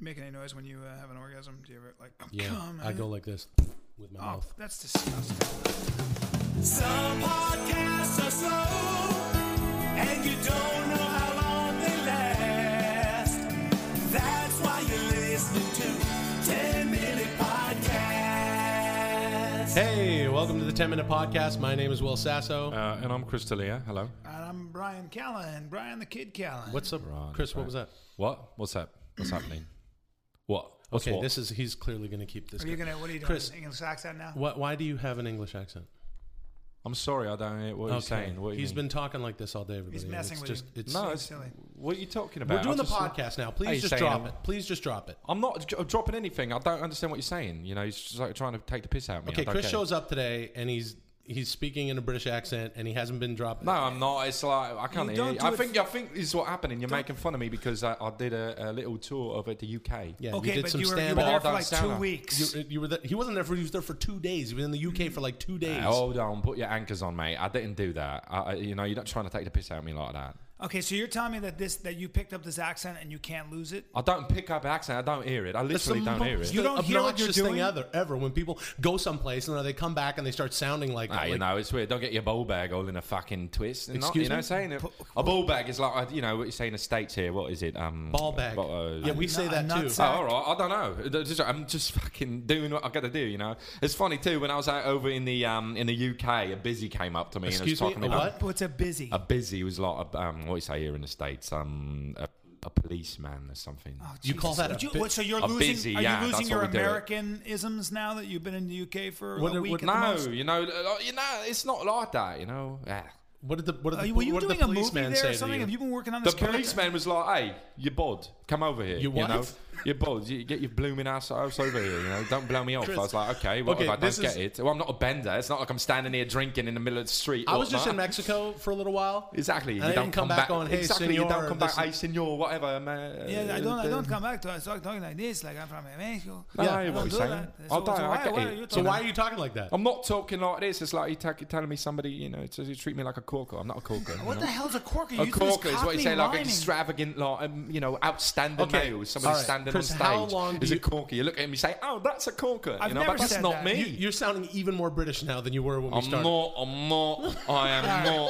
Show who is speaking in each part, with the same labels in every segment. Speaker 1: make any noise when you uh, have an orgasm? Do you ever like? Oh,
Speaker 2: Yeah,
Speaker 1: come
Speaker 2: I
Speaker 1: on.
Speaker 2: go like this with my
Speaker 1: Oh,
Speaker 2: mouth.
Speaker 1: that's disgusting.
Speaker 3: Some podcasts are slow, and you don't know how long they last. That's why you're listening to 10 Minute Podcast.
Speaker 2: Hey, welcome to the 10 Minute Podcast. My name is Will Sasso.
Speaker 4: Uh, and I'm Chris D'Elia. Hello.
Speaker 1: And I'm Brian Callan, Brian the Kid Callan.
Speaker 2: What's up,
Speaker 4: Right,
Speaker 2: Chris? What
Speaker 4: right.
Speaker 2: was that?
Speaker 4: What? What's that? What's happening? What? What's
Speaker 2: Okay,
Speaker 4: what?
Speaker 2: this is he's clearly going to keep this.
Speaker 1: Are you
Speaker 2: go-
Speaker 1: gonna? What are you doing?
Speaker 2: Chris-
Speaker 1: Taking the socks out now?
Speaker 2: Why- why do you have an English accent?
Speaker 4: I'm sorry, I don't hear what you're saying. What do you
Speaker 2: He's
Speaker 4: mean?
Speaker 2: been talking like this all day, everybody.
Speaker 1: He's
Speaker 2: and
Speaker 1: messing
Speaker 2: it's
Speaker 1: with
Speaker 2: just,
Speaker 1: you.
Speaker 2: It's,
Speaker 4: No,
Speaker 1: saying
Speaker 4: it's,
Speaker 1: silly.
Speaker 4: what are you talking about?
Speaker 2: we're doing
Speaker 4: I
Speaker 2: the
Speaker 4: just-
Speaker 2: podcast now.
Speaker 4: Hey,
Speaker 2: Please just
Speaker 4: saying
Speaker 2: drop
Speaker 4: I'm-
Speaker 2: it. Please just drop it.
Speaker 4: I'm not j- dropping anything. I don't understand what you're saying. You know, he's just like trying to take the piss out of me. I
Speaker 2: Okay,
Speaker 4: don't
Speaker 2: Chris
Speaker 4: get it.
Speaker 2: shows up today and he's he's speaking in a British accent and he hasn't been dropping.
Speaker 4: No, I'm not. It's like I can't.
Speaker 1: You
Speaker 4: hear
Speaker 1: don't
Speaker 4: you.
Speaker 1: do
Speaker 4: I
Speaker 1: it
Speaker 4: think I think is what happening. You're making fun of me because I, I did a, a little tour of it, the UK.
Speaker 2: Yeah,
Speaker 1: okay,
Speaker 2: you did
Speaker 1: but
Speaker 2: some
Speaker 1: you were, you were
Speaker 2: stand
Speaker 1: there
Speaker 4: stand-up.
Speaker 1: for
Speaker 4: Well,
Speaker 1: like
Speaker 4: don't
Speaker 1: two
Speaker 4: sound-
Speaker 1: weeks.
Speaker 2: You, you were there, he wasn't there for he was there for two days. He was in the
Speaker 4: Mm.
Speaker 2: UK for like two days.
Speaker 4: Hey, Uh, hold on, put your anchors on, mate. I didn't do that. I, I, you know, you're not trying to take the piss out of me like that.
Speaker 1: Okay, so you're telling me that this that you picked up this accent and you can't lose it?
Speaker 4: I don't pick up accent. I don't hear it. I
Speaker 2: That's the
Speaker 4: literally don't hear it.
Speaker 2: most
Speaker 1: You don't hear what you're
Speaker 2: obnoxious
Speaker 1: doing?
Speaker 2: thing ever, ever when people go someplace and then they come back and they start sounding like,
Speaker 4: Ah,
Speaker 2: that,
Speaker 4: you
Speaker 2: like
Speaker 4: know, it's weird. Don't get your bowl bag all in a fucking twist. And not,
Speaker 2: Excuse
Speaker 4: you know,
Speaker 2: me?
Speaker 4: what I'm saying a bowl bag is like uh, you know what you say in the states here. What is it? Um,
Speaker 2: ball bag.
Speaker 4: but, uh,
Speaker 2: yeah, we
Speaker 1: I'm
Speaker 2: say
Speaker 1: not-
Speaker 2: that
Speaker 1: I'm not
Speaker 2: too.
Speaker 1: saying-
Speaker 4: Oh, all right. I don't know. They're just- I'm just fucking doing what I got to do. You know, it's funny too. When I was out over in the um in the UK, a busy came up to me
Speaker 2: Excuse me,
Speaker 4: and was talking
Speaker 2: a
Speaker 4: about
Speaker 2: what?
Speaker 1: What's a busy?
Speaker 4: a busy was like a, um what do you say here in the states um a, a policeman or something.
Speaker 2: You call that a
Speaker 1: Would you-
Speaker 2: bu-
Speaker 1: what, so you're
Speaker 4: a
Speaker 1: losing?
Speaker 4: busy,
Speaker 1: are
Speaker 4: yeah,
Speaker 1: you losing
Speaker 4: that's
Speaker 1: your
Speaker 4: what we do it.
Speaker 1: Americanisms now that you've been in the UK for
Speaker 2: What-
Speaker 1: a week?
Speaker 2: what-
Speaker 1: at the
Speaker 4: no,
Speaker 1: most?
Speaker 4: you know, uh, you know, it's not like that. You know. Ah.
Speaker 2: What did the what
Speaker 1: Are
Speaker 2: did
Speaker 1: you-
Speaker 2: the,
Speaker 1: were you
Speaker 2: what did
Speaker 1: doing
Speaker 2: the
Speaker 1: a movie
Speaker 2: policeman
Speaker 1: there or
Speaker 2: say
Speaker 1: something?
Speaker 2: to you?
Speaker 1: Have you been working on
Speaker 4: The
Speaker 1: this? character?
Speaker 4: policeman was like, "Hey, you're bod. Come over here.
Speaker 2: You what?
Speaker 4: know, you're bod. You get your blooming ass, ass over here. You know, don't blow me off."
Speaker 2: Chris.
Speaker 4: I was like, "Okay, what
Speaker 2: Okay,
Speaker 4: if I don't
Speaker 2: this is-
Speaker 4: get it? Well, I'm not a bender. It's not like I'm standing here drinking in the middle of the street."
Speaker 2: I
Speaker 4: or
Speaker 2: was just
Speaker 4: not.
Speaker 2: in Mexico for a little while.
Speaker 4: Exactly.
Speaker 2: I
Speaker 4: you
Speaker 2: didn't
Speaker 4: don't
Speaker 2: come back on, "Hey,
Speaker 4: exactly. you
Speaker 2: senor,"
Speaker 4: don't come back.
Speaker 2: this-
Speaker 4: Hey, senor, whatever. uh, Man.
Speaker 1: Yeah, I don't. I don't come back to. I start talking like this, like I'm from Mexico.
Speaker 4: No,
Speaker 2: Yeah.
Speaker 4: I hear
Speaker 1: I don't
Speaker 4: what you're
Speaker 1: do
Speaker 4: saying.
Speaker 1: that.
Speaker 4: I
Speaker 1: So-
Speaker 4: don't.
Speaker 1: so
Speaker 4: I
Speaker 1: why-
Speaker 4: get
Speaker 1: why are
Speaker 4: it.
Speaker 1: you
Speaker 2: So
Speaker 1: talking-
Speaker 2: why are you talking like that?
Speaker 4: I'm not talking like this. It's like you're t- telling me somebody, you know, to to treat me like a corker. I'm not a corker. you
Speaker 1: What
Speaker 4: know?
Speaker 1: the hell's a corker?
Speaker 4: A
Speaker 1: You threw this
Speaker 4: corker is what you
Speaker 1: Cockney
Speaker 4: say, like an
Speaker 1: lining.
Speaker 4: extravagant, like um, you know, outstanding
Speaker 2: Okay,
Speaker 4: male. Somebody
Speaker 2: all right.
Speaker 4: standing
Speaker 2: Chris,
Speaker 4: on stage
Speaker 2: how long do
Speaker 4: is
Speaker 2: you-
Speaker 4: a corker. You look at him, you say, "Oh, that's a corker."
Speaker 1: I've
Speaker 4: you know,
Speaker 1: never
Speaker 4: but that's
Speaker 1: said
Speaker 4: not
Speaker 1: that.
Speaker 4: me.
Speaker 2: You, you're sounding even more British now than you were when we
Speaker 4: I'm
Speaker 2: started.
Speaker 4: not. I'm not. I am not.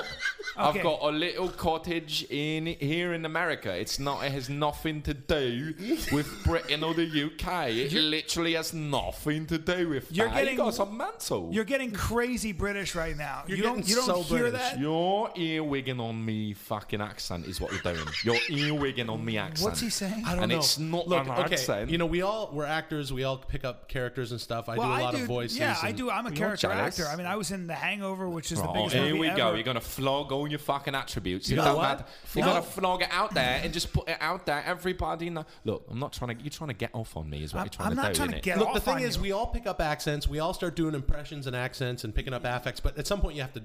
Speaker 1: Okay.
Speaker 4: I've got a little cottage in here in America. It's not. It has nothing to do with Britain or the UK. It literally has nothing to do with.
Speaker 1: You're
Speaker 4: that.
Speaker 1: getting-
Speaker 4: you got some mantle.
Speaker 1: You're getting crazy British right now.
Speaker 2: You're
Speaker 1: you don't.
Speaker 2: getting
Speaker 1: You don't
Speaker 2: so
Speaker 1: hear
Speaker 2: British.
Speaker 1: that.
Speaker 4: You're earwigging on me fucking accent is what you're doing. You're earwigging on me accent.
Speaker 1: What's he saying?
Speaker 2: I don't
Speaker 4: and
Speaker 2: know.
Speaker 4: it's not
Speaker 2: Look,
Speaker 4: an
Speaker 2: okay,
Speaker 4: accent.
Speaker 2: You know, we all we're actors. We all pick up characters and stuff. I
Speaker 1: Well,
Speaker 2: do a
Speaker 1: I
Speaker 2: lot
Speaker 1: do.
Speaker 2: of voices.
Speaker 1: yeah, I
Speaker 2: and-
Speaker 1: do. I'm a character
Speaker 4: jealous.
Speaker 1: actor. I mean, I was in The Hangover, which is the
Speaker 4: Oh,
Speaker 1: biggest
Speaker 4: here
Speaker 1: movie
Speaker 4: we
Speaker 1: ever.
Speaker 4: go. You're gonna flog all your fucking attributes. You
Speaker 2: know
Speaker 4: don't
Speaker 2: what?
Speaker 4: matter. You're
Speaker 2: Flog-
Speaker 4: gonna flog it out there and just put it out there. Everybody know. Look, I'm not trying to. You're trying to get off on me, is what
Speaker 1: I'm-
Speaker 4: you're trying
Speaker 1: I'm
Speaker 4: to
Speaker 1: not
Speaker 4: do.
Speaker 1: trying to
Speaker 4: innit?
Speaker 1: get
Speaker 2: Look,
Speaker 1: off
Speaker 2: the thing
Speaker 1: on
Speaker 2: is,
Speaker 1: you.
Speaker 2: we all pick up accents. We all start doing impressions and accents and picking up affects. But at some point, you have to.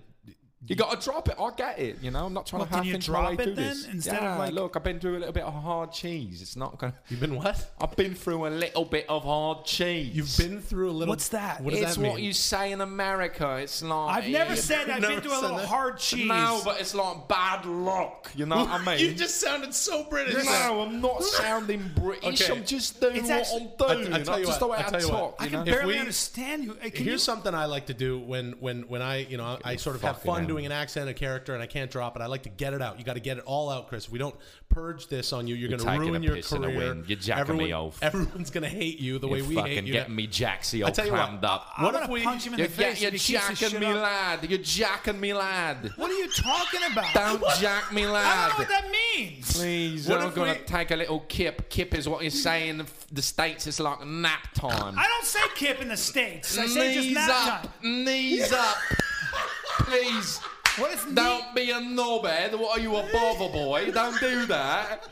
Speaker 4: You got to drop it. I get it. You know, I'm not trying
Speaker 1: Well,
Speaker 4: to
Speaker 1: can
Speaker 4: half
Speaker 1: you
Speaker 4: inch
Speaker 1: drop
Speaker 4: my way
Speaker 1: it
Speaker 4: through
Speaker 1: then
Speaker 4: this.
Speaker 1: instead of,
Speaker 4: yeah,
Speaker 1: like-
Speaker 4: look, I've been through a little bit of hard cheese. It's not gonna.
Speaker 2: You've been what?
Speaker 4: I've been through a little bit of hard cheese.
Speaker 2: You've been through a little.
Speaker 1: What's that?
Speaker 2: What does
Speaker 4: It's
Speaker 2: that mean?
Speaker 4: what you say in America. It's not.
Speaker 1: I've never said I've
Speaker 2: never
Speaker 1: been to a
Speaker 2: said
Speaker 1: little
Speaker 2: that.
Speaker 1: hard cheese.
Speaker 4: No, but it's like bad luck. You know what I mean?
Speaker 2: You just sounded so British.
Speaker 4: no, I'm not sounding British.
Speaker 2: Okay.
Speaker 4: I'm just doing
Speaker 1: It's
Speaker 4: what
Speaker 1: actually-
Speaker 4: I'm
Speaker 2: I- I
Speaker 4: doing.
Speaker 2: tell you
Speaker 4: That's just
Speaker 2: what,
Speaker 4: the way
Speaker 2: I
Speaker 4: I,
Speaker 2: tell you what.
Speaker 4: talk.
Speaker 1: I
Speaker 4: you
Speaker 1: can
Speaker 4: know?
Speaker 1: barely
Speaker 2: we-
Speaker 1: understand you. Hey, can
Speaker 2: Here's
Speaker 1: you-
Speaker 2: something I like to do when when when I you know I, I sort of have
Speaker 4: fucking
Speaker 2: fun
Speaker 4: out.
Speaker 2: doing an accent, a character, and I can't drop it. I like to get it out. You got to get it all out, Chris. If we don't purge this on you, you're, going to
Speaker 4: taking
Speaker 2: ruin
Speaker 4: a
Speaker 2: your
Speaker 4: piss and a
Speaker 2: career.
Speaker 4: win. You're jacking me off.
Speaker 2: Everyone's going to hate you the way
Speaker 4: You're
Speaker 2: we
Speaker 4: fucking
Speaker 2: hate you.
Speaker 4: getting me jacksy all
Speaker 2: I tell you what,
Speaker 4: crammed up.
Speaker 1: I'm
Speaker 2: what
Speaker 1: gonna
Speaker 2: if we-
Speaker 1: punch him in
Speaker 4: you're
Speaker 1: the
Speaker 4: get-
Speaker 1: face
Speaker 4: you're
Speaker 1: if he keeps this
Speaker 4: jacking
Speaker 1: shit
Speaker 4: me,
Speaker 1: up.
Speaker 4: lad. You're jacking me, lad.
Speaker 1: What are you talking about?
Speaker 4: Don't jack me,
Speaker 1: I don't know
Speaker 4: lad.
Speaker 1: what that means.
Speaker 4: Please,
Speaker 2: What
Speaker 4: I'm
Speaker 2: if
Speaker 4: gonna
Speaker 2: we-
Speaker 4: take a little kip. Kip is what you say in the, the states. It's like nap time.
Speaker 1: I don't say kip in the states. I say just
Speaker 4: knees
Speaker 1: nap
Speaker 4: up,
Speaker 1: time.
Speaker 4: knees up. Please,
Speaker 1: What is knee?
Speaker 4: don't be a knobhead. What are you, a bother boy? Don't do that.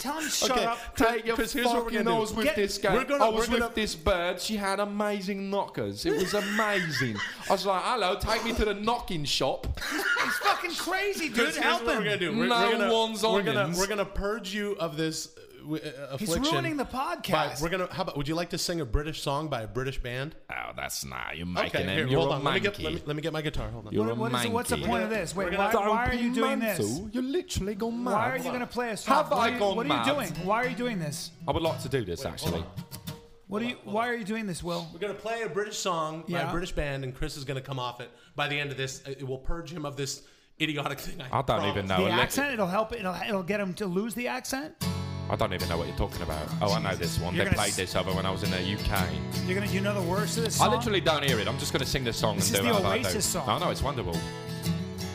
Speaker 1: Tell him shut
Speaker 2: Okay.
Speaker 1: up.
Speaker 4: Take your
Speaker 2: Chris, here's what we're
Speaker 4: fucking
Speaker 2: gonna do.
Speaker 4: nose with
Speaker 1: Get-
Speaker 4: this guy.
Speaker 2: we're gonna-
Speaker 4: I was
Speaker 2: we're gonna-
Speaker 4: with this bird. She had amazing knockers. It was amazing. I was like, "Hello, take me to the knocking shop."
Speaker 1: He's fucking crazy, dude.
Speaker 2: Chris, here's
Speaker 1: Help
Speaker 2: what we're
Speaker 1: him.
Speaker 2: gonna do. We're,
Speaker 4: No
Speaker 2: we're gonna,
Speaker 4: one's
Speaker 2: we're gonna
Speaker 4: onions.
Speaker 2: we're gonna purge you of this. uh, w- uh,
Speaker 1: He's
Speaker 2: affliction.
Speaker 1: ruining the
Speaker 2: by-
Speaker 1: podcast.
Speaker 2: we're gonna. How about? Would you like to sing a British song by a British band?
Speaker 4: Oh, that's not. You're
Speaker 2: okay,
Speaker 4: making it.
Speaker 2: here,
Speaker 4: You're
Speaker 2: hold
Speaker 4: a
Speaker 2: on. Let me get.
Speaker 4: monkey.
Speaker 2: Let me, let me get my guitar. Hold on.
Speaker 4: You're
Speaker 1: What-
Speaker 4: a
Speaker 1: what is it-
Speaker 4: monkey.
Speaker 1: what's the point of this? Wait, why, why are you doing this?
Speaker 4: You're literally gone mad.
Speaker 1: Why are you going to play a song?
Speaker 4: Have
Speaker 1: what
Speaker 4: I
Speaker 1: are you,
Speaker 4: gone
Speaker 1: What are you
Speaker 4: mad?
Speaker 1: doing? Why are you doing this?
Speaker 4: I would like to do this actually.
Speaker 1: What are you? Why are you doing this, Will?
Speaker 2: We're gonna play a British song by
Speaker 1: Yeah.
Speaker 2: a British band, and Chris is gonna come off it by the end of this. It will purge him of this idiotic thing. I,
Speaker 4: I don't
Speaker 2: promise.
Speaker 4: even know.
Speaker 1: The
Speaker 4: Let-
Speaker 1: accent? It'll help. It'll it'll get him to lose the accent.
Speaker 4: I don't even know what you're talking about. Oh, I know this one.
Speaker 1: You're
Speaker 4: they
Speaker 1: gonna
Speaker 4: played
Speaker 1: s-
Speaker 4: this over when I was in the UK.
Speaker 1: You're gonna. You know the words to this
Speaker 4: I
Speaker 1: song.
Speaker 4: literally don't hear it. I'm just going to sing this song
Speaker 1: This
Speaker 4: and
Speaker 1: is
Speaker 4: do
Speaker 1: the
Speaker 4: it. I do.
Speaker 1: Oasis song.
Speaker 4: I know it's wonderful.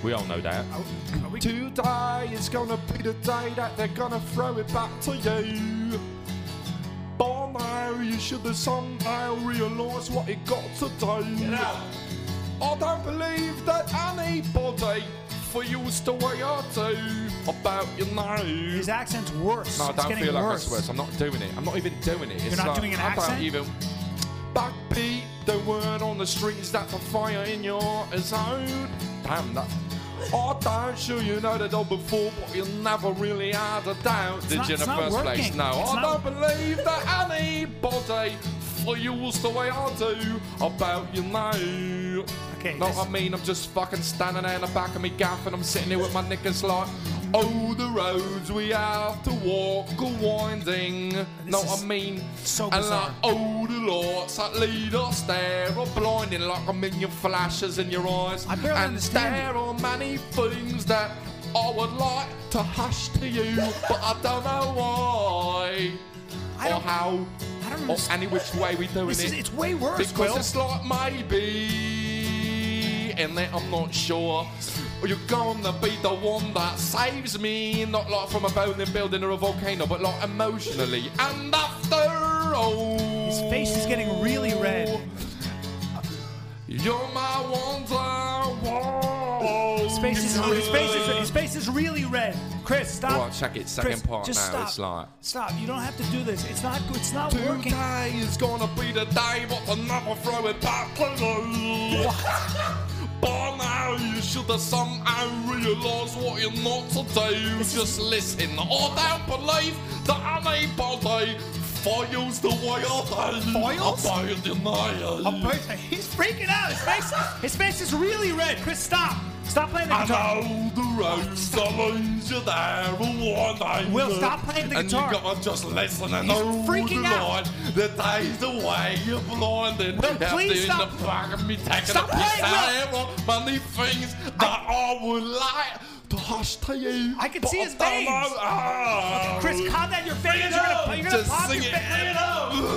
Speaker 4: We all know that.
Speaker 1: Oh, Are we-
Speaker 4: Today Oh. is gonna be the day that they're gonna throw it back to you. By now, you should have somehow realised what you got to do. I don't believe that anybody feels the way I do about you now.
Speaker 1: His accent's worse.
Speaker 4: No, I
Speaker 1: it's
Speaker 4: don't
Speaker 1: getting
Speaker 4: feel like
Speaker 1: worse.
Speaker 4: it's worse. I'm not doing it. I'm not even doing it. It's
Speaker 1: not
Speaker 4: like,
Speaker 1: doing an
Speaker 4: I
Speaker 1: accent?
Speaker 4: Don't even. Backbeat, the word on the street is that the fire in your is own. Damn that. I don't sure you know that all before, but you never really had a doubt, did
Speaker 1: not-
Speaker 4: you, in the
Speaker 1: it's not
Speaker 4: first place?
Speaker 1: working.
Speaker 4: No,
Speaker 1: It's
Speaker 4: I
Speaker 1: not-
Speaker 4: don't believe that anybody feels the way I do about you now.
Speaker 1: Okay,
Speaker 4: No,
Speaker 1: this-
Speaker 4: I mean, I'm just fucking standing there in the back of me gaff and I'm sitting here with my knickers like, oh, the roads we have to walk are winding. No,
Speaker 1: is
Speaker 4: I mean,
Speaker 1: so
Speaker 4: and
Speaker 1: bizarre.
Speaker 4: like, oh, the lights that lead us there are blinding like a million flashes in your eyes.
Speaker 1: I barely
Speaker 4: and
Speaker 1: understand
Speaker 4: there are many things that I would like to hush to you, but I don't know why.
Speaker 1: I
Speaker 4: or
Speaker 1: don't-
Speaker 4: how,
Speaker 1: I don't
Speaker 4: or
Speaker 1: understand.
Speaker 4: any which way we're doing
Speaker 1: This
Speaker 4: it.
Speaker 1: is, it's way worse,
Speaker 4: Because
Speaker 1: Will.
Speaker 4: it's like maybe, and that I'm not sure. You're gonna be the one that saves me, not like from a burning building or a volcano, but like emotionally. And after all,
Speaker 1: His face is getting really red.
Speaker 4: You're my wonder.
Speaker 1: His face is, his face is, his face is really red. Chris, stop.
Speaker 4: Well, check it, second
Speaker 1: Chris,
Speaker 4: part
Speaker 1: just
Speaker 4: now,
Speaker 1: Stop.
Speaker 4: it's like-
Speaker 1: Stop. You don't have to do this. It's not good. It's not working.
Speaker 4: Today is gonna be the day, but the never throw it back to you. By now, you should have somehow realised what you're not to do. Just listen. I don't believe that anybody foils the way I do.
Speaker 1: Foils?
Speaker 4: I foil the
Speaker 1: Oh,
Speaker 4: night.
Speaker 1: boy, He's freaking out. His face, his face is really red. Chris, stop. Stop playing the
Speaker 4: I
Speaker 1: guitar.
Speaker 4: know the roads that leads you there one day.
Speaker 1: Will, stop playing the guitar.
Speaker 4: And you gotta just listen and
Speaker 1: He's
Speaker 4: hold
Speaker 1: freaking
Speaker 4: the
Speaker 1: out.
Speaker 4: line. The day's the way you're blinded.
Speaker 1: Will,
Speaker 4: After
Speaker 1: please
Speaker 4: in
Speaker 1: stop.
Speaker 4: the back of me taking
Speaker 1: Stop
Speaker 4: a piss
Speaker 1: playing, Will.
Speaker 4: out of many things that I would like to hush to you.
Speaker 1: I can
Speaker 4: but
Speaker 1: see his
Speaker 4: don't
Speaker 1: veins.
Speaker 4: know Oh. how.
Speaker 1: Chris, calm down your fingers. You're gonna, you're gonna
Speaker 4: Just
Speaker 1: pop
Speaker 4: sing
Speaker 1: your
Speaker 4: it. Ah,
Speaker 1: fa- Bring it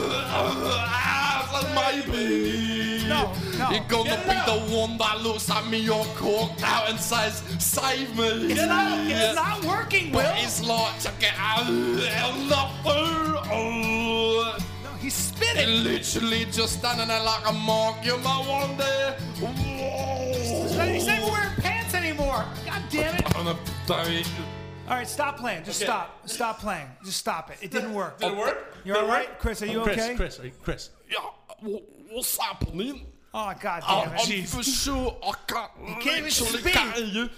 Speaker 1: up.
Speaker 4: As maybe.
Speaker 1: No, no.
Speaker 4: You're gonna
Speaker 1: Get it
Speaker 4: be
Speaker 1: out.
Speaker 4: the one that looks at me all corked out and says, save me.
Speaker 1: It's not, it's not working, Will.
Speaker 4: But it's like, check it out. I'm not through.
Speaker 1: No, he's spitting.
Speaker 4: Literally just standing there like a mark. You're my one day.
Speaker 1: He's not even wearing pants anymore. God damn it.
Speaker 4: On a day.
Speaker 1: All right, stop playing. Just stop. Stop playing. Just stop it. It didn't work.
Speaker 2: Did it work?
Speaker 1: You're
Speaker 2: Did
Speaker 1: all
Speaker 2: it
Speaker 1: right,
Speaker 2: work?
Speaker 1: Chris. Are you
Speaker 2: Chris,
Speaker 1: okay?
Speaker 2: Chris, are you, Chris.
Speaker 4: Yeah, wha- what's happening?
Speaker 1: Oh God
Speaker 4: I'm,
Speaker 1: damn it!
Speaker 4: I'm for sure I can't,
Speaker 1: can't even
Speaker 4: literally
Speaker 1: speak.
Speaker 4: carry you.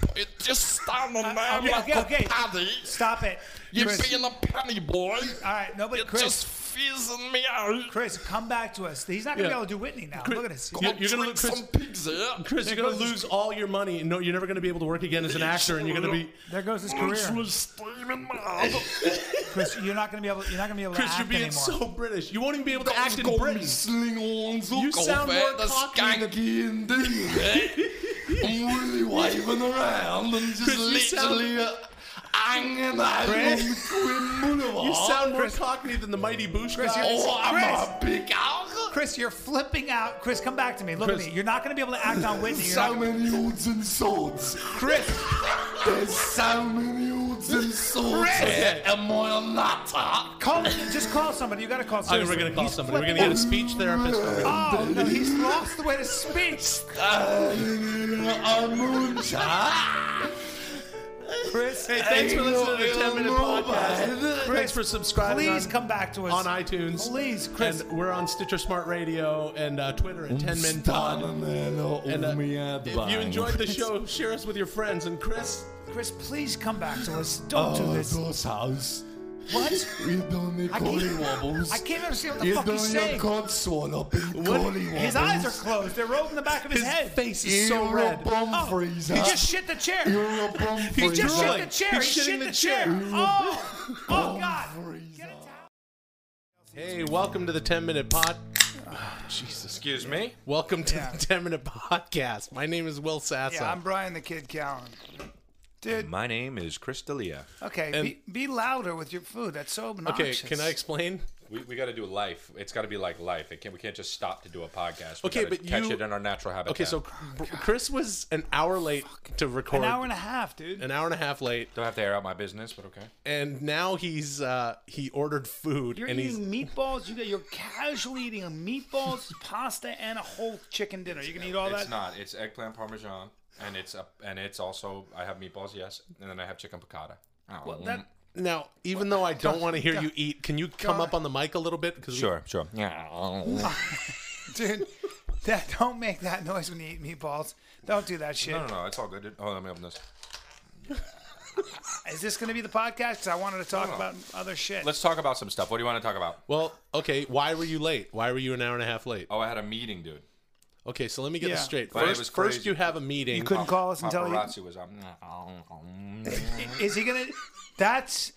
Speaker 4: But It just standing
Speaker 2: Uh,
Speaker 4: there
Speaker 1: okay,
Speaker 4: like
Speaker 1: okay,
Speaker 4: a
Speaker 1: okay.
Speaker 4: paddy.
Speaker 1: Stop it,
Speaker 4: You're
Speaker 1: Chris.
Speaker 4: being a penny boy.
Speaker 2: Uh,
Speaker 1: All right, nobody.
Speaker 4: You're
Speaker 1: Chris,
Speaker 4: just fizzing me out.
Speaker 1: Chris, come back to us. He's not gonna
Speaker 2: Yeah.
Speaker 1: be able to do Whitney now.
Speaker 2: Chris-
Speaker 1: Look at this.
Speaker 2: You- you're gonna
Speaker 4: drink
Speaker 2: look- Chris-
Speaker 4: some pigs here.
Speaker 2: Chris, you're gonna lose all your money. and No, you're never gonna be able to work again as an actor, and you're gonna be.
Speaker 1: There goes his
Speaker 4: Literally
Speaker 1: career.
Speaker 4: steaming mad.
Speaker 1: Chris, you're not gonna be able. You're not gonna be able to
Speaker 2: Chris,
Speaker 1: act
Speaker 2: you're being
Speaker 1: anymore.
Speaker 2: so British. You won't even be able to act in
Speaker 4: Got
Speaker 2: Britain.
Speaker 4: me sling on, so
Speaker 2: You
Speaker 4: go
Speaker 2: sound
Speaker 4: back
Speaker 2: more
Speaker 4: the
Speaker 2: cocky than-
Speaker 4: skanky and do that. I'm really waving around and just
Speaker 2: Chris, you sound-
Speaker 4: literally uh, hanging out
Speaker 2: Chris?
Speaker 4: on Queen Boulevard.
Speaker 2: You sound more cockney than the mighty Boosh.
Speaker 1: Chris,
Speaker 2: guy.
Speaker 1: you're-
Speaker 4: Oh,
Speaker 1: Chris.
Speaker 4: I'm a big owl.
Speaker 1: Chris, you're flipping out. Chris, come back to me. Look
Speaker 2: Chris.
Speaker 1: at me. You're not gonna be able to act on Whitney. You're
Speaker 4: So
Speaker 1: not,
Speaker 4: many odds and swords.
Speaker 1: Chris,
Speaker 4: There's so many odds and swords.
Speaker 2: Chris.
Speaker 4: Am I a nutter?
Speaker 1: call. Just call somebody. You gotta call.
Speaker 2: I
Speaker 1: Somebody.
Speaker 2: mean, we're gonna call somebody. We're gonna get a speech therapist. We're gonna-
Speaker 1: Oh no, he's lost the way to speech. Chris,
Speaker 2: Hey, thanks for listening to the 10 minute podcast. Thanks for subscribing
Speaker 1: please
Speaker 2: on,
Speaker 1: come back to us
Speaker 2: on iTunes.
Speaker 1: Please, Chris.
Speaker 2: And we're on Stitcher Smart Radio and uh, Twitter at 10 Min Pod. And, uh, if you enjoyed the show, share us with your friends. And Chris, Oh,
Speaker 1: Chris, please come back to us. Don't do this.
Speaker 4: Oh, house.
Speaker 5: What?
Speaker 4: He's doing the
Speaker 5: I
Speaker 4: golly
Speaker 5: can't-
Speaker 4: wobbles.
Speaker 5: I can't understand what the
Speaker 4: He's
Speaker 5: fuck
Speaker 4: doing
Speaker 5: he's
Speaker 4: the
Speaker 5: saying.
Speaker 4: cod swallow.
Speaker 5: What?
Speaker 4: Golly wobbles.
Speaker 5: His eyes are closed. They're rolled in the back of his,
Speaker 2: His
Speaker 5: head.
Speaker 2: face is
Speaker 4: You're
Speaker 2: so
Speaker 4: a
Speaker 2: red.
Speaker 4: bum
Speaker 5: Oh,
Speaker 4: freezer.
Speaker 5: He just shit the chair.
Speaker 4: You're a bum
Speaker 5: He
Speaker 4: freezer.
Speaker 5: just shit
Speaker 2: drooling.
Speaker 5: the chair.
Speaker 2: He's
Speaker 5: he
Speaker 2: shitting
Speaker 5: shit
Speaker 2: the
Speaker 5: the chair.
Speaker 2: chair.
Speaker 5: Oh, oh God. Get a towel.
Speaker 2: Hey, welcome to the 10 minute pod. Ah, Jesus.
Speaker 6: Excuse me?
Speaker 2: Welcome to
Speaker 1: Yeah.
Speaker 2: the 10 minute podcast. My name is Will Sassa.
Speaker 1: Yeah, I'm Brian the Kid Callen. Dude,
Speaker 6: My name is Chris D'Elia.
Speaker 1: okay, be, be louder with your food. That's so
Speaker 2: okay,
Speaker 1: obnoxious.
Speaker 2: can I explain?
Speaker 6: We, we got to do life. It's got to be like life. It can't, we can't just stop to do a podcast. We
Speaker 2: Okay,
Speaker 6: gotta
Speaker 2: but
Speaker 6: catch
Speaker 2: you-
Speaker 6: it in our natural habitat.
Speaker 2: Okay, so
Speaker 1: Oh
Speaker 2: Br- Chris was an hour late to record.
Speaker 1: An hour and a half, dude.
Speaker 2: an hour and a half late,
Speaker 6: don't have to air out my business, but okay.
Speaker 2: and now he's uh he ordered food
Speaker 1: You're
Speaker 2: and he's
Speaker 1: eating meatballs. You got you're casually eating a meatballs, pasta, and a whole chicken dinner. You can eat all
Speaker 6: It's
Speaker 1: that.
Speaker 6: not. It's eggplant parmesan, and it's a, and it's also I have meatballs, yes, and then I have chicken piccata. Oh,
Speaker 1: that-
Speaker 2: now. Even though I don't want to hear you eat, can you come up on the mic a little bit? Because
Speaker 6: sure, sure. Yeah.
Speaker 1: dude. That don't make that noise when you eat meatballs. Don't do that shit.
Speaker 6: No, no, no. It's all good. Dude. Oh, let me open this.
Speaker 1: Is this going to be the podcast? 'Cause I wanted to talk
Speaker 6: No, no.
Speaker 1: about other shit.
Speaker 6: Let's talk about some stuff. What do you want to talk about?
Speaker 2: well, okay. Why were you late? Why were you an hour and a half late?
Speaker 6: Oh, I had a meeting, dude.
Speaker 2: Okay, so let me get
Speaker 1: Yeah.
Speaker 2: this straight.
Speaker 6: But it
Speaker 2: First,
Speaker 6: was
Speaker 2: first
Speaker 6: crazy.
Speaker 2: you have a meeting.
Speaker 1: you couldn't call us and tell you.
Speaker 6: Paparazzi was up.
Speaker 1: Is he gonna? That's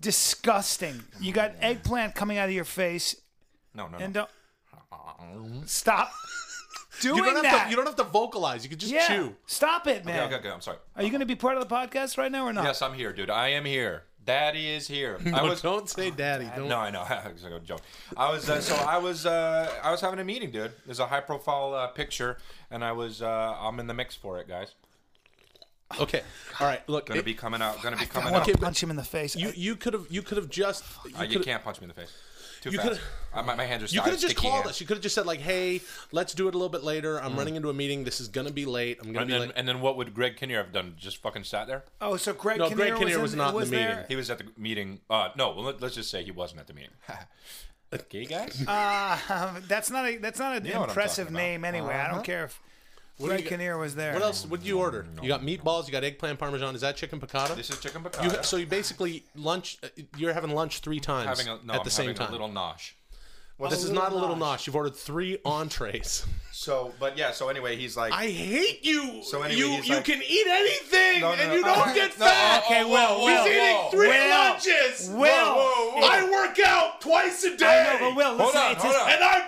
Speaker 1: disgusting. You got eggplant coming out of your face,
Speaker 6: No, no,
Speaker 1: and
Speaker 6: no.
Speaker 1: don't stop doing
Speaker 2: You don't,
Speaker 1: that.
Speaker 2: have to, you don't have to vocalize. You can just
Speaker 1: yeah,
Speaker 2: chew.
Speaker 1: stop it, man.
Speaker 6: Okay, okay, okay. I'm sorry.
Speaker 1: Are you gonna be part of the podcast right now or not?
Speaker 6: Yes, I'm here, dude. I am here. Daddy is here. I
Speaker 2: No,
Speaker 6: was Oh,
Speaker 2: don't say daddy. Don't.
Speaker 6: No, I know. it's like a joke. I was uh, so I was uh, I was having a meeting, dude. There's a high profile uh, picture, and I was uh, I'm in the mix for it, guys.
Speaker 2: Okay. All right. Look.
Speaker 6: Gonna
Speaker 2: it-
Speaker 6: be coming out. Gonna be
Speaker 1: I
Speaker 6: coming
Speaker 1: want
Speaker 6: out.
Speaker 1: to
Speaker 2: Okay, but-
Speaker 1: punch him in the face.
Speaker 2: you you could have you could have just you
Speaker 6: Uh, you
Speaker 2: coulda-
Speaker 6: can't punch me in the face. Too
Speaker 2: you
Speaker 6: fast.
Speaker 2: coulda-
Speaker 6: Uh, my, my hands are.
Speaker 2: You
Speaker 6: I
Speaker 2: could have
Speaker 6: have
Speaker 2: just
Speaker 6: sticky
Speaker 2: called
Speaker 6: hands. Mm.
Speaker 2: us. You could have just said like, "Hey, let's do it a little bit later. I'm running into a meeting. This is gonna be late. I'm gonna
Speaker 6: And
Speaker 2: be
Speaker 6: then,
Speaker 2: late."
Speaker 6: and then what would Greg Kinnear have done? Just fucking sat there?
Speaker 1: oh, so Greg
Speaker 2: No,
Speaker 1: Kinnear
Speaker 2: Greg Kinnear
Speaker 1: was,
Speaker 2: was
Speaker 1: in,
Speaker 2: not in the meeting.
Speaker 1: there?
Speaker 6: He was at the meeting. Uh, no, well, let, us just say he wasn't at the meeting. okay, guys.
Speaker 1: Um, that's not a that's not an
Speaker 6: know what I'm
Speaker 1: impressive
Speaker 6: talking
Speaker 1: name
Speaker 6: about. Uh-huh.
Speaker 1: anyway. I don't care if
Speaker 2: do you
Speaker 1: Greg
Speaker 2: got-
Speaker 1: Kinnear was there.
Speaker 2: what else? What did you order? You got meatballs. You got eggplant parmesan. Is that chicken piccata?
Speaker 6: this is chicken
Speaker 2: you,
Speaker 6: piccata.
Speaker 2: ha- so you basically lunch. uh, You're having lunch three times
Speaker 6: having a, no,
Speaker 2: at
Speaker 6: I'm
Speaker 2: the same
Speaker 6: having
Speaker 2: time.
Speaker 6: a little nosh.
Speaker 2: this is not a little nosh. You've ordered three entrees.
Speaker 6: So, but yeah. So anyway, he's like,
Speaker 2: I hate you.
Speaker 6: So anyway,
Speaker 2: you
Speaker 6: he's
Speaker 2: you
Speaker 6: like-
Speaker 2: can eat anything
Speaker 6: No, no,
Speaker 2: and
Speaker 6: no.
Speaker 2: you don't
Speaker 6: Oh,
Speaker 2: get
Speaker 6: no,
Speaker 2: fat.
Speaker 6: oh, oh, well, well,
Speaker 2: he's eating
Speaker 6: well,
Speaker 2: three
Speaker 1: well,
Speaker 2: lunches.
Speaker 1: well,
Speaker 2: I work out twice a day.
Speaker 1: I know, but Will,
Speaker 6: Hold
Speaker 1: listen,
Speaker 6: on,
Speaker 1: it's
Speaker 6: hold
Speaker 1: his-
Speaker 6: on.
Speaker 2: and I'm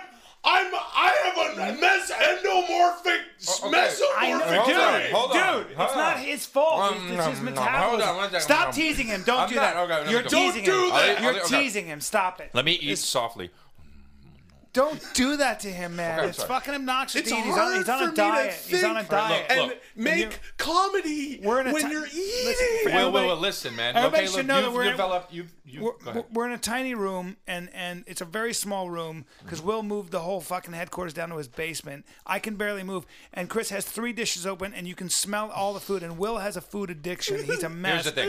Speaker 2: I'm I have a mes- endomorphic
Speaker 6: Oh, okay.
Speaker 1: I know,
Speaker 2: mesomorphic
Speaker 6: Hold on,
Speaker 2: disease.
Speaker 6: hold
Speaker 1: dude,
Speaker 6: on,
Speaker 1: dude,
Speaker 6: hold
Speaker 1: it's
Speaker 6: on.
Speaker 1: not his fault.
Speaker 6: Um,
Speaker 1: It's, it's his
Speaker 6: nom, nom.
Speaker 1: metabolism.
Speaker 6: Hold on, one second,
Speaker 1: Stop
Speaker 6: nom.
Speaker 1: teasing him. Don't
Speaker 6: I'm
Speaker 1: do
Speaker 6: not-
Speaker 1: that.
Speaker 6: okay, let me
Speaker 1: You're
Speaker 6: go. Don't
Speaker 1: teasing
Speaker 2: do
Speaker 1: him.
Speaker 2: that.
Speaker 1: You're
Speaker 6: Okay.
Speaker 1: teasing him. Stop it.
Speaker 6: let me eat softly.
Speaker 1: Don't do that to him, man.
Speaker 6: Okay, I'm
Speaker 1: it's
Speaker 6: sorry.
Speaker 1: fucking obnoxious.
Speaker 2: It's
Speaker 1: to eat. He's
Speaker 2: hard
Speaker 1: on, he's on
Speaker 2: for
Speaker 1: a
Speaker 2: me to
Speaker 1: diet. He's on a
Speaker 2: think
Speaker 1: diet.
Speaker 6: Look,
Speaker 2: and
Speaker 6: look.
Speaker 2: make
Speaker 1: you're-
Speaker 2: comedy
Speaker 1: We're in a
Speaker 2: when
Speaker 1: ti-
Speaker 2: you're eating.
Speaker 1: Listen, for
Speaker 6: Well, well,
Speaker 1: Everybody-
Speaker 6: well, listen, man.
Speaker 1: everybody
Speaker 6: okay,
Speaker 1: should
Speaker 6: look,
Speaker 1: know that
Speaker 6: you've
Speaker 1: we're-
Speaker 6: developed. You've, you've, go
Speaker 1: we're,
Speaker 6: ahead.
Speaker 1: we're in a tiny room, and and it's a very small room because
Speaker 2: Mm-hmm.
Speaker 1: Will moved the whole fucking headquarters down to his basement. I can barely move, and Chris has three dishes open, and you can smell all the food. And Will has a food addiction. He's a mess.
Speaker 6: Here's the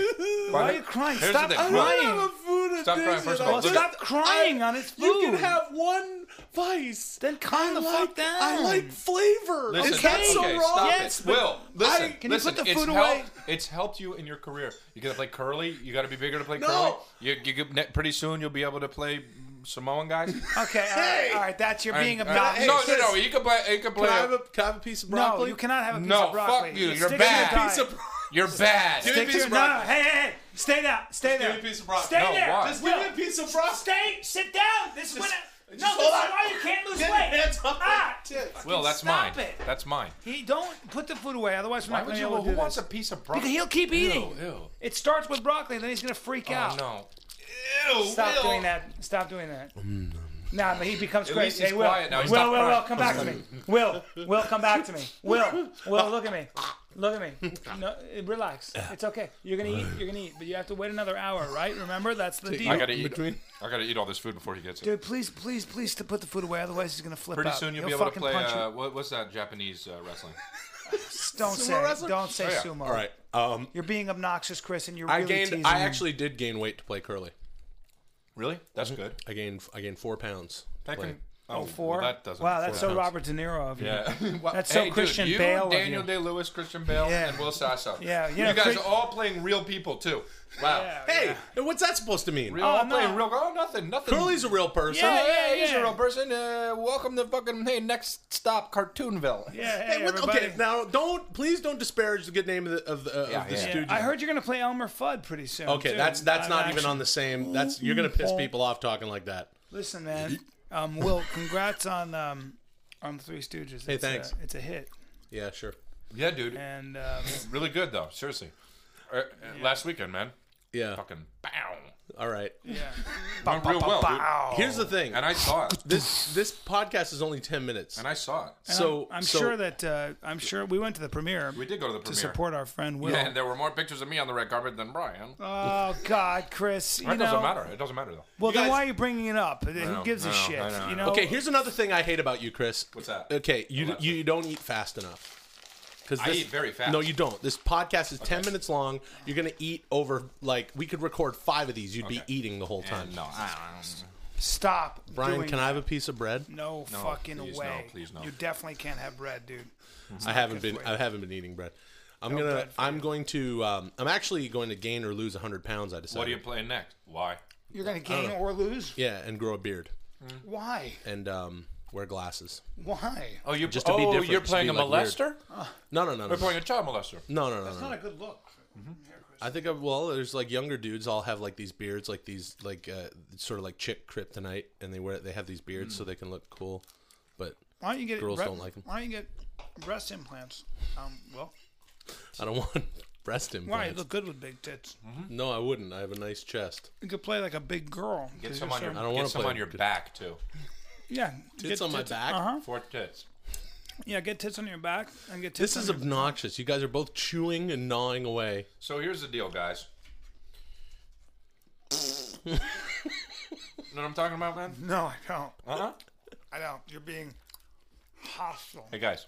Speaker 6: thing.
Speaker 1: Why are you crying?
Speaker 6: Here's
Speaker 1: Stop
Speaker 6: the thing.
Speaker 1: crying.
Speaker 2: I have a food
Speaker 6: Stop crying,
Speaker 2: addiction.
Speaker 6: first of
Speaker 2: I
Speaker 6: all.
Speaker 2: just-
Speaker 1: Stop crying
Speaker 2: I-
Speaker 1: on his
Speaker 2: You can
Speaker 1: food.
Speaker 2: have one vice.
Speaker 1: Then calm
Speaker 2: I
Speaker 1: the
Speaker 2: like,
Speaker 1: fuck down.
Speaker 2: I like flavor.
Speaker 6: Listen,
Speaker 2: Is that
Speaker 1: okay,
Speaker 2: so
Speaker 6: okay,
Speaker 2: wrong?
Speaker 6: Stop
Speaker 1: Yes,
Speaker 6: it.
Speaker 1: but
Speaker 6: Will, listen.
Speaker 1: Can you
Speaker 6: listen,
Speaker 1: put the
Speaker 6: it's
Speaker 1: food
Speaker 6: helped,
Speaker 1: away?
Speaker 6: It's helped you in your career. You gotta play curly. You gotta be bigger to play
Speaker 2: No.
Speaker 6: curly. You, you get- ne- pretty soon you'll be able to play Samoan guys.
Speaker 1: Okay, all right, all right, that's you're being
Speaker 6: And-
Speaker 1: obnoxious.
Speaker 6: no, no, no. You can play. You can
Speaker 2: Can I
Speaker 6: play.
Speaker 2: have a, can I have a piece of broccoli?
Speaker 1: No, you cannot have a piece
Speaker 6: No,
Speaker 1: of broccoli.
Speaker 6: fuck you, you're
Speaker 1: Stick to
Speaker 6: bad.
Speaker 1: your
Speaker 2: Piece
Speaker 1: diet.
Speaker 2: of bro-
Speaker 6: You're bad.
Speaker 2: Dude,
Speaker 1: Stick to
Speaker 2: piece
Speaker 1: your,
Speaker 2: of
Speaker 1: no, no,
Speaker 2: broccoli.
Speaker 1: hey, hey, hey, stay down, stay
Speaker 2: give
Speaker 1: there.
Speaker 2: me a piece of broccoli.
Speaker 1: Stay
Speaker 6: No,
Speaker 1: there.
Speaker 6: why?
Speaker 2: Just give me
Speaker 1: Will,
Speaker 2: a piece of broccoli.
Speaker 1: Stay, sit down. This winter. No, this is
Speaker 2: just hold on.
Speaker 1: why you can't lose
Speaker 2: Get
Speaker 1: weight.
Speaker 2: your hands off my
Speaker 1: Ah,
Speaker 2: tits.
Speaker 6: Will, that's
Speaker 1: Stop
Speaker 6: mine.
Speaker 1: it.
Speaker 6: That's mine.
Speaker 1: He don't put the food away, otherwise we're
Speaker 6: Why
Speaker 1: not
Speaker 6: would
Speaker 1: going to
Speaker 6: you?
Speaker 1: be able to
Speaker 6: Who
Speaker 1: do
Speaker 6: wants
Speaker 1: this.
Speaker 6: a piece of broccoli?
Speaker 1: Because he'll keep eating.
Speaker 6: Ew, ew.
Speaker 1: It starts with broccoli, then he's going to freak
Speaker 6: Oh
Speaker 1: out.
Speaker 6: no. Mm,
Speaker 1: Stop doing that. Stop doing that. Nah, but he becomes
Speaker 6: At least
Speaker 1: crazy.
Speaker 6: he's
Speaker 1: hey, Will,
Speaker 6: quiet now. He's
Speaker 1: Will,
Speaker 6: not
Speaker 1: Will,
Speaker 6: crying.
Speaker 1: Will, come back to me. Will, Will, come back to me. Will, Will, look at me. Look at me. No, uh, relax. It's okay. You're gonna eat. You're gonna eat, but you have to wait another hour, right? Remember, that's the deal.
Speaker 6: I gotta eat.
Speaker 2: between-
Speaker 6: I gotta eat all this food before he gets it.
Speaker 1: Dude, please, please, please, to put the food away. Otherwise, he's gonna flip
Speaker 6: Pretty
Speaker 1: out.
Speaker 6: soon you'll
Speaker 1: He'll
Speaker 6: be able to
Speaker 1: fucking
Speaker 6: play.
Speaker 1: punch
Speaker 6: Uh, what, what's that Japanese uh, wrestling?
Speaker 1: you. Don't say.
Speaker 2: wrestling?
Speaker 1: Don't say
Speaker 6: Oh, yeah.
Speaker 1: sumo.
Speaker 2: All right. Um,
Speaker 1: You're being obnoxious, Chris, and you're
Speaker 2: I
Speaker 1: really
Speaker 2: gained.
Speaker 1: teasing
Speaker 2: I
Speaker 1: him.
Speaker 2: actually did gain weight to play curly.
Speaker 6: Really? That's good.
Speaker 2: I gained. I gained four pounds.
Speaker 6: That
Speaker 2: playing.
Speaker 6: can, Oh,
Speaker 1: Four.
Speaker 6: well, that doesn't.
Speaker 1: wow, that's so
Speaker 6: that
Speaker 1: Robert De Niro of you.
Speaker 6: Yeah.
Speaker 1: That's so
Speaker 6: hey,
Speaker 1: Christian
Speaker 6: dude, you,
Speaker 1: Bale of
Speaker 6: Daniel
Speaker 1: you.
Speaker 6: Day Lewis, Christian Bale,
Speaker 1: Yeah.
Speaker 6: and Will Sasso.
Speaker 1: Yeah, you
Speaker 6: you,
Speaker 1: know,
Speaker 6: guys
Speaker 1: Chris-
Speaker 6: are all playing real people too. Wow.
Speaker 2: Hey, what's that supposed to mean?
Speaker 6: Real, all
Speaker 1: no.
Speaker 6: playing real. Oh, nothing, nothing.
Speaker 2: Curly's a real person.
Speaker 6: yeah,
Speaker 1: Yeah,
Speaker 6: yeah, he's
Speaker 1: yeah.
Speaker 6: a real person. Uh, welcome to fucking hey, next stop, Cartoonville.
Speaker 1: Yeah, hey,
Speaker 2: Hey, what-
Speaker 1: everybody.
Speaker 2: okay, now don't please don't disparage the good name of the of the, uh,
Speaker 6: Yeah,
Speaker 2: of the
Speaker 6: yeah.
Speaker 2: Stooges.
Speaker 1: I heard you're gonna play Elmer Fudd pretty soon.
Speaker 2: Okay,
Speaker 1: too,
Speaker 2: that's
Speaker 1: live
Speaker 2: that's not
Speaker 1: action.
Speaker 2: even on the same. That's you're gonna piss people off talking like that.
Speaker 1: Listen, man. Um, Will, congrats on um, on Three Stooges. Hey,
Speaker 2: thanks.
Speaker 1: it's a hit,
Speaker 2: Yeah, sure.
Speaker 6: Yeah, dude,
Speaker 1: and um,
Speaker 6: really good though. Seriously, uh, uh, last weekend, man,
Speaker 2: Yeah.
Speaker 6: fucking bow,
Speaker 2: All right.
Speaker 6: went real well, dude.
Speaker 2: Here's the thing.
Speaker 6: And I saw it.
Speaker 2: this this podcast is only ten minutes.
Speaker 6: And I saw it.
Speaker 2: so
Speaker 1: I'm
Speaker 2: so-
Speaker 1: sure that uh, I'm sure we went to the premiere
Speaker 6: We did go to the
Speaker 1: to
Speaker 6: premiere.
Speaker 1: support our friend Will.
Speaker 6: Yeah, and there were more pictures of me on the red carpet than Brian.
Speaker 1: oh God, Chris, you
Speaker 6: it doesn't
Speaker 1: know-
Speaker 6: matter. It doesn't matter though.
Speaker 1: Well,
Speaker 2: You
Speaker 1: then
Speaker 2: guys-
Speaker 1: why are you bringing it up? Who
Speaker 6: know,
Speaker 1: gives a
Speaker 6: I know,
Speaker 1: shit?
Speaker 6: I know, I
Speaker 1: You
Speaker 6: know.
Speaker 1: know.
Speaker 2: Okay, here's another thing I hate about you, Chris.
Speaker 6: What's that?
Speaker 2: Okay, you
Speaker 6: Well, that's-
Speaker 2: you don't eat fast enough. Because
Speaker 6: I eat very fast.
Speaker 2: No, you don't. This podcast is ten minutes long. You're gonna eat over like we could record five of these. You'd be
Speaker 6: Okay.
Speaker 2: eating the whole time.
Speaker 6: And no, I don't.
Speaker 1: Stop.
Speaker 2: Brian,
Speaker 1: doing
Speaker 2: can I have a piece of bread?
Speaker 1: No, fucking
Speaker 6: please no,
Speaker 1: way.
Speaker 6: please no.
Speaker 1: You definitely can't have bread, dude.
Speaker 2: I haven't been.
Speaker 1: for you.
Speaker 2: I haven't been eating bread. I'm
Speaker 1: bread
Speaker 2: gonna.
Speaker 1: for
Speaker 2: I'm going to. Um, I'm actually going to gain or lose 100 pounds. I decided.
Speaker 6: What are you playing next? Why?
Speaker 1: You're gonna gain or lose.
Speaker 2: Oh. yeah, and grow a beard
Speaker 1: Why?
Speaker 2: and um, wear glasses.
Speaker 1: Why?
Speaker 6: Oh, you're
Speaker 2: Just to be different,
Speaker 6: You're
Speaker 2: just to
Speaker 6: playing
Speaker 2: be,
Speaker 6: a
Speaker 2: like, weird.
Speaker 6: molester?
Speaker 2: No, no, no, no,
Speaker 6: You're
Speaker 2: no,
Speaker 6: playing a child molester.
Speaker 2: no, no, no,
Speaker 1: Not
Speaker 2: no.
Speaker 1: a good look.
Speaker 2: I think I well, there's like younger dudes all have like these beards, like these like uh, sort of like chick kryptonite, and they wear they have these beards so
Speaker 1: Hmm.
Speaker 2: they can look cool. But
Speaker 1: Why don't you get
Speaker 2: Girls
Speaker 1: bre-
Speaker 2: don't like 'em.
Speaker 1: Why don't you get breast implants? Um, well,
Speaker 2: I don't want breast
Speaker 1: why? You
Speaker 2: implants.
Speaker 1: look good with big tits.
Speaker 2: No, I wouldn't. I have a nice chest.
Speaker 1: You could play like a big girl. 'cause
Speaker 6: Get
Speaker 1: you're
Speaker 6: some on your,
Speaker 1: so-
Speaker 2: don't wanna
Speaker 6: get some
Speaker 2: play
Speaker 6: on your
Speaker 2: good-
Speaker 6: back too.
Speaker 1: yeah.
Speaker 2: Tits on my back.
Speaker 1: Uh huh.
Speaker 6: Four tits.
Speaker 1: Yeah, get tits on your back and get tits.
Speaker 2: This
Speaker 1: on
Speaker 2: is
Speaker 1: your-
Speaker 2: obnoxious. You guys are both chewing and gnawing away.
Speaker 6: So here's the deal, guys. know what I'm talking about, man?
Speaker 1: no, I don't.
Speaker 6: Uh huh.
Speaker 1: I don't. You're being hostile.
Speaker 6: Hey guys,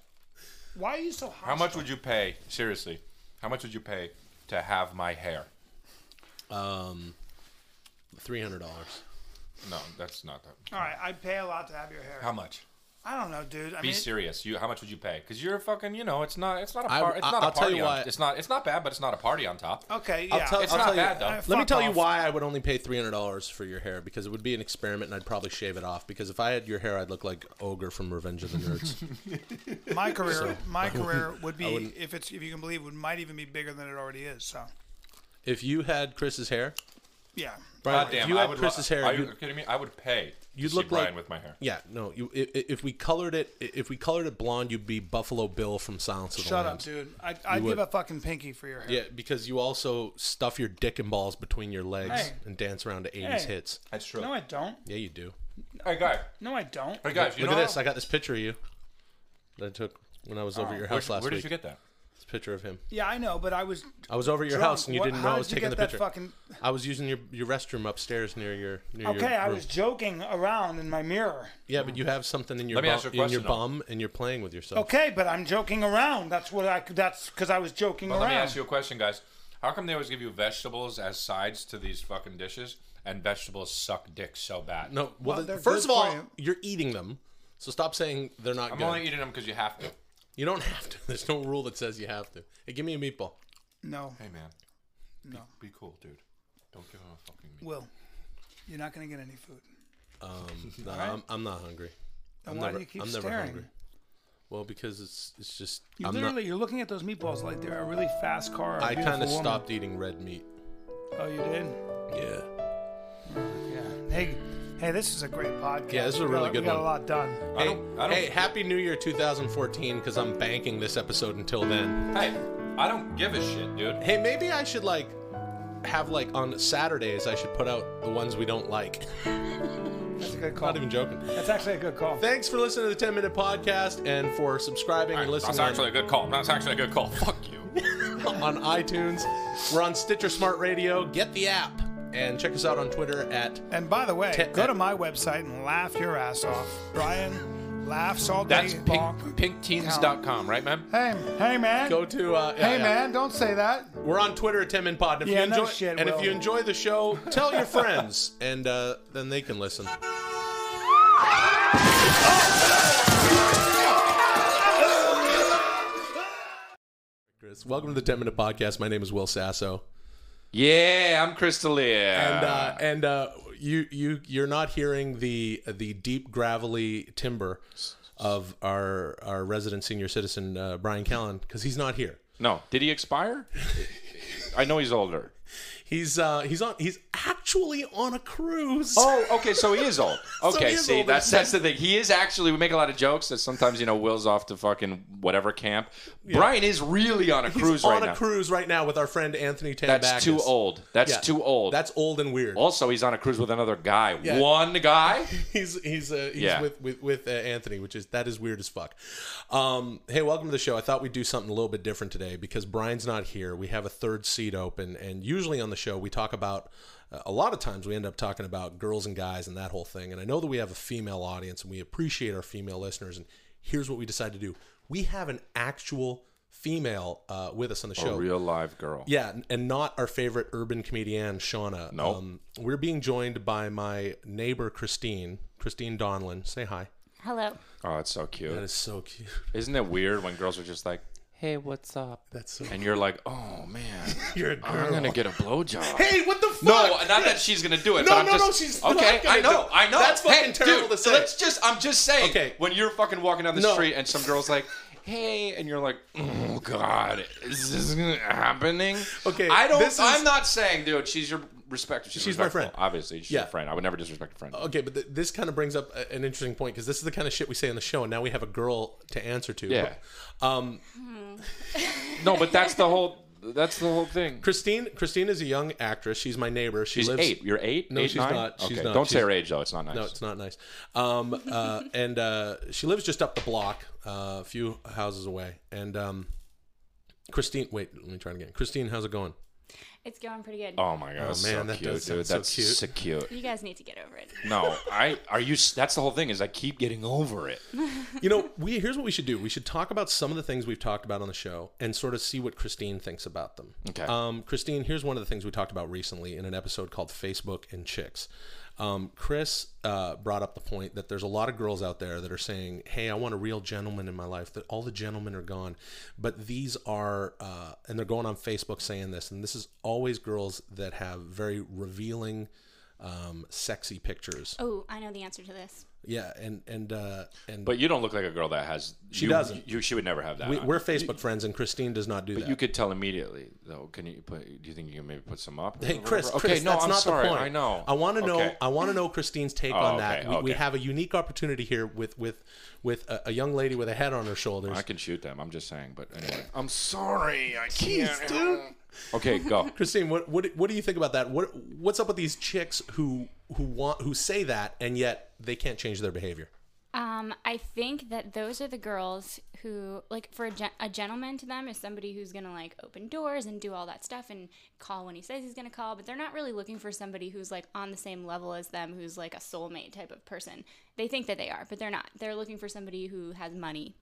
Speaker 1: Why are you so hostile?
Speaker 6: how much would you pay? Seriously, how much would you pay to have my hair?
Speaker 2: Um, three hundred dollars.
Speaker 6: No, that's not that.
Speaker 1: All right, I'd pay a lot to have your hair.
Speaker 6: How much?
Speaker 1: I don't know, dude. I
Speaker 6: Be
Speaker 1: mean,
Speaker 6: serious. You, how much would you pay? Because you're fucking. You know, it's not. It's not a.
Speaker 2: I-
Speaker 6: Par- it's
Speaker 2: I-
Speaker 6: not
Speaker 2: I'll
Speaker 6: a
Speaker 2: tell
Speaker 6: party.
Speaker 2: you
Speaker 6: on,
Speaker 2: why-
Speaker 6: It's not. It's not bad, but it's not a party on top.
Speaker 1: okay, yeah.
Speaker 2: I'll tell,
Speaker 6: It's
Speaker 2: I'll
Speaker 6: not
Speaker 2: tell you,
Speaker 6: bad, though.
Speaker 2: Let me
Speaker 1: Fuck
Speaker 2: tell you
Speaker 1: off.
Speaker 2: why I would only pay three hundred dollars for your hair because it would be an experiment, and I'd probably shave it off. Because if I had your hair, I'd look like ogre from Revenge of the Nerds.
Speaker 1: my career, my career would be
Speaker 2: wouldn't-
Speaker 1: if it's if you can believe, would might even be bigger than it already is. So,
Speaker 2: if you had Chris's hair,
Speaker 1: yeah. Uh,
Speaker 2: Brian,
Speaker 6: God
Speaker 2: if
Speaker 6: damn,
Speaker 2: you
Speaker 6: I
Speaker 2: had
Speaker 6: would.
Speaker 2: Chris's
Speaker 6: lo-
Speaker 2: hair,
Speaker 6: are you
Speaker 2: you'd,
Speaker 6: kidding me? I would pay.
Speaker 2: you'd
Speaker 6: to
Speaker 2: look
Speaker 6: see Brian
Speaker 2: like
Speaker 6: with my hair.
Speaker 2: Yeah, no. You, i- i- if we colored it, i- if we colored it blonde, you'd be Buffalo Bill from Silence of the
Speaker 1: Shut up,
Speaker 2: Lambs.
Speaker 1: dude. I, I'd
Speaker 2: would.
Speaker 1: give a fucking pinky for your hair.
Speaker 2: Yeah, because you also stuff your dick and balls between your legs
Speaker 1: Hey.
Speaker 2: and dance around to '80s
Speaker 1: Hey.
Speaker 2: hits.
Speaker 6: That's true.
Speaker 1: No, I don't.
Speaker 2: Yeah, you do.
Speaker 6: hey guy.
Speaker 1: No, I don't.
Speaker 6: Hey guys. You
Speaker 2: Look
Speaker 6: know
Speaker 2: at this.
Speaker 6: how-
Speaker 2: I got this picture of you that I took when I was
Speaker 1: Oh,
Speaker 2: over at your
Speaker 6: Where,
Speaker 2: house last
Speaker 6: where
Speaker 2: week.
Speaker 6: did you get that?
Speaker 2: This picture of him.
Speaker 1: Yeah, I know, but I was.
Speaker 2: I was over at your
Speaker 1: Drunk.
Speaker 2: house and you
Speaker 1: What-
Speaker 2: didn't
Speaker 1: how
Speaker 2: know I
Speaker 1: did
Speaker 2: was
Speaker 1: you get
Speaker 2: taking the
Speaker 1: that
Speaker 2: picture.
Speaker 1: fucking-
Speaker 2: I was using your, your restroom upstairs near your near your
Speaker 1: Okay, I
Speaker 2: room.
Speaker 1: was joking around in my mirror.
Speaker 2: yeah, but you have something in your
Speaker 6: Let me
Speaker 2: bum,
Speaker 6: ask you a
Speaker 2: in your
Speaker 6: question, though.
Speaker 2: bum and you're playing with yourself.
Speaker 1: Okay, but I'm joking around. That's what I. That's because I was joking
Speaker 6: Well,
Speaker 1: around.
Speaker 6: let me ask you a question, guys. How come they always give you vegetables as sides to these fucking dishes, and vegetables suck dick so bad?
Speaker 2: No, well, the-
Speaker 1: they're
Speaker 2: first of
Speaker 1: good
Speaker 2: all,
Speaker 1: for you.
Speaker 2: you're eating them. So stop saying they're not
Speaker 6: I'm
Speaker 2: good.
Speaker 6: only eating them because you have to.
Speaker 2: you don't have to. There's no rule that says you have to. Hey, give me a meatball.
Speaker 1: No,
Speaker 6: Hey man,
Speaker 1: no.
Speaker 6: be cool, dude. Don't give him a fucking meat.
Speaker 1: Will, you're not gonna get any food.
Speaker 2: No, I'm, I'm not hungry.
Speaker 1: And
Speaker 2: I'm
Speaker 1: why
Speaker 2: never,
Speaker 1: do you keep
Speaker 2: I'm never
Speaker 1: staring?
Speaker 2: hungry. Well, because it's it's just
Speaker 1: You
Speaker 2: I'm not-
Speaker 1: literally, you're looking at those meatballs like they're a really fast car. or a
Speaker 2: I
Speaker 1: beautiful
Speaker 2: kind of
Speaker 1: woman.
Speaker 2: stopped eating red meat.
Speaker 1: Oh, you did?
Speaker 2: Yeah.
Speaker 1: Yeah. Hey, hey, this is a great podcast.
Speaker 2: Yeah, this is a
Speaker 1: We
Speaker 2: really
Speaker 1: got,
Speaker 2: good
Speaker 1: we got
Speaker 2: one.
Speaker 1: a lot done.
Speaker 6: I
Speaker 2: Hey,
Speaker 6: don't- I don't-
Speaker 2: hey, happy New Year 2014 because I'm banking this episode until then.
Speaker 6: Hey, I don't give a shit, dude.
Speaker 2: Hey, maybe I should like have like on Saturdays I should put out the ones we don't like.
Speaker 1: That's a good call.
Speaker 2: Not even joking.
Speaker 1: That's actually a good call.
Speaker 2: Thanks for listening to the 10 minute podcast and for subscribing and listening
Speaker 6: That's actually a good call. That's actually a good call. Fuck you.
Speaker 2: on iTunes. We're on Stitcher Smart Radio. Get the app and check us out on Twitter at
Speaker 1: And by the way,
Speaker 2: Te-
Speaker 1: go to my website and laugh your ass off. Brian laughs all day
Speaker 6: That's
Speaker 1: long.
Speaker 6: pink, pinkteens.com, right, man?
Speaker 1: Hey, hey, man.
Speaker 2: go to uh, yeah,
Speaker 1: hey,
Speaker 2: yeah.
Speaker 1: man, don't say that.
Speaker 2: We're on Twitter at 10 Minute Pod. And if
Speaker 1: Yeah,
Speaker 2: you
Speaker 1: no
Speaker 2: enjoy,
Speaker 1: shit,
Speaker 2: and if
Speaker 1: Will.
Speaker 2: you enjoy the show, tell your friends, and uh, then they can listen. Chris, welcome to the 10 Minute Podcast. My name is Will Sasso.
Speaker 6: Yeah, I'm Chris D'Elia.
Speaker 2: and uh,
Speaker 6: Ah.
Speaker 2: and uh, you you you're not hearing the the deep gravelly timber of our our resident senior citizen uh, Brian Callen because he's not here.
Speaker 6: no, did he expire? I know he's older.
Speaker 2: He's uh, he's on he's actually on a cruise.
Speaker 6: Oh, okay, so he is old. Okay,
Speaker 2: is
Speaker 6: see,
Speaker 2: older.
Speaker 6: that's that's the thing. He is actually. We make a lot of jokes that sometimes you know Will's off to fucking whatever camp. Brian is really on a
Speaker 2: he's
Speaker 6: cruise
Speaker 2: on
Speaker 6: right
Speaker 2: a
Speaker 6: now.
Speaker 2: cruise right now with our friend Anthony Tan.
Speaker 6: That's
Speaker 2: Backus.
Speaker 6: too old. That's
Speaker 2: Yeah.
Speaker 6: too old.
Speaker 2: That's old and weird.
Speaker 6: also he's on a cruise with another guy.
Speaker 2: Yeah.
Speaker 6: One guy.
Speaker 2: he's he's uh, he's
Speaker 6: Yeah.
Speaker 2: with with, with uh, Anthony, which is that is weird as fuck. Um, hey, welcome to the show. I thought we'd do something a little bit different today because Brian's not here. We have a third seat open, and usually on the show we talk about. uh, A lot of times we end up talking about girls and guys and that whole thing. And I know that we have a female audience and we appreciate our female listeners. And here's what we decided to do we have an actual female uh, with us on the show.
Speaker 6: Real live girl.
Speaker 2: Yeah, n- and not our favorite urban comedian, Shauna. Um,
Speaker 6: No.
Speaker 2: we're being joined by my neighbor, Christine. Christine Donlin. Say hi.
Speaker 7: Hello.
Speaker 6: Oh, it's so cute.
Speaker 2: That is so cute.
Speaker 6: Isn't it weird when girls are just like,
Speaker 8: Hey, what's up?
Speaker 2: That's so
Speaker 6: and you're like, oh man,
Speaker 2: You're a girl.
Speaker 6: I'm gonna get a blowjob.
Speaker 2: Hey, what the fuck?
Speaker 6: No, not that she's gonna do it.
Speaker 2: No,
Speaker 6: but I'm
Speaker 2: no,
Speaker 6: just,
Speaker 2: no, she's not
Speaker 6: okay.
Speaker 2: gonna
Speaker 6: I know,
Speaker 2: do it.
Speaker 6: I know.
Speaker 2: That's fucking
Speaker 6: hey,
Speaker 2: terrible
Speaker 6: dude,
Speaker 2: to say.
Speaker 6: Let's just, I'm just saying.
Speaker 2: Okay.
Speaker 6: When you're fucking walking down the
Speaker 2: No.
Speaker 6: street and some girls like, hey, and you're like, oh god, is this gonna happening?
Speaker 2: Okay,
Speaker 6: I don't.
Speaker 2: this is-
Speaker 6: I'm not saying, dude. She's your respect. She's,
Speaker 2: She's my
Speaker 6: respectful.
Speaker 2: friend.
Speaker 6: Obviously, she's
Speaker 2: Yeah.
Speaker 6: your friend. I would never disrespect a friend.
Speaker 2: Okay, but th- this kind of brings up a- an interesting point because this is the kind of shit we say on the show, and now we have a girl to answer to.
Speaker 6: Yeah.
Speaker 2: But, um,
Speaker 6: No, but that's the whole. That's the whole thing.
Speaker 2: Christine. Christine is a young actress. She's my neighbor. She
Speaker 6: She's
Speaker 2: lives
Speaker 6: eight. You're eight.
Speaker 2: No,
Speaker 6: Eight,
Speaker 2: she's
Speaker 6: nine?
Speaker 2: not. She's
Speaker 6: okay.
Speaker 2: not.
Speaker 6: Don't say
Speaker 2: She's-
Speaker 6: her age though. It's not nice.
Speaker 2: No, it's not nice. Um, uh, and uh, she lives just up the block, uh, a few houses away. And um, Christine, wait, let me try it again. Christine, how's it going?
Speaker 7: It's going pretty good.
Speaker 6: Oh my god, that's
Speaker 2: man,
Speaker 6: so
Speaker 2: that
Speaker 6: cute,
Speaker 2: does sound
Speaker 6: dude.
Speaker 2: so
Speaker 6: that's
Speaker 2: cute.
Speaker 6: so cute.
Speaker 7: You guys need to get over it.
Speaker 6: No, I are you. s- That's the whole thing. Is I keep getting over it.
Speaker 2: You know, we here's what we should do. We should talk about some of the things we've talked about on the show and sort of see what Christine thinks about them.
Speaker 6: Okay.
Speaker 2: Um, Christine, here's one of the things we talked about recently in an episode called Facebook and Chicks. Um, Chris uh, brought up the point that there's a lot of girls out there that are saying, "Hey, I want a real gentleman in my life." That all the gentlemen are gone, but these are, uh, and they're going on Facebook saying this, and this is always girls that have very revealing, um, sexy pictures.
Speaker 7: Oh, I know the answer to this.
Speaker 2: Yeah, and and uh, and
Speaker 6: But you don't look like a girl that has. She
Speaker 2: doesn't.
Speaker 6: You, she would never have that.
Speaker 2: we,
Speaker 6: on.
Speaker 2: we're Facebook friends, and Christine does not do that.
Speaker 6: You could tell immediately though. Can you put? Do you think you can maybe put some up? or
Speaker 2: Hey, Chris.
Speaker 6: whatever? Okay,
Speaker 2: Chris,
Speaker 6: no,
Speaker 2: that's
Speaker 6: I'm
Speaker 2: not
Speaker 6: sorry.
Speaker 2: the point.
Speaker 6: I know.
Speaker 2: I want to know.
Speaker 6: Okay. Oh,
Speaker 2: I want to know Christine's take on that.
Speaker 6: okay,
Speaker 2: we, we
Speaker 6: okay.
Speaker 2: have a unique opportunity here with with with a, a young lady with a head on her shoulders.
Speaker 6: I can shoot them. I'm just saying. But anyway, I'm sorry. I can't. Okay, go.
Speaker 2: Christine, what what what do you think about that? What what's up with these chicks who who want who say that and yet they can't change their behavior?
Speaker 7: Um, I think that those are the girls who, like, for a, gen- a gentleman to them is somebody who's gonna like open doors and do all that stuff and call when he says he's gonna call, but they're not really looking for somebody who's like on the same level as them, who's like a soulmate type of person. They think that they are, but they're not. They're looking for somebody who has money,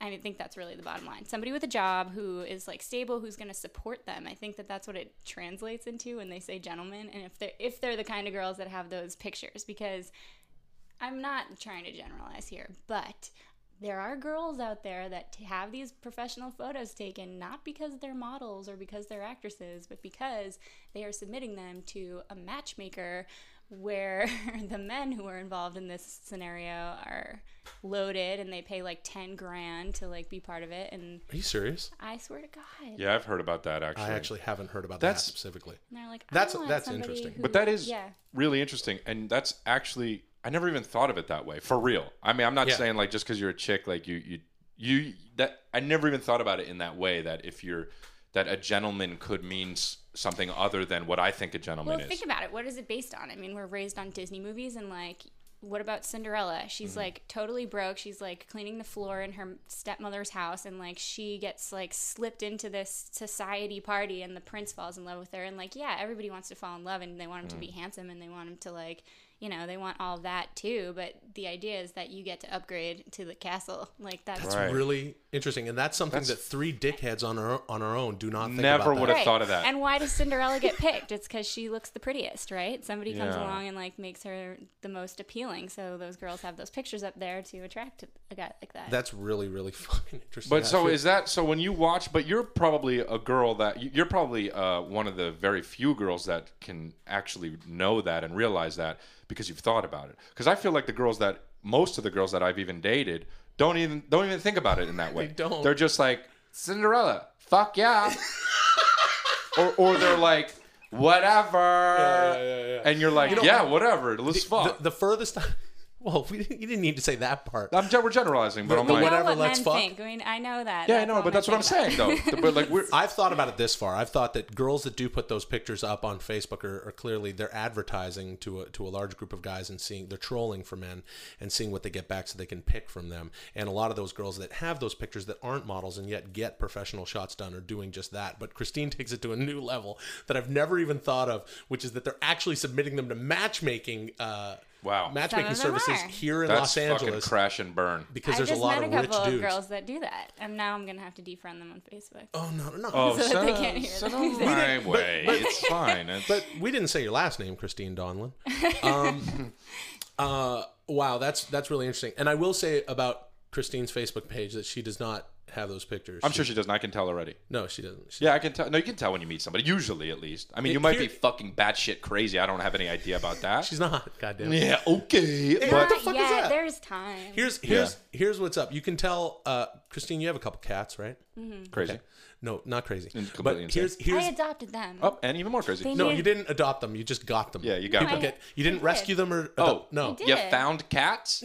Speaker 7: and I think that's really the bottom line. Somebody with a job who is like stable, who's gonna support them. I think that that's what it translates into when they say gentleman, and if they're if they're the kind of girls that have those pictures, because I'm not trying to generalize here, but there are girls out there that t- have these professional photos taken not because they're models or because they're actresses, but because they are submitting them to a matchmaker where the men who are involved in this scenario are loaded and they pay like 10 grand to like be part of it and
Speaker 2: Are you serious?
Speaker 7: I swear to god.
Speaker 6: Yeah, I've heard about that actually.
Speaker 2: I actually haven't heard about
Speaker 6: That's-
Speaker 2: that specifically.
Speaker 7: And they're like I
Speaker 2: That's-
Speaker 7: want
Speaker 2: that's
Speaker 7: somebody
Speaker 2: interesting.
Speaker 7: who-
Speaker 6: But that is
Speaker 7: Yeah.
Speaker 6: really interesting, and that's actually I never even thought of it that way. For real, I mean, I'm not
Speaker 2: Yeah.
Speaker 6: saying like just because you're a chick, like you you you that I never even thought about it in that way. That if you're that a gentleman could mean s- something other than what I think a gentleman
Speaker 7: Well,
Speaker 6: is.
Speaker 7: think about it. What is it based on? I mean, we're raised on Disney movies, and like, what about Cinderella? She's like totally broke. She's like cleaning the floor in her stepmother's house, and like, she gets like slipped into this society party, and the prince falls in love with her. And like, yeah, everybody wants to fall in love, and they want him to be handsome, and they want him to like, you know, they want all of that too. But the idea is that you get to upgrade to the castle. Like that's,
Speaker 6: Right.
Speaker 2: Really interesting, and that's something
Speaker 6: That's-
Speaker 2: that three dickheads on our on our own do not think
Speaker 6: Never
Speaker 2: about
Speaker 6: would
Speaker 2: that.
Speaker 6: have thought of that.
Speaker 7: And why does Cinderella get picked? It's because she looks the prettiest, right? Somebody comes
Speaker 6: Yeah.
Speaker 7: along and like makes her the most appealing. So those girls have those pictures up there to attract a guy like that.
Speaker 2: That's really really fucking interesting.
Speaker 6: But so
Speaker 2: actually.
Speaker 6: is that so when you watch? But you're probably a girl that you're probably uh, one of the very few girls that can actually know that and realize that because you've thought about it. Because I feel like the girls that most of the girls that I've even dated don't even don't even think about it in that way. they
Speaker 2: don't.
Speaker 6: They're just like Cinderella. Fuck yeah. or or they're like whatever. And you're like yeah whatever. Let's
Speaker 2: the,
Speaker 6: fuck.
Speaker 2: the furthest. Well, we didn't, you didn't need to say that part.
Speaker 6: I'm, gen- we're generalizing, but I'm
Speaker 2: the
Speaker 7: I know
Speaker 6: like
Speaker 2: whatever,
Speaker 7: what
Speaker 2: let's
Speaker 7: men
Speaker 2: fuck.
Speaker 7: think. I mean, I know that.
Speaker 6: yeah, I know,
Speaker 7: all
Speaker 6: but
Speaker 7: men
Speaker 6: that's what I'm
Speaker 7: think about.
Speaker 6: saying though. but like we're
Speaker 2: I've thought about it this far. I've thought that girls that do put those pictures up on Facebook are, are clearly they're advertising to a, to a large group of guys and seeing they're trolling for men and seeing what they get back so they can pick from them. And a lot of those girls that have those pictures that aren't models and yet get professional shots done are doing just that. But Christine takes it to a new level that I've never even thought of, which is that they're actually submitting them to matchmaking. Uh,
Speaker 6: Wow.
Speaker 2: matchmaking
Speaker 7: Some of them
Speaker 2: services
Speaker 7: are.
Speaker 2: here in
Speaker 6: that's
Speaker 2: Los
Speaker 6: fucking
Speaker 2: Angeles
Speaker 6: crash and burn.
Speaker 2: because
Speaker 7: I
Speaker 2: there's a
Speaker 7: just
Speaker 2: lot of
Speaker 7: met a
Speaker 2: rich
Speaker 7: couple of
Speaker 2: dudes.
Speaker 7: girls that do that, and now I'm gonna have to defriend them on Facebook.
Speaker 2: Oh no, no, no!
Speaker 7: So that they can't hear
Speaker 6: so
Speaker 7: them.
Speaker 6: don't my way. it's fine. It's,
Speaker 2: But we didn't say your last name, Christine Donlin. Um, uh, wow, that's that's really interesting. And I will say about Christine's Facebook page that she does not have those pictures.
Speaker 6: I'm sure she doesn't. I can tell already.
Speaker 2: No, she doesn't. She
Speaker 6: Yeah, I can tell. No, you can tell when you meet somebody. Usually, at least. I mean, you might be
Speaker 2: here-
Speaker 6: fucking batshit crazy. I don't have any idea about that.
Speaker 2: She's not. Goddamn.
Speaker 6: yeah. Okay.
Speaker 2: Oh, What
Speaker 6: But
Speaker 2: the fuck is
Speaker 7: yeah,
Speaker 2: that?
Speaker 7: there's time.
Speaker 2: Here's here's here's what's up. You can tell, uh, Christine. You have a couple cats, right?
Speaker 6: crazy.
Speaker 2: No, not crazy. But
Speaker 6: completely
Speaker 2: here's
Speaker 7: I
Speaker 2: here's.
Speaker 7: adopted them.
Speaker 6: Oh, and even more crazy.
Speaker 7: They
Speaker 2: no,
Speaker 7: knew-
Speaker 2: you didn't adopt them. You just got them.
Speaker 6: Yeah, you got
Speaker 2: People
Speaker 6: them.
Speaker 2: get. You didn't
Speaker 7: I did.
Speaker 2: rescue them or.
Speaker 6: Oh.
Speaker 2: adopt- no.
Speaker 7: I did.
Speaker 6: You
Speaker 7: Yeah.
Speaker 6: found cats.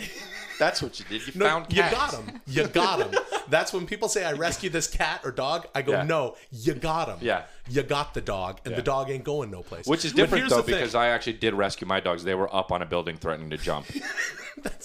Speaker 6: That's what you did. You
Speaker 2: No,
Speaker 6: found
Speaker 2: you
Speaker 6: cats.
Speaker 2: got him. You got him. That's when people say, "I rescued this cat or dog." I go,
Speaker 6: Yeah.
Speaker 2: "No, you got him.
Speaker 6: Yeah.
Speaker 2: you got the dog, and the
Speaker 6: Yeah.
Speaker 2: dog ain't going no place."
Speaker 6: Which is
Speaker 2: But
Speaker 6: different
Speaker 2: here's
Speaker 6: though,
Speaker 2: the thing.
Speaker 6: because I actually did rescue my dogs. They were up on a building threatening to jump,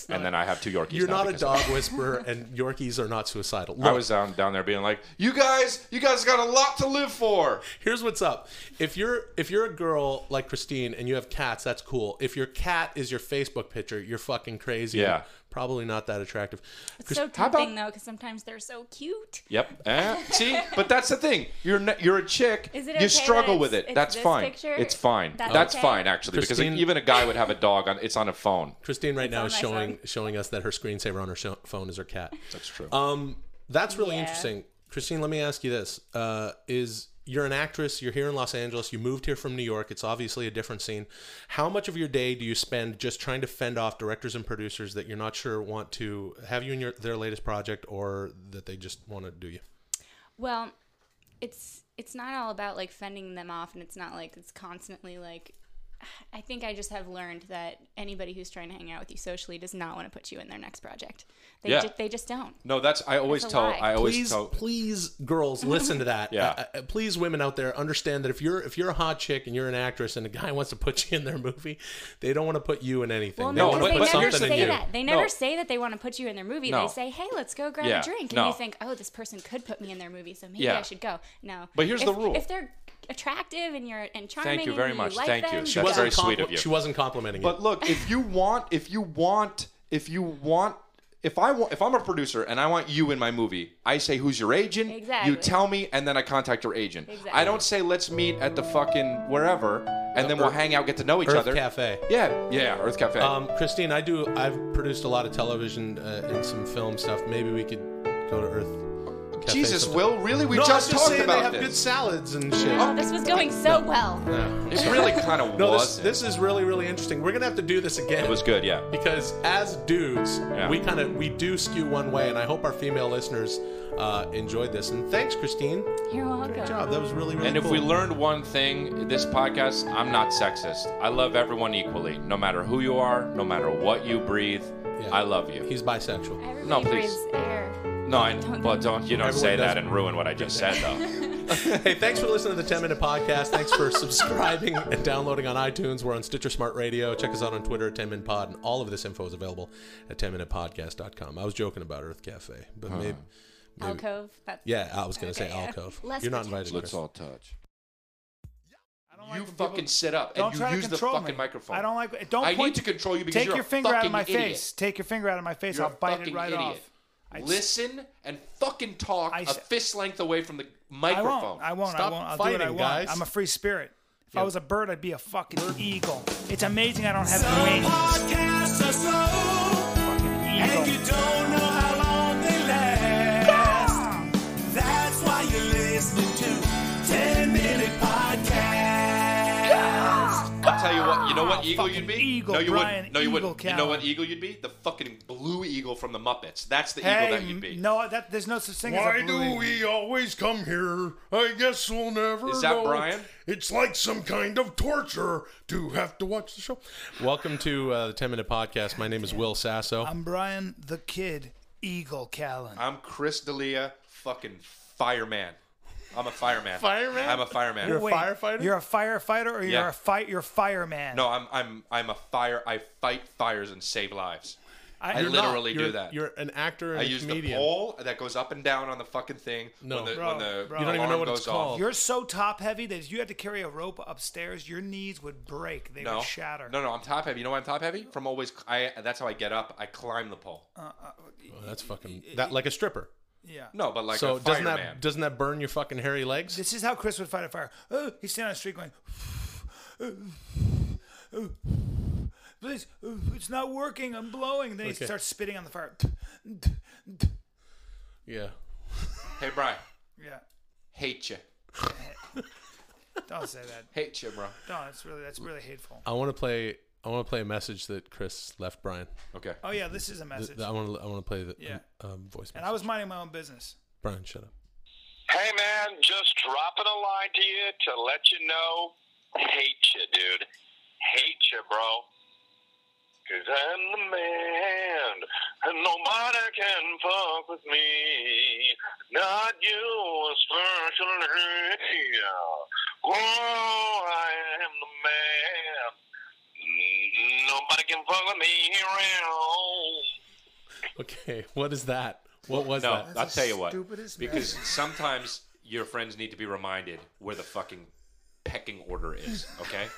Speaker 6: and then I have two Yorkies.
Speaker 2: you're
Speaker 6: now
Speaker 2: not a
Speaker 6: because of
Speaker 2: dog whisperer, and Yorkies are not suicidal.
Speaker 6: I
Speaker 2: Look,
Speaker 6: was down down there being like, "You guys, you guys got a lot to live for."
Speaker 2: here's what's up. If you're if you're a girl like Christine and you have cats, that's cool. If your cat is your Facebook picture, you're fucking crazy.
Speaker 6: Yeah.
Speaker 2: probably not that attractive.
Speaker 7: It's so
Speaker 6: how about-
Speaker 7: tempting though, because sometimes they're so cute.
Speaker 6: Yep. Eh? See, but that's the thing. You're n you're a chick.
Speaker 7: Is it
Speaker 6: you
Speaker 7: okay
Speaker 6: struggle
Speaker 7: that
Speaker 6: with it.
Speaker 7: it's- it's
Speaker 6: that's
Speaker 7: this
Speaker 6: fine.
Speaker 7: picture?
Speaker 6: It's fine. That's,
Speaker 7: That's okay?
Speaker 6: fine actually,
Speaker 2: Christine-
Speaker 6: because even a guy would have a dog on. It's on a phone.
Speaker 2: Christine right now
Speaker 7: on
Speaker 2: is
Speaker 7: my
Speaker 2: showing
Speaker 7: phone.
Speaker 2: showing us that her screensaver on her sho phone is her cat. Um,
Speaker 6: That's true.
Speaker 2: That's really
Speaker 7: Yeah.
Speaker 2: interesting, Christine. Let me ask you this: uh, Is you're an actress? You're here in Los Angeles. You moved here from New York. It's obviously a different scene. How much of your day do you spend just trying to fend off directors and producers that you're not sure want to have you in your, their latest project, or that they just want to do you?
Speaker 7: Well, it's it's not all about like fending them off, and it's not like it's constantly like. I think I just have learned that anybody who's trying to hang out with you socially does not want to put you in their next project. They
Speaker 6: Yeah.
Speaker 7: ju- they just don't.
Speaker 6: no, that's I always
Speaker 7: That's a
Speaker 6: tell.
Speaker 7: lie.
Speaker 6: I always
Speaker 2: Please,
Speaker 6: tell.
Speaker 2: please, girls, listen to that.
Speaker 6: Yeah.
Speaker 2: Uh, uh, please, women out there, understand that if you're if you're a hot chick and you're an actress and a guy wants to put you in their movie, they don't want to put you in anything.
Speaker 7: Well,
Speaker 2: they
Speaker 7: no,
Speaker 2: want
Speaker 6: but-
Speaker 2: to
Speaker 7: because
Speaker 2: put
Speaker 7: they never
Speaker 2: something in
Speaker 7: say
Speaker 2: you.
Speaker 7: that. They never
Speaker 6: No.
Speaker 7: say that they want to put you in their movie.
Speaker 6: No.
Speaker 7: They say, "Hey, let's go grab
Speaker 6: Yeah,
Speaker 7: a drink," and
Speaker 6: no.
Speaker 7: you think, "Oh, this person could put me in their movie, so maybe
Speaker 6: Yeah.
Speaker 7: I should go." No.
Speaker 6: But here's
Speaker 7: If-
Speaker 6: the rule.
Speaker 7: If they're attractive and you're and charming,
Speaker 6: you very
Speaker 7: and
Speaker 6: much.
Speaker 7: Like
Speaker 6: Thank you.
Speaker 7: them,
Speaker 6: She
Speaker 7: go.
Speaker 6: wasn't very sweet
Speaker 2: compli-
Speaker 6: of you.
Speaker 2: She wasn't complimenting you.
Speaker 6: But look, if you want, if you want, if you want, if I want, if I'm a producer and I want you in my movie, I say who's your agent.
Speaker 7: Exactly.
Speaker 6: You tell me, and then I contact your agent. I
Speaker 7: Exactly.
Speaker 6: don't say let's meet at the fucking wherever, and then we'll hang out, get to know each
Speaker 2: Earth
Speaker 6: other.
Speaker 2: Cafe.
Speaker 6: Yeah, yeah, Earth Cafe.
Speaker 2: Um, Christine, I do. I've produced a lot of television uh, and some film stuff. Maybe we could go to Earth. Cafe
Speaker 6: Jesus,
Speaker 2: sometime.
Speaker 6: Will, really? We
Speaker 2: No, I was just
Speaker 6: just, talked
Speaker 2: saying they
Speaker 6: about
Speaker 2: have good
Speaker 6: this.
Speaker 2: salads and shit.
Speaker 7: Oh, this was going so well.
Speaker 6: It really kind of
Speaker 2: no, this,
Speaker 6: was.
Speaker 2: this is really really interesting. We're gonna have to do this again.
Speaker 6: it was good, yeah.
Speaker 2: because as dudes, we kind of we do skew one way, and I hope our female listeners uh, enjoyed this. And thanks, Christine. Good
Speaker 7: You're welcome.
Speaker 2: job. That was really really.
Speaker 6: And if
Speaker 2: cool.
Speaker 6: we learned one thing, this podcast, I'm not sexist. I love everyone equally, no matter who you are, no matter what you breathe.
Speaker 2: Yeah.
Speaker 6: I love you.
Speaker 2: he's bisexual.
Speaker 7: Everybody
Speaker 6: No, please.
Speaker 7: breathes air.
Speaker 6: No, I, well, don't you don't
Speaker 2: Everyone
Speaker 6: say
Speaker 2: does-
Speaker 6: that and ruin what I just said though.
Speaker 2: Hey, thanks for listening to the 10 Minute Podcast. Thanks for subscribing and downloading on iTunes. We're on Stitcher Smart Radio. Check us out on Twitter at 10 Minute Pod. And all of this info is available at 10MinutePodcast.com. I was joking about Earth Cafe, but maybe.
Speaker 7: Alcove. That's
Speaker 2: Yeah, I was going to
Speaker 7: Okay,
Speaker 2: say
Speaker 7: yeah.
Speaker 2: Alcove.
Speaker 7: Let's
Speaker 2: You're not
Speaker 7: pretend.
Speaker 2: invited. Chris.
Speaker 6: all touch.
Speaker 1: don't like
Speaker 6: you
Speaker 1: when people-
Speaker 6: fucking sit up and
Speaker 1: Don't
Speaker 6: you
Speaker 1: try
Speaker 6: use
Speaker 1: to
Speaker 6: the
Speaker 1: control
Speaker 6: fucking
Speaker 1: me.
Speaker 6: microphone.
Speaker 1: I don't like. Don't.
Speaker 6: I
Speaker 1: point,
Speaker 6: need to control you because
Speaker 1: take
Speaker 6: you're
Speaker 1: your
Speaker 6: a
Speaker 1: finger out of
Speaker 6: fucking
Speaker 1: my
Speaker 6: idiot.
Speaker 1: face. Take your finger out of my face.
Speaker 6: You're
Speaker 1: I'll
Speaker 6: a
Speaker 1: bite it
Speaker 6: fucking
Speaker 1: right
Speaker 6: idiot.
Speaker 1: off. I just-
Speaker 6: Listen and fucking talk
Speaker 1: I
Speaker 6: a
Speaker 1: s-
Speaker 6: fist length away from the
Speaker 1: I
Speaker 6: microphone.
Speaker 1: won't. I won't.
Speaker 2: Stop
Speaker 1: I won't. I'll do what I
Speaker 2: fighting,
Speaker 1: want.
Speaker 2: guys.
Speaker 1: I'm a free spirit. If I was a bird, I'd be a fucking eagle. It's amazing I don't have
Speaker 4: Some
Speaker 1: wings.
Speaker 4: podcasts are slow, and you
Speaker 1: Eagle.
Speaker 4: don't know how long they last. That's why you're listening to 10 Minute Podcast.
Speaker 6: I'll tell you what. You know what eagle you'd be?
Speaker 1: Fucking eagle,
Speaker 6: no, you
Speaker 1: Brian
Speaker 6: wouldn't. No, you
Speaker 1: Eagle
Speaker 6: wouldn't. You know what
Speaker 1: Cowan.
Speaker 6: eagle you'd be? The fucking blue eagle from the Muppets. That's the
Speaker 1: Hey,
Speaker 6: eagle that you'd be.
Speaker 1: no, that there's no such thing
Speaker 2: Why
Speaker 1: as a blue
Speaker 2: do
Speaker 1: eagle.
Speaker 2: we always come here? I guess we'll never.
Speaker 6: Is that
Speaker 2: know.
Speaker 6: Brian?
Speaker 2: It's like some kind of torture to have to watch the show. Welcome to uh, the Ten Minute Podcast. My name is Will Sasso.
Speaker 1: I'm Brian the Kid Eagle Callan.
Speaker 6: I'm Chris D'Elia, fucking fireman. I'm a fireman.
Speaker 2: Fireman?
Speaker 6: I'm a fireman.
Speaker 2: You're a firefighter?
Speaker 1: Oh, You're a firefighter, or you're
Speaker 6: Yeah.
Speaker 1: a fight? You're a fireman.
Speaker 6: no, I'm I'm I'm a fire. I fight fires and save lives. I
Speaker 1: You're
Speaker 6: literally
Speaker 2: You're-
Speaker 6: do that.
Speaker 2: You're an actor and
Speaker 6: I
Speaker 2: a
Speaker 6: use the
Speaker 2: comedian.
Speaker 6: pole that goes up and down on the fucking thing.
Speaker 2: No.
Speaker 6: when the,
Speaker 1: Bro,
Speaker 6: when the
Speaker 1: bro.
Speaker 6: alarm
Speaker 1: You don't
Speaker 2: even know what
Speaker 6: goes
Speaker 2: it's called.
Speaker 6: off.
Speaker 1: You're so top heavy that if you had to carry a rope upstairs, your knees would break. They
Speaker 6: no,
Speaker 1: would shatter.
Speaker 6: no, no. I'm top heavy. You know why I'm top heavy? From always. I that's how I get up. I climb the pole.
Speaker 2: Oh, that's fucking that like a stripper.
Speaker 1: Yeah.
Speaker 6: No, but like
Speaker 2: So
Speaker 6: a
Speaker 2: doesn't
Speaker 6: fireman.
Speaker 2: that doesn't that burn your fucking hairy legs?
Speaker 1: This is how Chris would fight a fire. Oh, he's standing on the street going, "Oh, please, oh, it's not working. I'm blowing. Then he
Speaker 2: Okay.
Speaker 1: starts spitting on the fire.
Speaker 2: Yeah.
Speaker 6: hey, Brian.
Speaker 1: Yeah.
Speaker 6: Hate you.
Speaker 1: Don't say that.
Speaker 6: Hate you, bro.
Speaker 1: No, that's really that's really hateful.
Speaker 2: I want to play. I want to play a message that Chris left Brian.
Speaker 6: Okay.
Speaker 1: Oh yeah, this is a
Speaker 2: Th-
Speaker 1: message.
Speaker 2: I want to. I want to play the
Speaker 1: Yeah.
Speaker 2: um, voice.
Speaker 1: And I was minding my own business.
Speaker 2: Brian, shut up.
Speaker 8: Hey man, just dropping a line to you to let you know, hate you, dude, hate you, bro. Cause I'm the man, and nobody can fuck with me. Not you, especially. Oh, I am the man. Nobody can fuck with me around.
Speaker 2: Okay, what is that? What was
Speaker 6: No,
Speaker 2: that?
Speaker 6: I'll tell you what.
Speaker 1: stupidest
Speaker 6: Because sometimes your friends need to be reminded where the fucking pecking order is. Okay.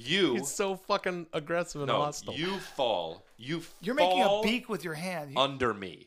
Speaker 6: You
Speaker 2: He's so fucking aggressive and
Speaker 6: no,
Speaker 2: hostile.
Speaker 6: you fall. You
Speaker 1: You're making a
Speaker 6: fall
Speaker 1: beak with your hand. You-
Speaker 6: under me.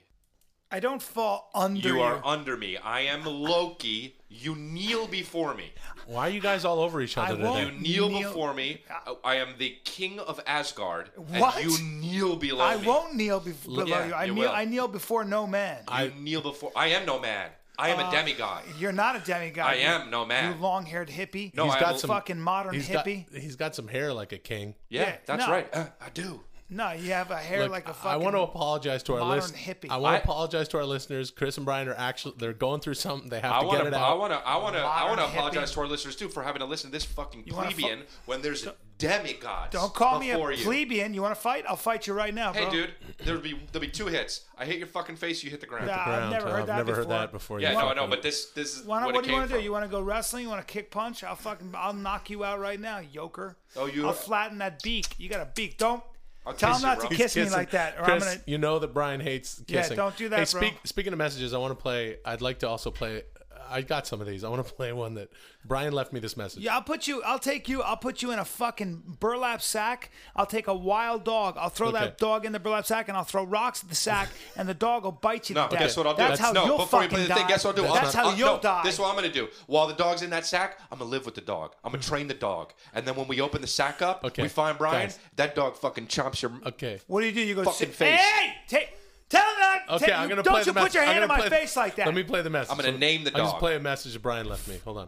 Speaker 1: I don't fall under you.
Speaker 6: You are under me. I am Loki. You kneel before me.
Speaker 2: Why are you guys all over each other
Speaker 1: I won't.
Speaker 6: You
Speaker 2: today?
Speaker 6: kneel,
Speaker 1: Kneel-
Speaker 6: before me. Oh, I am the king of Asgard.
Speaker 1: What?
Speaker 6: And you kneel below
Speaker 1: I
Speaker 6: me.
Speaker 1: won't kneel be- below
Speaker 6: yeah,
Speaker 1: you. I
Speaker 6: you
Speaker 1: kneel.
Speaker 6: will.
Speaker 1: I kneel before no man.
Speaker 6: You kneel before. I am no man. I am
Speaker 1: Uh,
Speaker 6: a demigod.
Speaker 1: You're not a demigod.
Speaker 6: I
Speaker 1: you-
Speaker 6: am no man.
Speaker 1: You long-haired hippie.
Speaker 6: No,
Speaker 1: you
Speaker 6: I
Speaker 2: got
Speaker 6: will-
Speaker 2: some-
Speaker 1: fucking modern
Speaker 2: He's got,
Speaker 1: hippie.
Speaker 2: he's got some hair like a king.
Speaker 6: Yeah,
Speaker 1: yeah,
Speaker 6: that's
Speaker 1: no.
Speaker 6: right. Uh, I do.
Speaker 1: No, you have a hair
Speaker 2: Look,
Speaker 1: like a
Speaker 2: I
Speaker 1: fucking.
Speaker 2: want to apologize to our
Speaker 1: modern
Speaker 2: listeners.
Speaker 1: hippie.
Speaker 2: I want
Speaker 6: I-
Speaker 2: to apologize to our listeners. Chris and Brian are actually they're going through something. They have
Speaker 6: I
Speaker 2: to get
Speaker 6: want
Speaker 2: it
Speaker 6: to. I
Speaker 2: out.
Speaker 6: want to. I want to. I want to
Speaker 1: Modern
Speaker 6: apologize
Speaker 1: hippie.
Speaker 6: to our listeners too for having to listen to this fucking
Speaker 1: wanna fu-
Speaker 6: plebeian when there's demigods.
Speaker 1: Don't call me a
Speaker 6: before you.
Speaker 1: plebeian. You want to fight? I'll fight you right now, bro.
Speaker 6: Hey, dude, there'll be there'll be two hits. I hit your fucking face. You hit the ground.
Speaker 1: Nah, I've
Speaker 2: Ground.
Speaker 1: never heard
Speaker 2: I've
Speaker 1: that
Speaker 2: never
Speaker 1: before.
Speaker 2: heard that before.
Speaker 6: Yeah,
Speaker 2: You
Speaker 6: no, I
Speaker 2: fucking-
Speaker 6: know, but this this is
Speaker 1: Why
Speaker 6: what
Speaker 1: not,
Speaker 6: it
Speaker 1: what do you
Speaker 6: came
Speaker 1: want to do?
Speaker 6: from.
Speaker 1: You want to go wrestling? You want to kick punch? I'll fucking I'll knock you out right now, yoker.
Speaker 6: Oh, you-
Speaker 1: I'll flatten that beak. You got a beak. Don't
Speaker 6: I'll
Speaker 1: tell
Speaker 6: kiss
Speaker 1: him
Speaker 6: you,
Speaker 1: not to
Speaker 6: bro.
Speaker 1: kiss me
Speaker 2: Kissing.
Speaker 1: like that, or
Speaker 2: Chris,
Speaker 1: I'm gonna.
Speaker 2: You know that Brian hates
Speaker 1: Yeah,
Speaker 2: kissing.
Speaker 1: don't do that,
Speaker 2: hey,
Speaker 1: bro.
Speaker 2: Speak, speaking of messages, I want to play. I'd like to also play. I got some of these. I want to play one that Brian left me this message.
Speaker 1: Yeah, I'll put you. I'll take you. I'll put you in a fucking burlap sack. I'll take a wild dog. I'll throw
Speaker 2: Okay.
Speaker 1: that dog in the burlap sack, and I'll throw rocks at the sack, and the dog will bite you.
Speaker 6: No,
Speaker 1: to death.
Speaker 6: guess what I'll do?
Speaker 1: That's, how
Speaker 6: no,
Speaker 1: you'll
Speaker 6: before you
Speaker 1: fucking
Speaker 6: play the
Speaker 1: die.
Speaker 6: thing, guess what I'll do? I'll-
Speaker 1: That's how
Speaker 2: uh,
Speaker 6: I'll-
Speaker 1: you'll
Speaker 6: no,
Speaker 1: die.
Speaker 6: This is what I'm gonna do. While the dog's in that sack, I'm gonna live with the dog. I'm
Speaker 1: Mm-hmm.
Speaker 6: gonna train the dog, and then when we open the sack up,
Speaker 2: Okay,
Speaker 6: we find Brian.
Speaker 2: guys.
Speaker 6: That dog fucking chomps your.
Speaker 2: Okay.
Speaker 1: What do you do? You go
Speaker 6: Fucking
Speaker 1: sit-
Speaker 6: face.
Speaker 1: Hey, take. Tell him that.
Speaker 2: Okay,
Speaker 1: take-
Speaker 2: I'm gonna
Speaker 1: Don't
Speaker 2: play
Speaker 1: you
Speaker 2: the
Speaker 1: put
Speaker 2: message.
Speaker 1: your hand in
Speaker 2: I'm gonna
Speaker 1: my
Speaker 2: play the-
Speaker 1: face like that.
Speaker 2: Let me play the message.
Speaker 6: I'm gonna
Speaker 2: So
Speaker 6: name the
Speaker 2: I'll just
Speaker 6: dog.
Speaker 2: play a message that Brian left me. Hold on.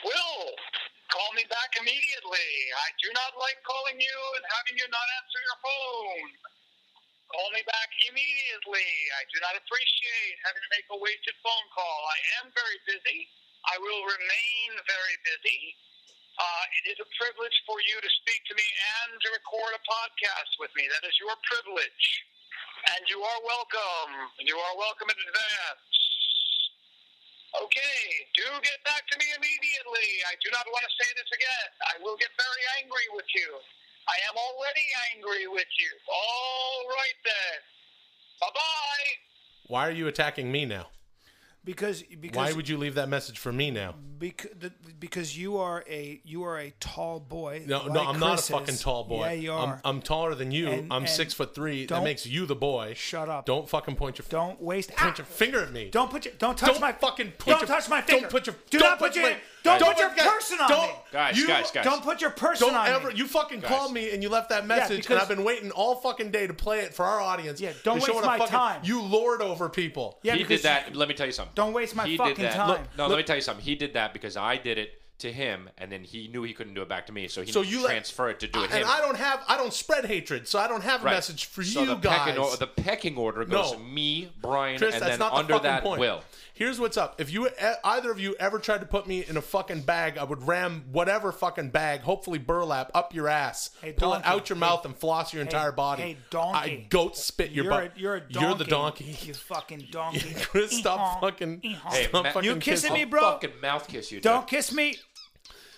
Speaker 8: Will, call me back immediately. I do not like calling you and having you not answer your phone. Call me back immediately. I do not appreciate having to make a wasted phone call. I am very busy. I will remain very busy. Uh, it is a privilege for you to speak to me and to record a podcast with me. That is your privilege. And you are welcome. You are welcome in advance. Okay, do get back to me immediately. I do not want to say this again. I will get very angry with you. I am already angry with you. All right then. Bye bye.
Speaker 2: Why are you attacking me now?
Speaker 1: because because
Speaker 2: Why would you leave that message for me now?
Speaker 1: because, the, because you are a you are a tall boy.
Speaker 2: No,
Speaker 1: like
Speaker 2: no, I'm not a
Speaker 1: Chris
Speaker 2: fucking
Speaker 1: is.
Speaker 2: tall boy.
Speaker 1: Yeah, you are.
Speaker 2: I'm, I'm taller than you.
Speaker 1: And-
Speaker 2: I'm
Speaker 1: and
Speaker 2: six foot three. That
Speaker 1: don't-
Speaker 2: makes you the boy.
Speaker 1: Shut up.
Speaker 2: Don't fucking point your
Speaker 1: don't waste.
Speaker 2: point
Speaker 1: Ah!
Speaker 2: your finger at me.
Speaker 1: Don't put your don't touch
Speaker 2: Don't
Speaker 1: my
Speaker 2: fucking put
Speaker 1: don't
Speaker 2: your-
Speaker 1: touch my
Speaker 2: don't
Speaker 1: finger.
Speaker 2: put your-
Speaker 1: do
Speaker 2: don't
Speaker 1: not put
Speaker 2: put
Speaker 1: your
Speaker 2: my-
Speaker 1: don't,
Speaker 2: Don't
Speaker 1: put your
Speaker 2: put your-
Speaker 1: person on
Speaker 2: don't-
Speaker 1: me.
Speaker 6: Guys,
Speaker 2: You-
Speaker 6: guys, guys.
Speaker 1: Don't put your person
Speaker 2: Don't
Speaker 1: on
Speaker 2: ever.
Speaker 1: me.
Speaker 2: You fucking called me and you left that message, and
Speaker 1: because-
Speaker 2: I've been waiting all fucking day to play it for our audience.
Speaker 1: Yeah, don't
Speaker 2: to show
Speaker 1: waste
Speaker 2: what a
Speaker 1: my
Speaker 2: fucking-
Speaker 1: time.
Speaker 2: You lord over people.
Speaker 1: yeah,
Speaker 6: he
Speaker 1: because
Speaker 6: did that. Let me tell you something.
Speaker 1: Don't waste my
Speaker 6: he
Speaker 1: fucking
Speaker 6: did that.
Speaker 1: time.
Speaker 6: Look, no,
Speaker 2: Look-
Speaker 6: let me tell you something. He did that because I did it to him, and then he knew he couldn't do it back to me, so he
Speaker 2: So you let-
Speaker 6: transfer it to do it
Speaker 2: And
Speaker 6: him.
Speaker 2: I don't have. I don't spread hatred, so I don't have a
Speaker 6: Right.
Speaker 2: message for
Speaker 6: so
Speaker 2: you
Speaker 6: the
Speaker 2: guys.
Speaker 6: Pecking order, the pecking order goes
Speaker 2: No.
Speaker 6: me, Brian,
Speaker 2: Chris,
Speaker 6: and
Speaker 2: that's
Speaker 6: then
Speaker 2: not the
Speaker 6: under
Speaker 2: fucking
Speaker 6: that,
Speaker 2: point.
Speaker 6: Will.
Speaker 2: Here's what's up. If you e- either of you ever tried to put me in a fucking bag, I would ram whatever fucking bag, hopefully burlap, up your ass,
Speaker 1: Hey,
Speaker 2: pull it
Speaker 1: donkey.
Speaker 2: out your
Speaker 1: Hey-
Speaker 2: mouth, and floss your entire body.
Speaker 1: hey, donkey.
Speaker 2: I goat spit your
Speaker 1: you're a,
Speaker 2: butt.
Speaker 1: you're a donkey.
Speaker 2: You're the donkey.
Speaker 1: You fucking donkey.
Speaker 2: Chris, stop
Speaker 1: Ee-haw,
Speaker 2: fucking.
Speaker 1: ee-haw.
Speaker 6: Hey,
Speaker 2: stop
Speaker 6: Matt-
Speaker 2: fucking
Speaker 6: You
Speaker 1: kissing me,
Speaker 6: I'll
Speaker 1: bro.
Speaker 6: Fucking mouth kiss you. dude.
Speaker 1: Don't kiss me.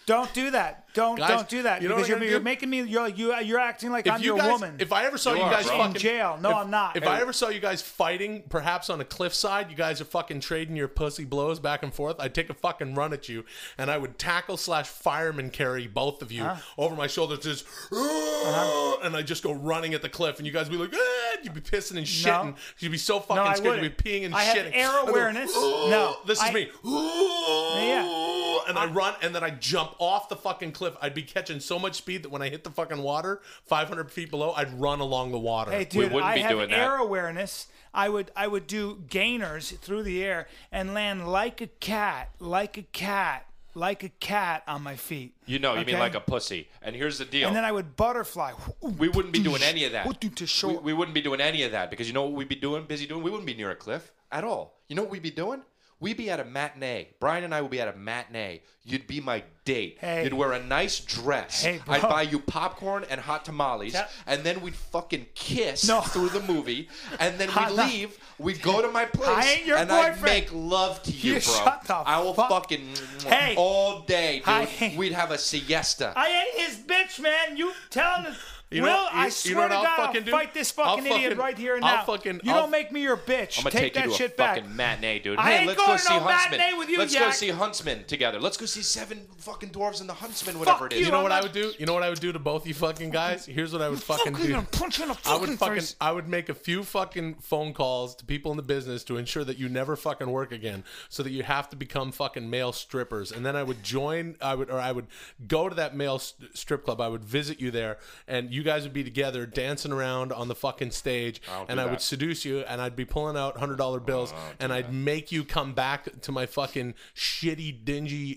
Speaker 1: Don't do that. Don't
Speaker 2: Guys,
Speaker 1: don't do that
Speaker 2: you know
Speaker 1: because
Speaker 2: what I'm
Speaker 1: you're,
Speaker 2: gonna
Speaker 1: you're
Speaker 2: do?
Speaker 1: making me you're you, you're acting like
Speaker 2: If
Speaker 1: I'm
Speaker 2: you
Speaker 1: your
Speaker 2: guys,
Speaker 1: woman.
Speaker 2: if I ever saw you,
Speaker 6: are,
Speaker 2: guys
Speaker 6: bro.
Speaker 2: fucking
Speaker 1: In jail. No,
Speaker 2: if-
Speaker 1: I'm not.
Speaker 2: If I ever saw you guys fighting, perhaps on a cliffside, you guys are fucking trading your pussy blows back and forth. I'd take a fucking run at you, and I would tackle slash fireman carry both of you
Speaker 1: Uh-huh.
Speaker 2: over my shoulder, just and I just go running at the cliff, and you guys would be like, "Ah," you'd be pissing and shitting, you'd be so fucking
Speaker 1: no, I
Speaker 2: scared, you'd
Speaker 1: wouldn't.
Speaker 2: be peeing and
Speaker 1: I have
Speaker 2: shitting.
Speaker 1: air
Speaker 2: I'd go,
Speaker 1: awareness.
Speaker 2: "Ah,"
Speaker 1: No,
Speaker 2: this is
Speaker 1: I-
Speaker 2: me. And I run, and then I jump off the fucking cliff. I'd be catching so much speed that when I hit the fucking water, 500 feet below, I'd run along the water.
Speaker 1: Hey, dude,
Speaker 6: wouldn't
Speaker 1: I
Speaker 6: be
Speaker 1: have
Speaker 6: doing that.
Speaker 1: air awareness. I would I would do gainers through the air and land like a cat, like a cat, like a cat on my feet.
Speaker 6: You know, you mean
Speaker 1: Okay?
Speaker 6: like a pussy. And here's the deal.
Speaker 1: And then I would butterfly.
Speaker 6: we wouldn't be doing any of that.
Speaker 1: What do to
Speaker 6: We,
Speaker 1: show?
Speaker 6: we wouldn't be doing any of that because you know what we'd be doing, busy doing? We wouldn't be near a cliff at all. You know what we'd be doing? We'd be at a matinee. Brian and I would be at a matinee. You'd be my date.
Speaker 1: Hey.
Speaker 6: You'd wear a nice dress.
Speaker 1: Hey, bro.
Speaker 6: I'd buy you popcorn and hot tamales.
Speaker 1: Tell-
Speaker 6: and then we'd fucking kiss
Speaker 1: No.
Speaker 6: through the movie. And then
Speaker 1: Hot
Speaker 6: we'd
Speaker 1: ta-
Speaker 6: leave. We'd go to my place.
Speaker 1: I ain't your
Speaker 6: and
Speaker 1: boyfriend.
Speaker 6: I'd make love to you,
Speaker 1: You
Speaker 6: bro.
Speaker 1: shut the
Speaker 6: I will
Speaker 1: fuck-
Speaker 6: fucking
Speaker 1: Hey.
Speaker 6: all day, dude.
Speaker 1: I ain't-
Speaker 6: We'd have a siesta.
Speaker 1: I ain't his bitch, man. You telling us?
Speaker 2: You know
Speaker 1: Will,
Speaker 2: what- you-
Speaker 1: I
Speaker 2: you
Speaker 1: swear
Speaker 2: know what
Speaker 1: to
Speaker 2: I'll
Speaker 1: God, I'll
Speaker 2: fucking do?
Speaker 1: fight this
Speaker 2: I'll
Speaker 1: fucking, idiot
Speaker 2: fucking-
Speaker 1: right here and
Speaker 2: I'll
Speaker 1: now.
Speaker 2: fucking-
Speaker 1: you
Speaker 2: I'll-
Speaker 1: don't make me your bitch.
Speaker 6: I'm gonna
Speaker 1: take,
Speaker 6: take,
Speaker 1: that
Speaker 6: you to
Speaker 1: shit
Speaker 6: a
Speaker 1: back.
Speaker 6: fucking matinee, dude.
Speaker 1: I
Speaker 6: hey,
Speaker 1: ain't
Speaker 6: let's
Speaker 1: going
Speaker 6: go
Speaker 1: to
Speaker 6: see
Speaker 1: no
Speaker 6: Huntsman.
Speaker 1: matinee with you,
Speaker 6: let's go
Speaker 1: Jack.
Speaker 6: see Huntsman together. Let's go see Seven Fucking Dwarves and the Huntsman, whatever
Speaker 1: Fuck
Speaker 6: it is.
Speaker 2: You know
Speaker 1: I'm
Speaker 2: what I
Speaker 1: not-
Speaker 2: would do? You know what I would do to both you fucking guys? Here's what I would fucking
Speaker 1: Fucking
Speaker 2: do.
Speaker 1: gonna punch you in the
Speaker 2: I
Speaker 1: fucking,
Speaker 2: would fucking
Speaker 1: face.
Speaker 2: I would make a few fucking phone calls to people in the business to ensure that you never fucking work again so that you have to become fucking male strippers and then I would join I would or I would go to that male st- strip club I would visit you there and you guys would be together dancing around on the fucking stage and I would seduce you and I'd be pulling out $100 bills
Speaker 1: Oh,
Speaker 2: and I'd make you come back to my fucking shitty dingy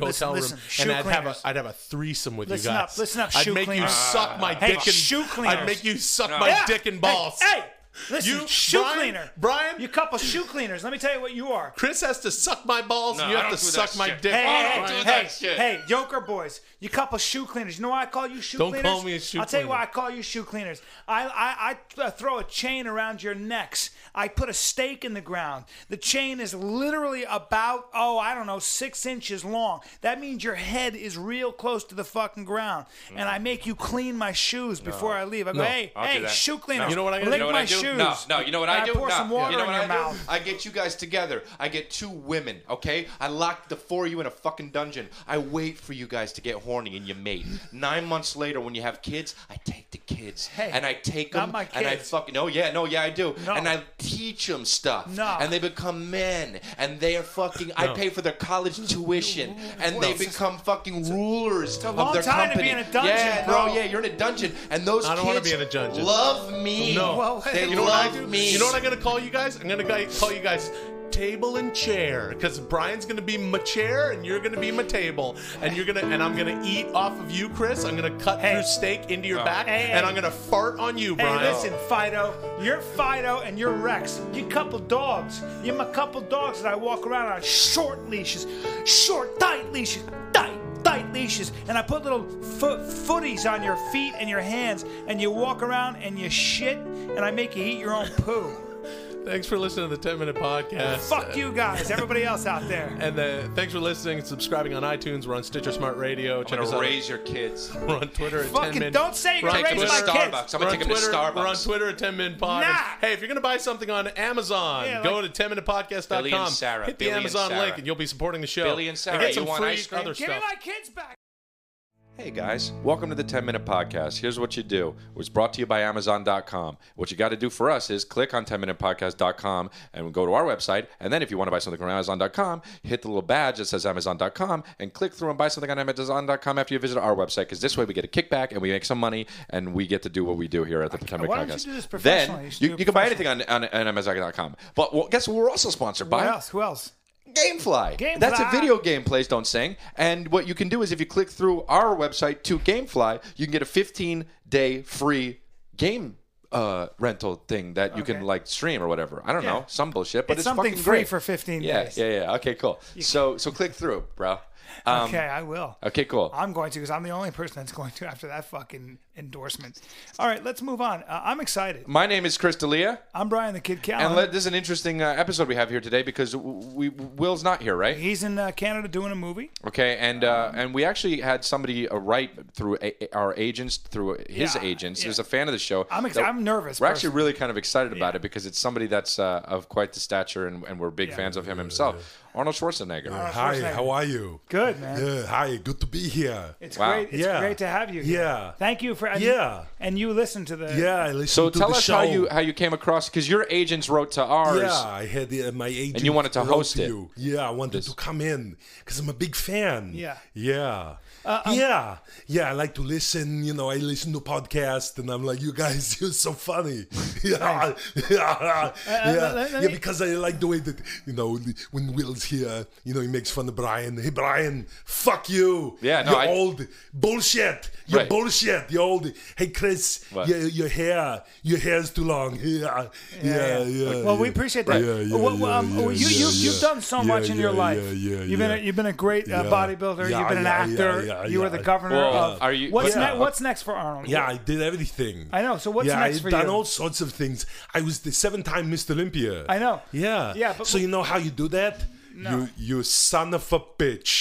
Speaker 1: Oh, Listen, listen,
Speaker 2: hotel
Speaker 1: listen.
Speaker 2: room
Speaker 1: Shoe
Speaker 2: and I'd have a
Speaker 1: cleaners.
Speaker 2: I'd have a threesome with
Speaker 1: Listen
Speaker 2: you
Speaker 1: up,
Speaker 2: guys
Speaker 1: listen up,
Speaker 2: I'd
Speaker 1: shoe
Speaker 2: make
Speaker 1: cleaners.
Speaker 2: you suck my
Speaker 1: Hey,
Speaker 2: dick and
Speaker 1: shoe
Speaker 2: I'd
Speaker 1: cleaners.
Speaker 2: make you suck
Speaker 6: No.
Speaker 2: my
Speaker 1: Yeah.
Speaker 2: dick and
Speaker 1: Hey,
Speaker 2: balls.
Speaker 1: Hey, listen,
Speaker 2: You-
Speaker 1: shoe
Speaker 2: Brian-
Speaker 1: cleaner,
Speaker 2: Brian-
Speaker 1: You couple shoe cleaners. Let me tell you what you are.
Speaker 2: Chris has to suck my balls, and
Speaker 6: No,
Speaker 2: you
Speaker 6: I
Speaker 2: have to
Speaker 6: don't do that
Speaker 2: suck my
Speaker 6: shit.
Speaker 2: dick.
Speaker 1: Hey,
Speaker 6: I
Speaker 1: hey,
Speaker 6: don't
Speaker 1: hey,
Speaker 6: do
Speaker 1: hey,
Speaker 6: that shit.
Speaker 1: hey, Yoker boys, you couple shoe cleaners. You know why I call you shoe
Speaker 2: Don't
Speaker 1: cleaners?
Speaker 2: call me a shoe
Speaker 1: I'll tell you why I
Speaker 2: cleaner.
Speaker 1: call you shoe cleaners. I, I, I uh, throw a chain around your necks. I put a stake in the ground. The chain is literally about, oh, I don't know, six inches long. That means your head is real close to the fucking ground. And I make you clean my shoes before I leave. I go, hey,
Speaker 6: I'll do
Speaker 1: hey,
Speaker 6: that.
Speaker 1: shoe cleaners.
Speaker 2: You know what I-
Speaker 1: lick
Speaker 2: you know
Speaker 6: what
Speaker 1: my
Speaker 6: I do?
Speaker 1: shoes.
Speaker 6: No, no, you know what
Speaker 1: And
Speaker 6: I do?
Speaker 1: I pour
Speaker 6: No.
Speaker 1: some water
Speaker 6: you know
Speaker 1: in
Speaker 6: what
Speaker 1: your
Speaker 6: I do?
Speaker 1: mouth.
Speaker 6: I get you guys together. I get two women, okay? I lock the four of you in a fucking dungeon. I wait for you guys to get horny and you mate. Nine months later, when you have kids, I take the kids
Speaker 1: Hey,
Speaker 6: and I take
Speaker 1: not
Speaker 6: them
Speaker 1: my
Speaker 6: and I
Speaker 1: kids.
Speaker 6: fucking no, yeah, no, yeah, I do,
Speaker 1: No.
Speaker 6: and I teach them stuff,
Speaker 1: No.
Speaker 6: and they become men, and they are fucking. I pay for their college tuition, and they become fucking rulers of
Speaker 1: long
Speaker 6: their
Speaker 1: time to
Speaker 6: company.
Speaker 1: be in a dungeon,
Speaker 6: yeah, bro.
Speaker 1: bro.
Speaker 6: yeah, you're in a dungeon, and those
Speaker 2: I don't wanna
Speaker 6: kids
Speaker 2: be in a dungeon.
Speaker 6: love me.
Speaker 2: No.
Speaker 1: Well,
Speaker 6: they
Speaker 1: you
Speaker 2: You know what I
Speaker 6: love
Speaker 2: do?
Speaker 6: me.
Speaker 2: You know what I'm gonna call you guys? I'm gonna guy- call you guys table and chair because Brian's gonna be my chair and you're gonna be my table and you're gonna and I'm gonna eat off of you, Chris. I'm gonna cut
Speaker 1: Hey.
Speaker 2: through steak into
Speaker 6: Oh.
Speaker 2: your back
Speaker 1: Hey, hey.
Speaker 2: and I'm gonna fart on you,
Speaker 1: Hey,
Speaker 2: Brian.
Speaker 1: listen, Fido, you're Fido and you're Rex. You couple dogs. You're my couple dogs that I walk around on short leashes, short, tight leashes, tight, tight leashes. And I put little fo- footies on your feet and your hands, and you walk around and you shit, and I make you eat your own poo.
Speaker 2: Thanks for listening to the 10 Minute Podcast.
Speaker 1: Fuck you guys, everybody else out there.
Speaker 2: And uh, thanks for listening and subscribing on iTunes. We're on Stitcher Smart Radio. Check
Speaker 6: I'm
Speaker 2: us
Speaker 6: gonna
Speaker 2: out.
Speaker 6: raise your kids.
Speaker 2: We're on Twitter at 10
Speaker 1: Fucking
Speaker 2: Min.
Speaker 1: don't say you're
Speaker 2: We're on
Speaker 1: gonna raise
Speaker 6: Take them
Speaker 1: my
Speaker 6: to
Speaker 1: kids.
Speaker 6: Starbucks. I'm
Speaker 2: We're
Speaker 6: gonna
Speaker 2: on,
Speaker 6: take them to
Speaker 2: Twitter,
Speaker 6: Starbucks.
Speaker 2: we're on Twitter at 10 Min Pod.
Speaker 1: Nah.
Speaker 2: Hey, if you're going to buy something on Amazon,
Speaker 1: Yeah,
Speaker 2: go to
Speaker 1: like-
Speaker 2: 10minutepodcast.com.
Speaker 6: Billy and Sarah,
Speaker 2: hit the
Speaker 6: Billy and
Speaker 2: Amazon
Speaker 6: Sarah.
Speaker 2: link and you'll be supporting the show.
Speaker 6: Billy and Sarah,
Speaker 2: And get
Speaker 6: you
Speaker 2: some
Speaker 6: want
Speaker 2: free
Speaker 6: ice cream?
Speaker 2: other
Speaker 1: Give me
Speaker 2: stuff.
Speaker 1: my kids back.
Speaker 6: Hey guys, welcome to the 10 Minute Podcast. Here's what you do. It was brought to you by Amazon.com. What you got to do for us is click on 10minutepodcast.com and go to our website. And then if you want to buy something from Amazon.com, hit the little badge that says Amazon.com and click through and buy something on Amazon.com after you visit our website because this way we get a kickback and we make some money and we get to do what we do here at the 10 Minute
Speaker 1: why don't you
Speaker 6: Podcast.
Speaker 1: do this professionally?
Speaker 6: then
Speaker 1: You should do
Speaker 6: you,
Speaker 1: it
Speaker 6: you can buy anything on, on, on Amazon.com. But well, guess what? We're also sponsored by
Speaker 1: Who else? Who else?
Speaker 6: Gamefly.
Speaker 1: Gamefly.
Speaker 6: That's a video game Plays Don't Sing. And what you can do is if you click through our website to Gamefly, you can get a 15 day free game uh, rental thing that you
Speaker 1: Okay.
Speaker 6: can like stream or whatever. I don't
Speaker 1: Yeah.
Speaker 6: know, some bullshit,
Speaker 1: It's
Speaker 6: but it's,
Speaker 1: something
Speaker 6: fucking
Speaker 1: free
Speaker 6: great.
Speaker 1: for 15
Speaker 6: yeah,
Speaker 1: days.
Speaker 6: Yeah, yeah, okay, cool. So so click through, bro. Um,
Speaker 1: okay, I will.
Speaker 6: Okay, cool.
Speaker 1: I'm going to because I'm the only person that's going to after that fucking endorsement. All right, let's move on. Uh, I'm excited.
Speaker 6: My name is Chris D'Elia,
Speaker 1: I'm Brian the Kid Callan.
Speaker 6: and let, this is an interesting uh, episode we have here today because we, Will's not here, right?
Speaker 1: He's in uh, Canada doing a movie.
Speaker 6: Okay, and uh,
Speaker 1: Um,
Speaker 6: and we actually had somebody uh, write through a- a- our agents, through his
Speaker 1: Yeah,
Speaker 6: agents,
Speaker 1: yeah.
Speaker 6: who's a fan of the show.
Speaker 1: I'm ex-
Speaker 6: that-
Speaker 1: I'm nervous
Speaker 6: We're actually
Speaker 1: personally.
Speaker 6: really kind of excited about it because it's somebody that's uh, of quite the stature, and, and we're big fans of him himself, Arnold Schwarzenegger.
Speaker 4: Hi,
Speaker 1: Schwarzenegger.
Speaker 4: how are you?
Speaker 1: Good, man.
Speaker 4: Yeah, hi, good to be here.
Speaker 1: It's
Speaker 6: Wow.
Speaker 1: great. It's
Speaker 4: Yeah.
Speaker 1: great to have you. here.
Speaker 4: Yeah.
Speaker 1: Thank you for and,
Speaker 4: Yeah.
Speaker 1: And you listen to the
Speaker 4: Yeah, I listened
Speaker 6: so
Speaker 4: to
Speaker 6: tell
Speaker 4: the
Speaker 6: us
Speaker 4: show.
Speaker 6: how you how you came across because your agents wrote to ours.
Speaker 4: Yeah, I had uh, my agent.
Speaker 6: you wanted to
Speaker 4: wrote
Speaker 6: host it.
Speaker 4: you. Yeah, I wanted to come in because I'm a big fan.
Speaker 1: Yeah. Uh, um,
Speaker 4: yeah, yeah, yeah. I like to listen. You know, I listen to podcasts, and I'm like, you guys, you're so funny. yeah, yeah,
Speaker 1: Uh, let- let- let
Speaker 4: yeah.
Speaker 1: me-
Speaker 4: Because I like the way that you know when Will's here, you know, he makes fun of Brian. Hey, Brian, fuck you.
Speaker 6: Yeah, no,
Speaker 4: you're
Speaker 6: I-
Speaker 4: old bullshit. You're
Speaker 6: Right.
Speaker 4: bullshit. You're old. Hey, Chris,
Speaker 6: What?
Speaker 4: your, your hair, your hair's too long. Yeah, yeah, yeah.
Speaker 1: Well, we
Speaker 4: yeah.
Speaker 1: appreciate that.
Speaker 4: Yeah, yeah,
Speaker 1: Well, well, um,
Speaker 4: yeah,
Speaker 1: you,
Speaker 4: yeah,
Speaker 1: you,
Speaker 4: yeah.
Speaker 1: you've done so
Speaker 4: Yeah,
Speaker 1: much in your
Speaker 4: yeah,
Speaker 1: life.
Speaker 4: yeah, yeah,
Speaker 1: you've been a,
Speaker 4: yeah.
Speaker 1: you've been a great uh,
Speaker 4: Yeah.
Speaker 1: bodybuilder.
Speaker 4: Yeah,
Speaker 1: you've been an
Speaker 4: yeah,
Speaker 1: actor.
Speaker 4: yeah, yeah,
Speaker 1: you were the
Speaker 4: yeah.
Speaker 1: governor.
Speaker 6: Well,
Speaker 1: of,
Speaker 6: are you-
Speaker 1: What's,
Speaker 6: but-
Speaker 1: ne- what's next for Arnold?
Speaker 4: Yeah, I did everything.
Speaker 1: I know. So what's
Speaker 4: yeah,
Speaker 1: next
Speaker 4: I've
Speaker 1: for
Speaker 4: done
Speaker 1: you?
Speaker 4: all sorts of things. I was the seven-time Mr. Olympia.
Speaker 1: I know.
Speaker 4: Yeah.
Speaker 1: Yeah, but-
Speaker 4: so you know how you do that? You you son of a bitch.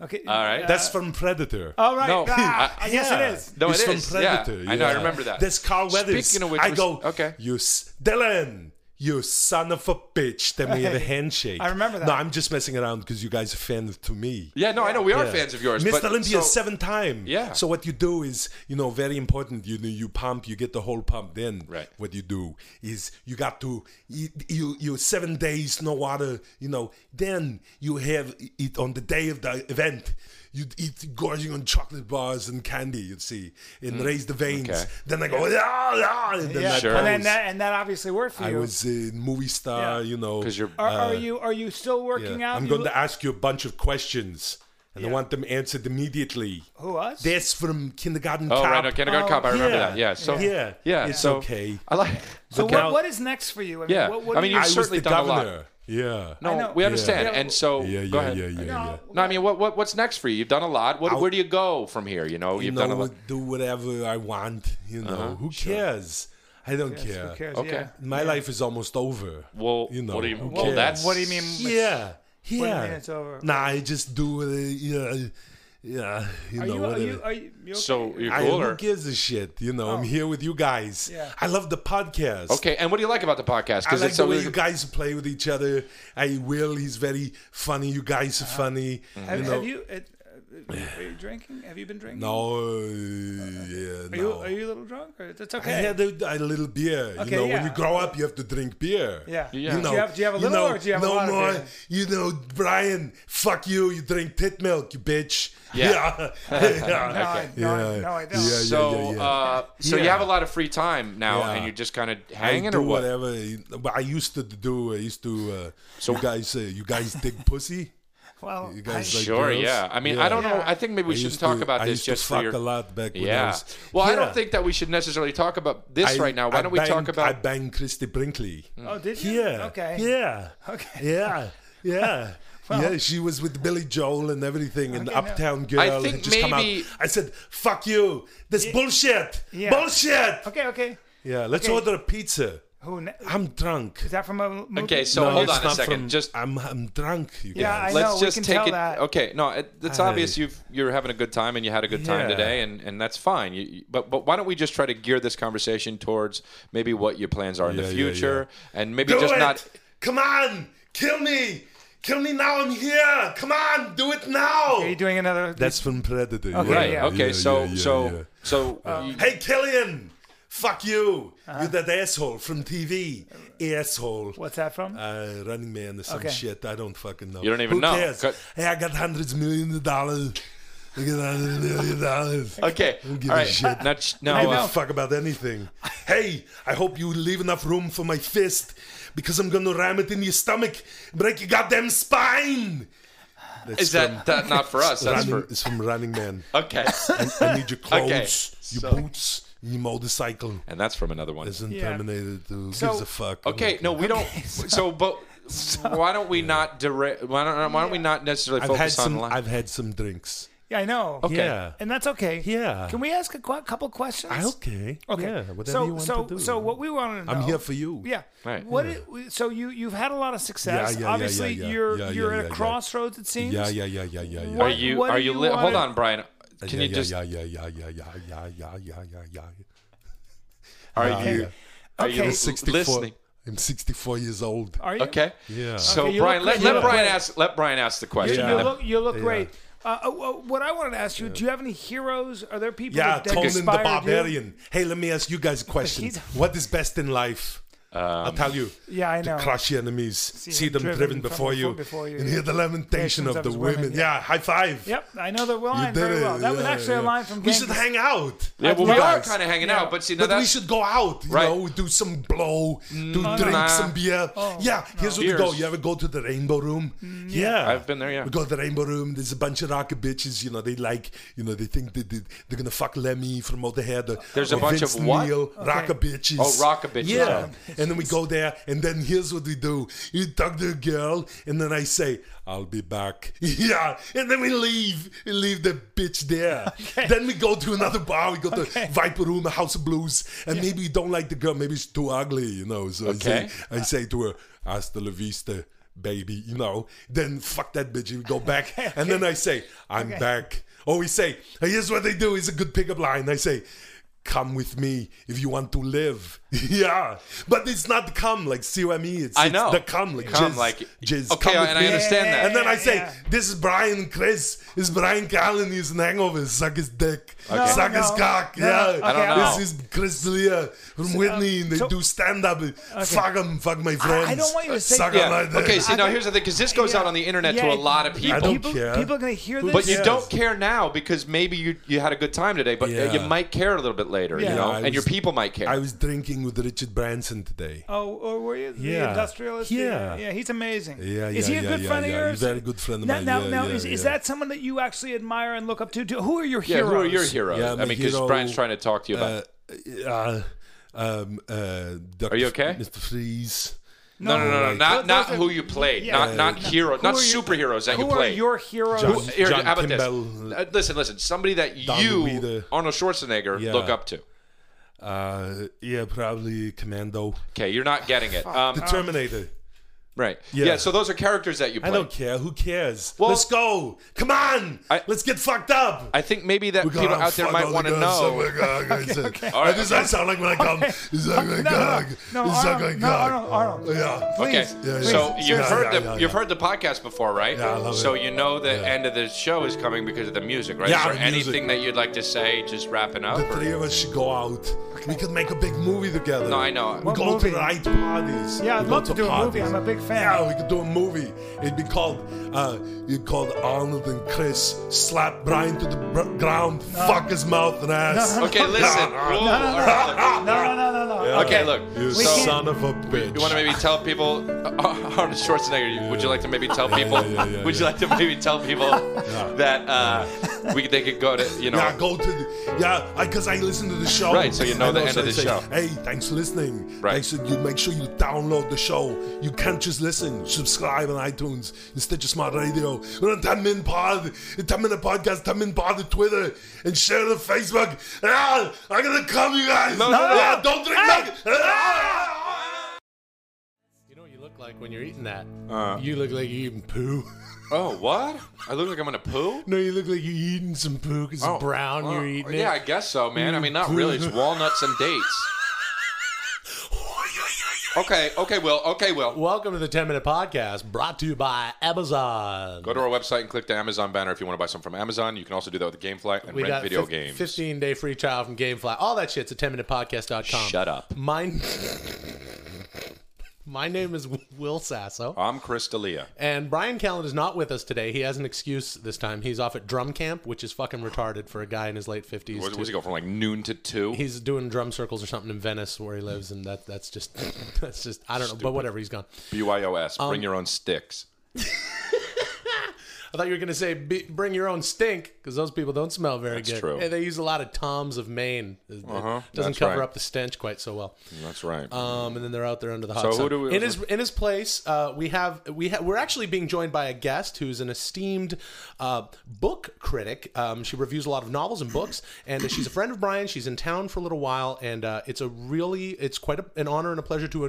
Speaker 1: Okay. Uh,
Speaker 6: All right.
Speaker 4: That's from Predator.
Speaker 1: all right.
Speaker 6: No,
Speaker 1: Ah,
Speaker 6: I-
Speaker 1: yes,
Speaker 4: Yeah.
Speaker 1: it is.
Speaker 6: No,
Speaker 4: it's
Speaker 6: it
Speaker 4: from
Speaker 6: is.
Speaker 4: Predator.
Speaker 6: Yeah, I know. I remember that.
Speaker 4: That's Carl Weathers.
Speaker 6: Speaking of which,
Speaker 4: I
Speaker 6: we're-
Speaker 4: go.
Speaker 6: okay.
Speaker 4: You, s- Dylan. You son of a bitch. Then we have a handshake.
Speaker 1: I remember that.
Speaker 4: No, I'm just messing around because you guys are fans to me.
Speaker 6: yeah, no, I know we are
Speaker 4: Yeah.
Speaker 6: fans of yours.
Speaker 4: Mr.
Speaker 6: but-
Speaker 4: Olympia
Speaker 6: so-
Speaker 4: seven time.
Speaker 6: Yeah.
Speaker 4: So what you do is, you know, very important. You you pump, you get the whole pump. Then
Speaker 6: Right.
Speaker 4: what you do is you got to eat, you you seven days no water. You know, then you have it on the day of the event. You eat gorging on chocolate bars and candy. You see, and raise the veins.
Speaker 6: Mm. Okay.
Speaker 4: Then I go ah, ah, and then
Speaker 1: Yeah.
Speaker 4: I
Speaker 6: Sure.
Speaker 1: And then
Speaker 4: pose.
Speaker 1: that and that obviously worked for
Speaker 4: I
Speaker 1: you.
Speaker 4: was a movie star.
Speaker 1: Yeah.
Speaker 4: You know,
Speaker 6: 'Cause you're-
Speaker 1: are, are you are you still working
Speaker 4: yeah.
Speaker 1: out?
Speaker 4: I'm
Speaker 1: You-
Speaker 4: going to ask you a bunch of questions, and
Speaker 1: Yeah.
Speaker 4: I want them answered immediately.
Speaker 1: Who us?
Speaker 4: That's from Kindergarten
Speaker 6: Oh
Speaker 4: Cop.
Speaker 6: right, no, Kindergarten
Speaker 1: Oh,
Speaker 6: Cop. I remember
Speaker 4: yeah.
Speaker 6: that. Yeah. So
Speaker 4: Yeah.
Speaker 6: yeah.
Speaker 4: It's
Speaker 6: so
Speaker 4: okay.
Speaker 6: I like.
Speaker 1: so
Speaker 4: Okay.
Speaker 1: what, what is next for you? I mean,
Speaker 6: Yeah.
Speaker 1: What, what
Speaker 6: I
Speaker 1: do
Speaker 6: mean,
Speaker 1: you,
Speaker 6: you've
Speaker 4: I was
Speaker 6: certainly
Speaker 4: the
Speaker 6: done a lot.
Speaker 4: governor. Yeah.
Speaker 6: No,
Speaker 1: know.
Speaker 6: we understand.
Speaker 1: Yeah.
Speaker 6: And so
Speaker 4: Yeah, yeah,
Speaker 6: go ahead.
Speaker 4: yeah, yeah, yeah.
Speaker 6: No, I mean, what, what what's next for you? You've done a lot. What, where do you go from here? You know,
Speaker 4: You
Speaker 6: you've
Speaker 4: know,
Speaker 6: done a lot. Uh-huh.
Speaker 4: do whatever I want. You know, who cares? I don't care.
Speaker 1: Who cares?
Speaker 6: Okay.
Speaker 1: Yeah.
Speaker 4: My life is almost over.
Speaker 6: Oh. Well,
Speaker 4: you know,
Speaker 6: what do you
Speaker 4: who
Speaker 6: well,
Speaker 4: cares?
Speaker 6: that's
Speaker 1: What do you mean?
Speaker 4: Yeah. Yeah.
Speaker 1: What do you mean it's over?
Speaker 4: Nah, I just do what I, yeah, yeah, you
Speaker 1: Are
Speaker 4: know,
Speaker 1: you, are
Speaker 4: whatever.
Speaker 1: you are you, you okay?
Speaker 6: So you're
Speaker 4: I, who
Speaker 6: cooler.
Speaker 4: gives a shit? You know, I'm here with you guys.
Speaker 1: Yeah.
Speaker 4: I love the podcast.
Speaker 6: Okay, and what do you like about the podcast?
Speaker 4: I like
Speaker 6: it's
Speaker 4: the
Speaker 6: a-
Speaker 4: way you guys play with each other. I will. He's very funny. You guys are funny.
Speaker 1: Uh-huh. have,
Speaker 4: You know,
Speaker 1: have you? It, uh, are you drinking? Have you been drinking?
Speaker 4: No, uh, yeah,
Speaker 1: Are
Speaker 4: no.
Speaker 1: you are you a little drunk? Or that's
Speaker 4: I
Speaker 1: okay.
Speaker 4: had a, a little beer.
Speaker 1: Okay,
Speaker 4: you know, when
Speaker 1: yeah.
Speaker 4: you grow up, you have to drink beer.
Speaker 1: Yeah.
Speaker 6: Yeah.
Speaker 4: You
Speaker 1: Do
Speaker 4: know,
Speaker 1: you have- do you have a little
Speaker 4: know,
Speaker 1: or do you have a
Speaker 4: no
Speaker 1: lot of
Speaker 4: more,
Speaker 1: beer?
Speaker 4: You know, Brian, fuck you. You drink tit milk, you bitch.
Speaker 6: Yeah.
Speaker 4: Yeah. yeah.
Speaker 1: no, I, no, I, no, I don't.
Speaker 4: Yeah, yeah,
Speaker 6: so
Speaker 4: yeah, yeah.
Speaker 6: Uh, so you
Speaker 4: Yeah.
Speaker 6: have a lot of free time now,
Speaker 4: Yeah.
Speaker 6: and you're just kind of
Speaker 4: I
Speaker 6: hanging
Speaker 4: do
Speaker 6: or what?
Speaker 4: whatever. But I used to do. I used to. Uh, so you guys, uh, you guys dig pussy?
Speaker 1: Well,
Speaker 4: You guys
Speaker 1: I,
Speaker 4: like
Speaker 6: Sure,
Speaker 4: girls?
Speaker 6: yeah. I mean, I don't know.
Speaker 1: Yeah.
Speaker 6: I think maybe we
Speaker 4: I
Speaker 6: shouldn't
Speaker 4: used
Speaker 6: talk
Speaker 4: to-
Speaker 6: about
Speaker 4: I
Speaker 6: this
Speaker 4: used
Speaker 6: just
Speaker 4: to
Speaker 6: for
Speaker 4: fuck
Speaker 6: your.
Speaker 4: a lot back when I
Speaker 6: yeah.
Speaker 4: was.
Speaker 6: Well, I
Speaker 4: Yeah.
Speaker 6: don't think that we should necessarily talk about this right now. Why
Speaker 4: I
Speaker 6: don't we talk
Speaker 4: banged- I
Speaker 6: about? Mm.
Speaker 4: banged Christy Brinkley?
Speaker 1: oh, did you?
Speaker 4: Yeah.
Speaker 1: Okay.
Speaker 4: Yeah.
Speaker 1: Okay.
Speaker 4: Yeah. Yeah. yeah, she was with Billy Joel and everything, and
Speaker 1: Okay, no.
Speaker 4: Uptown Girl.
Speaker 6: I think
Speaker 4: had just come out.
Speaker 6: maybe-
Speaker 4: I said, "Fuck you! This bullshit!
Speaker 1: Yeah.
Speaker 4: Bullshit!"
Speaker 1: Okay. Okay.
Speaker 4: Yeah, let's
Speaker 1: Okay.
Speaker 4: order a pizza.
Speaker 9: Who? ne-
Speaker 4: I'm drunk.
Speaker 9: Is that from a movie?
Speaker 6: Okay, so hold
Speaker 4: it's
Speaker 6: on a
Speaker 4: not
Speaker 6: second.
Speaker 4: from-
Speaker 6: Just
Speaker 4: I'm I'm drunk. You
Speaker 9: Yeah,
Speaker 4: guys.
Speaker 9: I
Speaker 6: let's
Speaker 9: know, we
Speaker 6: just
Speaker 9: can
Speaker 6: take
Speaker 9: tell
Speaker 6: it.
Speaker 9: that.
Speaker 6: Okay, no, it, it's
Speaker 4: Hey.
Speaker 6: obvious you've you're having a good time and you had a good time
Speaker 4: Yeah.
Speaker 6: today, and, and that's fine. You, you- but but why don't we just try to gear this conversation towards maybe what your plans are in
Speaker 4: Yeah,
Speaker 6: the
Speaker 4: yeah,
Speaker 6: future, and maybe
Speaker 4: do
Speaker 6: just
Speaker 4: it.
Speaker 6: not.
Speaker 4: Come on, kill me, kill me now. I'm here. Come on, do it now.
Speaker 9: Are you doing another?
Speaker 4: That's from Predator.
Speaker 9: Okay,
Speaker 6: Right.
Speaker 9: Yeah,
Speaker 6: okay.
Speaker 4: yeah,
Speaker 6: so
Speaker 4: yeah,
Speaker 6: so
Speaker 4: yeah.
Speaker 6: so.
Speaker 9: Uh,
Speaker 6: you-
Speaker 4: Hey, Killian, fuck you.
Speaker 6: Uh-huh.
Speaker 4: You're that asshole from TV. Asshole.
Speaker 9: What's that from?
Speaker 4: Uh, running Man or some
Speaker 9: Okay.
Speaker 4: shit. I don't fucking know.
Speaker 6: You don't even
Speaker 4: Who
Speaker 6: know.
Speaker 4: Cares?
Speaker 6: Cut.
Speaker 4: Hey, I got hundreds of millions of dollars. I got hundreds of millions of dollars.
Speaker 6: okay.
Speaker 4: give
Speaker 6: All
Speaker 4: a
Speaker 6: right.
Speaker 4: shit.
Speaker 6: Not sh-
Speaker 4: I
Speaker 6: no.
Speaker 4: don't give
Speaker 6: uh,
Speaker 4: a fuck about anything. Hey, I hope you leave enough room for my fist because I'm gonna ram it in your stomach, break your goddamn spine. That's
Speaker 6: Is that, that not for us?
Speaker 4: from
Speaker 6: That's
Speaker 4: running,
Speaker 6: for
Speaker 4: it's from Running Man.
Speaker 6: okay.
Speaker 4: I need your clothes,
Speaker 6: Okay,
Speaker 4: your
Speaker 6: so-
Speaker 4: boots, your motorcycle.
Speaker 6: And that's from another one.
Speaker 4: Isn't
Speaker 9: Yeah.
Speaker 4: Terminator 2
Speaker 9: So-
Speaker 4: gives a fuck?
Speaker 6: Okay, no, we don't. So, but why don't we not direct? Why don't, why don't we not necessarily
Speaker 4: I've had
Speaker 6: focus on?
Speaker 4: some.
Speaker 6: li-
Speaker 4: I've had some drinks.
Speaker 9: yeah, I know.
Speaker 6: Okay.
Speaker 4: Yeah.
Speaker 9: And that's okay.
Speaker 4: Yeah.
Speaker 9: Can we ask a qu- couple questions?
Speaker 4: I- Ah, okay.
Speaker 6: Oh,
Speaker 9: Okay.
Speaker 4: Yeah, whatever
Speaker 9: so,
Speaker 4: you want
Speaker 9: so,
Speaker 4: to do.
Speaker 9: so what we want to know?
Speaker 4: I'm here for you.
Speaker 9: Yeah.
Speaker 6: Right.
Speaker 9: What? i- so you you've had a lot of success.
Speaker 4: Yeah, yeah, yeah,
Speaker 9: Obviously,
Speaker 4: yeah, yeah.
Speaker 9: you're
Speaker 4: Yeah,
Speaker 9: you're
Speaker 4: yeah,
Speaker 9: at a
Speaker 4: yeah, yeah.
Speaker 9: crossroads. It seems.
Speaker 4: Yeah, yeah, yeah, yeah, yeah, yeah.
Speaker 6: are
Speaker 9: What-
Speaker 6: you?
Speaker 9: what
Speaker 6: are
Speaker 9: do
Speaker 6: you?
Speaker 9: you
Speaker 6: Li- hold
Speaker 9: wanna-
Speaker 6: on, Brian. Can
Speaker 4: yeah,
Speaker 6: you just?
Speaker 4: yeah, yeah, yeah, yeah, yeah, yeah, yeah, yeah, yeah, yeah.
Speaker 6: Are
Speaker 4: Yeah,
Speaker 6: you?
Speaker 4: yeah.
Speaker 6: Are you
Speaker 9: Okay.
Speaker 6: l-
Speaker 4: I'm 64.
Speaker 6: listening?
Speaker 4: I'm 64 years old.
Speaker 9: Are you?
Speaker 6: Okay.
Speaker 4: Yeah.
Speaker 6: So
Speaker 9: Okay, you
Speaker 6: Brian,
Speaker 9: look
Speaker 6: let,
Speaker 9: great.
Speaker 6: let
Speaker 9: You look
Speaker 6: Brian
Speaker 9: great.
Speaker 6: ask. Let Brian ask the
Speaker 9: You,
Speaker 6: question.
Speaker 4: Yeah.
Speaker 9: you
Speaker 6: And-
Speaker 9: look you look
Speaker 4: Yeah.
Speaker 9: great. Uh, uh, uh, what I wanted to ask you: Do you have any heroes? Are there people?
Speaker 4: Yeah,
Speaker 9: that, that
Speaker 4: Conan the
Speaker 9: inspired you?
Speaker 4: Barbarian. Hey, let me ask you guys a question.
Speaker 9: he's-
Speaker 4: What is best in life?
Speaker 6: Um,
Speaker 4: I'll tell you.
Speaker 9: Yeah, I know.
Speaker 4: To crush your enemies, see,
Speaker 9: them
Speaker 4: them
Speaker 9: driven
Speaker 4: driven
Speaker 9: from
Speaker 4: before you,
Speaker 9: before you,
Speaker 4: and hear the lamentation of, the women. Yeah. high five.
Speaker 9: Yep, I know the
Speaker 4: You
Speaker 9: line
Speaker 4: did
Speaker 9: very
Speaker 4: it.
Speaker 9: well. That was
Speaker 4: Yeah,
Speaker 9: actually a
Speaker 4: yeah.
Speaker 9: line from.
Speaker 4: We
Speaker 9: Genghis-
Speaker 4: should hang out.
Speaker 6: yeah, well,
Speaker 4: You
Speaker 6: we are
Speaker 4: guys.
Speaker 6: kind of hanging out, but see, now
Speaker 4: But we
Speaker 6: that's
Speaker 4: should go out, you
Speaker 6: Right. Mm,
Speaker 4: know, do some blow, do drink
Speaker 6: Nah.
Speaker 4: some beer.
Speaker 9: Oh,
Speaker 4: yeah, here's what we go.
Speaker 6: Beers.
Speaker 4: You ever go to the Rainbow Room?
Speaker 9: Mm.
Speaker 4: yeah.
Speaker 6: I've been there, yeah.
Speaker 4: We go to the Rainbow Room. There's a bunch of rocker bitches, you know, they like, you know, they think that they, they're going to fuck Lemmy from Motorhead. Or,
Speaker 6: There's a
Speaker 4: or
Speaker 6: bunch
Speaker 4: Vince
Speaker 6: of what?
Speaker 4: Neil, Rocker bitches.
Speaker 6: Oh, rocker bitches,
Speaker 4: Yeah.
Speaker 6: yeah.
Speaker 4: And then we go there, and then here's what we do. You talk to a girl, and then I say, I'll be back. yeah. And then we leave. We leave the bitch there. Then we go to another bar. We go to Viper Room, House of Blues. And maybe you don't like the girl. Maybe she's too ugly, you know. So
Speaker 6: Okay.
Speaker 4: I, say, I say to her, hasta la vista, baby, you know. Then fuck that bitch. We go back. And then I say, I'm back. Or we say, here's what they do. It's a good pickup line. I say, come with me if you want to live. yeah. But it's not come like C-O-M-E. It's,
Speaker 6: I
Speaker 4: it's
Speaker 6: know.
Speaker 4: the come like
Speaker 6: Come
Speaker 4: jizz,
Speaker 6: like-
Speaker 4: jizz.
Speaker 6: Okay,
Speaker 4: come with
Speaker 6: and I
Speaker 4: me.
Speaker 6: understand that.
Speaker 4: And then I say,
Speaker 9: Yeah.
Speaker 4: this is Brian and Chris. This is Brian Callen. He's in hangover. Suck his dick. Suck his
Speaker 9: no.
Speaker 4: cock.
Speaker 9: No,
Speaker 4: yeah.
Speaker 9: okay, I
Speaker 6: don't know.
Speaker 4: This is Chris D'Elia from Whitney. And they
Speaker 9: so-
Speaker 4: do stand-up. Fuck him. Fuck my friends.
Speaker 9: don't want you to say-
Speaker 4: Suck
Speaker 6: yeah.
Speaker 4: on my dick.
Speaker 6: okay, see, now
Speaker 9: think-
Speaker 6: here's the thing, because this goes
Speaker 9: Yeah.
Speaker 6: out on the internet to
Speaker 9: Yeah,
Speaker 6: a lot of people.
Speaker 4: I don't
Speaker 9: people,
Speaker 4: care.
Speaker 9: People are going to hear this.
Speaker 6: But you
Speaker 4: Yes.
Speaker 6: don't care now because maybe you, you had a good time today, but uh,
Speaker 4: Yeah.
Speaker 6: you might care a little bit later,
Speaker 9: Yeah.
Speaker 6: you know,
Speaker 4: I
Speaker 6: and
Speaker 4: was-
Speaker 6: your people might care.
Speaker 4: I was drinking with Richard Branson today.
Speaker 9: Oh, or were you the
Speaker 4: Yeah.
Speaker 9: industrialist?
Speaker 4: Yeah.
Speaker 9: yeah, he's amazing.
Speaker 4: Yeah,
Speaker 9: Is
Speaker 4: yeah,
Speaker 9: he a
Speaker 4: yeah,
Speaker 9: good
Speaker 4: yeah,
Speaker 9: friend
Speaker 4: yeah.
Speaker 9: of yours?
Speaker 4: Very good friend of
Speaker 9: Now,
Speaker 4: mine.
Speaker 9: now,
Speaker 4: Yeah,
Speaker 9: now
Speaker 4: yeah,
Speaker 9: is, is
Speaker 4: yeah.
Speaker 9: that someone that you actually admire and look up to? Do, who are your
Speaker 6: yeah,
Speaker 9: heroes?
Speaker 6: who are your heroes?
Speaker 4: Yeah,
Speaker 6: I
Speaker 4: my
Speaker 6: mean, because
Speaker 4: hero-
Speaker 6: Brian's trying to talk to you about.
Speaker 4: Uh, uh, um, uh, Dr.
Speaker 6: Are you okay?
Speaker 4: Mr. Freeze.
Speaker 6: no, no, no, no,
Speaker 4: like-
Speaker 6: not
Speaker 9: Those
Speaker 6: not
Speaker 9: are-
Speaker 6: who you played,
Speaker 9: yeah.
Speaker 6: not not hero, not
Speaker 9: Who are your-
Speaker 6: superheroes that
Speaker 9: Who
Speaker 6: you
Speaker 9: are
Speaker 6: played.
Speaker 9: your heroes?
Speaker 4: John-
Speaker 6: Here, how about
Speaker 4: Kimball.
Speaker 6: this? Uh, listen, listen. Somebody that
Speaker 4: Don
Speaker 6: you,
Speaker 4: DeWeeder.
Speaker 6: Arnold Schwarzenegger,
Speaker 4: Yeah.
Speaker 6: look up to.
Speaker 4: Uh, yeah, probably Commando.
Speaker 6: Okay, you're not getting it. Um,
Speaker 4: The Terminator.
Speaker 6: right. Yeah.
Speaker 4: Yeah.
Speaker 6: So those are characters that you
Speaker 4: I
Speaker 6: played.
Speaker 4: don't care. Who cares?
Speaker 6: Well-
Speaker 4: Let's go. Come on.
Speaker 6: I-
Speaker 4: Let's get fucked up.
Speaker 6: I think maybe that
Speaker 4: We
Speaker 6: people
Speaker 4: gotta
Speaker 6: out there
Speaker 4: fuck
Speaker 6: might
Speaker 4: all
Speaker 6: want to
Speaker 4: the girls. Oh
Speaker 6: know.
Speaker 4: my God, I said-
Speaker 6: All right,
Speaker 4: This is what I sound like when I come. It's like my
Speaker 9: No, no,
Speaker 4: cock.
Speaker 9: no,
Speaker 4: It's like
Speaker 9: Arnold,
Speaker 4: my
Speaker 9: no,
Speaker 4: cock.
Speaker 9: Arnold, Arnold.
Speaker 4: Yeah.
Speaker 6: Okay,
Speaker 9: Please,
Speaker 4: yeah,
Speaker 6: so
Speaker 4: yeah.
Speaker 6: you've
Speaker 4: Yeah,
Speaker 6: heard
Speaker 4: yeah,
Speaker 6: the
Speaker 4: yeah,
Speaker 6: you've
Speaker 4: yeah.
Speaker 6: heard the podcast before, right?
Speaker 4: Yeah, I love
Speaker 6: so
Speaker 4: it.
Speaker 6: you know the
Speaker 4: Yeah.
Speaker 6: end of the show is coming because of the music, right?
Speaker 4: Yeah,
Speaker 6: is there
Speaker 4: the music.
Speaker 6: anything that you'd like to say, just wrapping up?
Speaker 4: The
Speaker 6: or-
Speaker 4: three of us should go out. We could make a big movie together.
Speaker 6: No, I know.
Speaker 4: We
Speaker 6: What
Speaker 4: go
Speaker 9: movie?
Speaker 4: to right parties.
Speaker 9: Yeah, I'd
Speaker 4: We
Speaker 9: love
Speaker 4: go
Speaker 9: to do a movie.
Speaker 4: parties.
Speaker 9: I'm a big fan.
Speaker 4: Yeah, we could do a movie. It'd be called, uh, you'd call it Arnold and Chris slap Brian to the br- ground, fuck his mouth and ass.
Speaker 6: Okay, listen. Whoa, all right, look.
Speaker 9: No, no, no, no, no.
Speaker 6: Okay, look.
Speaker 4: You
Speaker 6: so
Speaker 9: can't-
Speaker 4: son of a bitch.
Speaker 6: you want to maybe tell people uh, Arnold Schwarzenegger? you- Would you like to maybe tell people?
Speaker 4: yeah, yeah,
Speaker 6: would you
Speaker 4: yeah.
Speaker 6: like to maybe tell people that uh, we they could go to you know?
Speaker 4: Yeah, go to the, yeah, because I listen to the show.
Speaker 6: Right, so you know
Speaker 4: And
Speaker 6: the
Speaker 4: also
Speaker 6: end of the
Speaker 4: I
Speaker 6: show.
Speaker 4: Hey, thanks for listening.
Speaker 6: Right.
Speaker 4: Thanks for, you make sure you download the show. You can't just listen. Subscribe on iTunes, and Stitcher Smart Radio. We're on 10 Minute Pod, 10 Minute Podcast, 10 Minute Pod on Twitter, and share it on Facebook. Ah, I'm gonna come, you guys.
Speaker 6: no, no.
Speaker 4: Ah, don't drink milk. Ah!
Speaker 2: like when you're eating that,
Speaker 6: Uh,
Speaker 2: you look like you're eating poo.
Speaker 6: Oh, what? I look like I'm gonna poo?
Speaker 2: no, you look like you're eating some poo because
Speaker 6: Oh,
Speaker 2: it's brown.
Speaker 6: oh,
Speaker 2: you're eating
Speaker 6: Yeah, I
Speaker 2: it.
Speaker 6: guess so, man. I mean, not really. It's walnuts and dates. Okay, okay, Will. Okay, Will.
Speaker 2: Welcome to the 10 minute podcast brought to you by Amazon.
Speaker 6: Go to our website and click the Amazon banner if you want to buy some from Amazon. You can also do that with GameFly and rent video
Speaker 2: fif-
Speaker 6: games.
Speaker 2: 15 day free trial from Gamefly. All that shit's at 10minutepodcast.com.
Speaker 6: Shut up.
Speaker 2: Mine. My name is Will Sasso.
Speaker 6: I'm Chris D'Elia.
Speaker 2: And Brian Callen is not with us today. He has an excuse this time. He's off at drum camp, which is fucking retarded for a guy in his late 50s.
Speaker 6: What
Speaker 2: to-
Speaker 6: does he go from like noon to two?
Speaker 2: He's doing drum circles or something in Venice where he lives, and that that's just that's just I don't know, but whatever. He's gone.
Speaker 6: BYOS.
Speaker 4: um,
Speaker 6: Bring your own sticks.
Speaker 2: I thought you were gonna say B- bring your own stink because those people don't smell very
Speaker 6: That's
Speaker 2: good.
Speaker 6: true. Uh-huh.
Speaker 2: And they use a lot of Toms of Maine. It doesn't
Speaker 6: that's
Speaker 2: cover
Speaker 6: right.
Speaker 2: up the stench quite so well.
Speaker 6: That's right.
Speaker 2: Um, and then they're out there under the hot
Speaker 6: So who
Speaker 2: sun.
Speaker 6: do we-
Speaker 2: in his in his place, uh, we have we ha- we're actually being joined by a guest who's an esteemed uh, book critic. Um, she reviews a lot of novels and books, and she's a friend of Brian. She's in town for a little while, and uh, it's a really it's quite a, an honor and a pleasure to uh,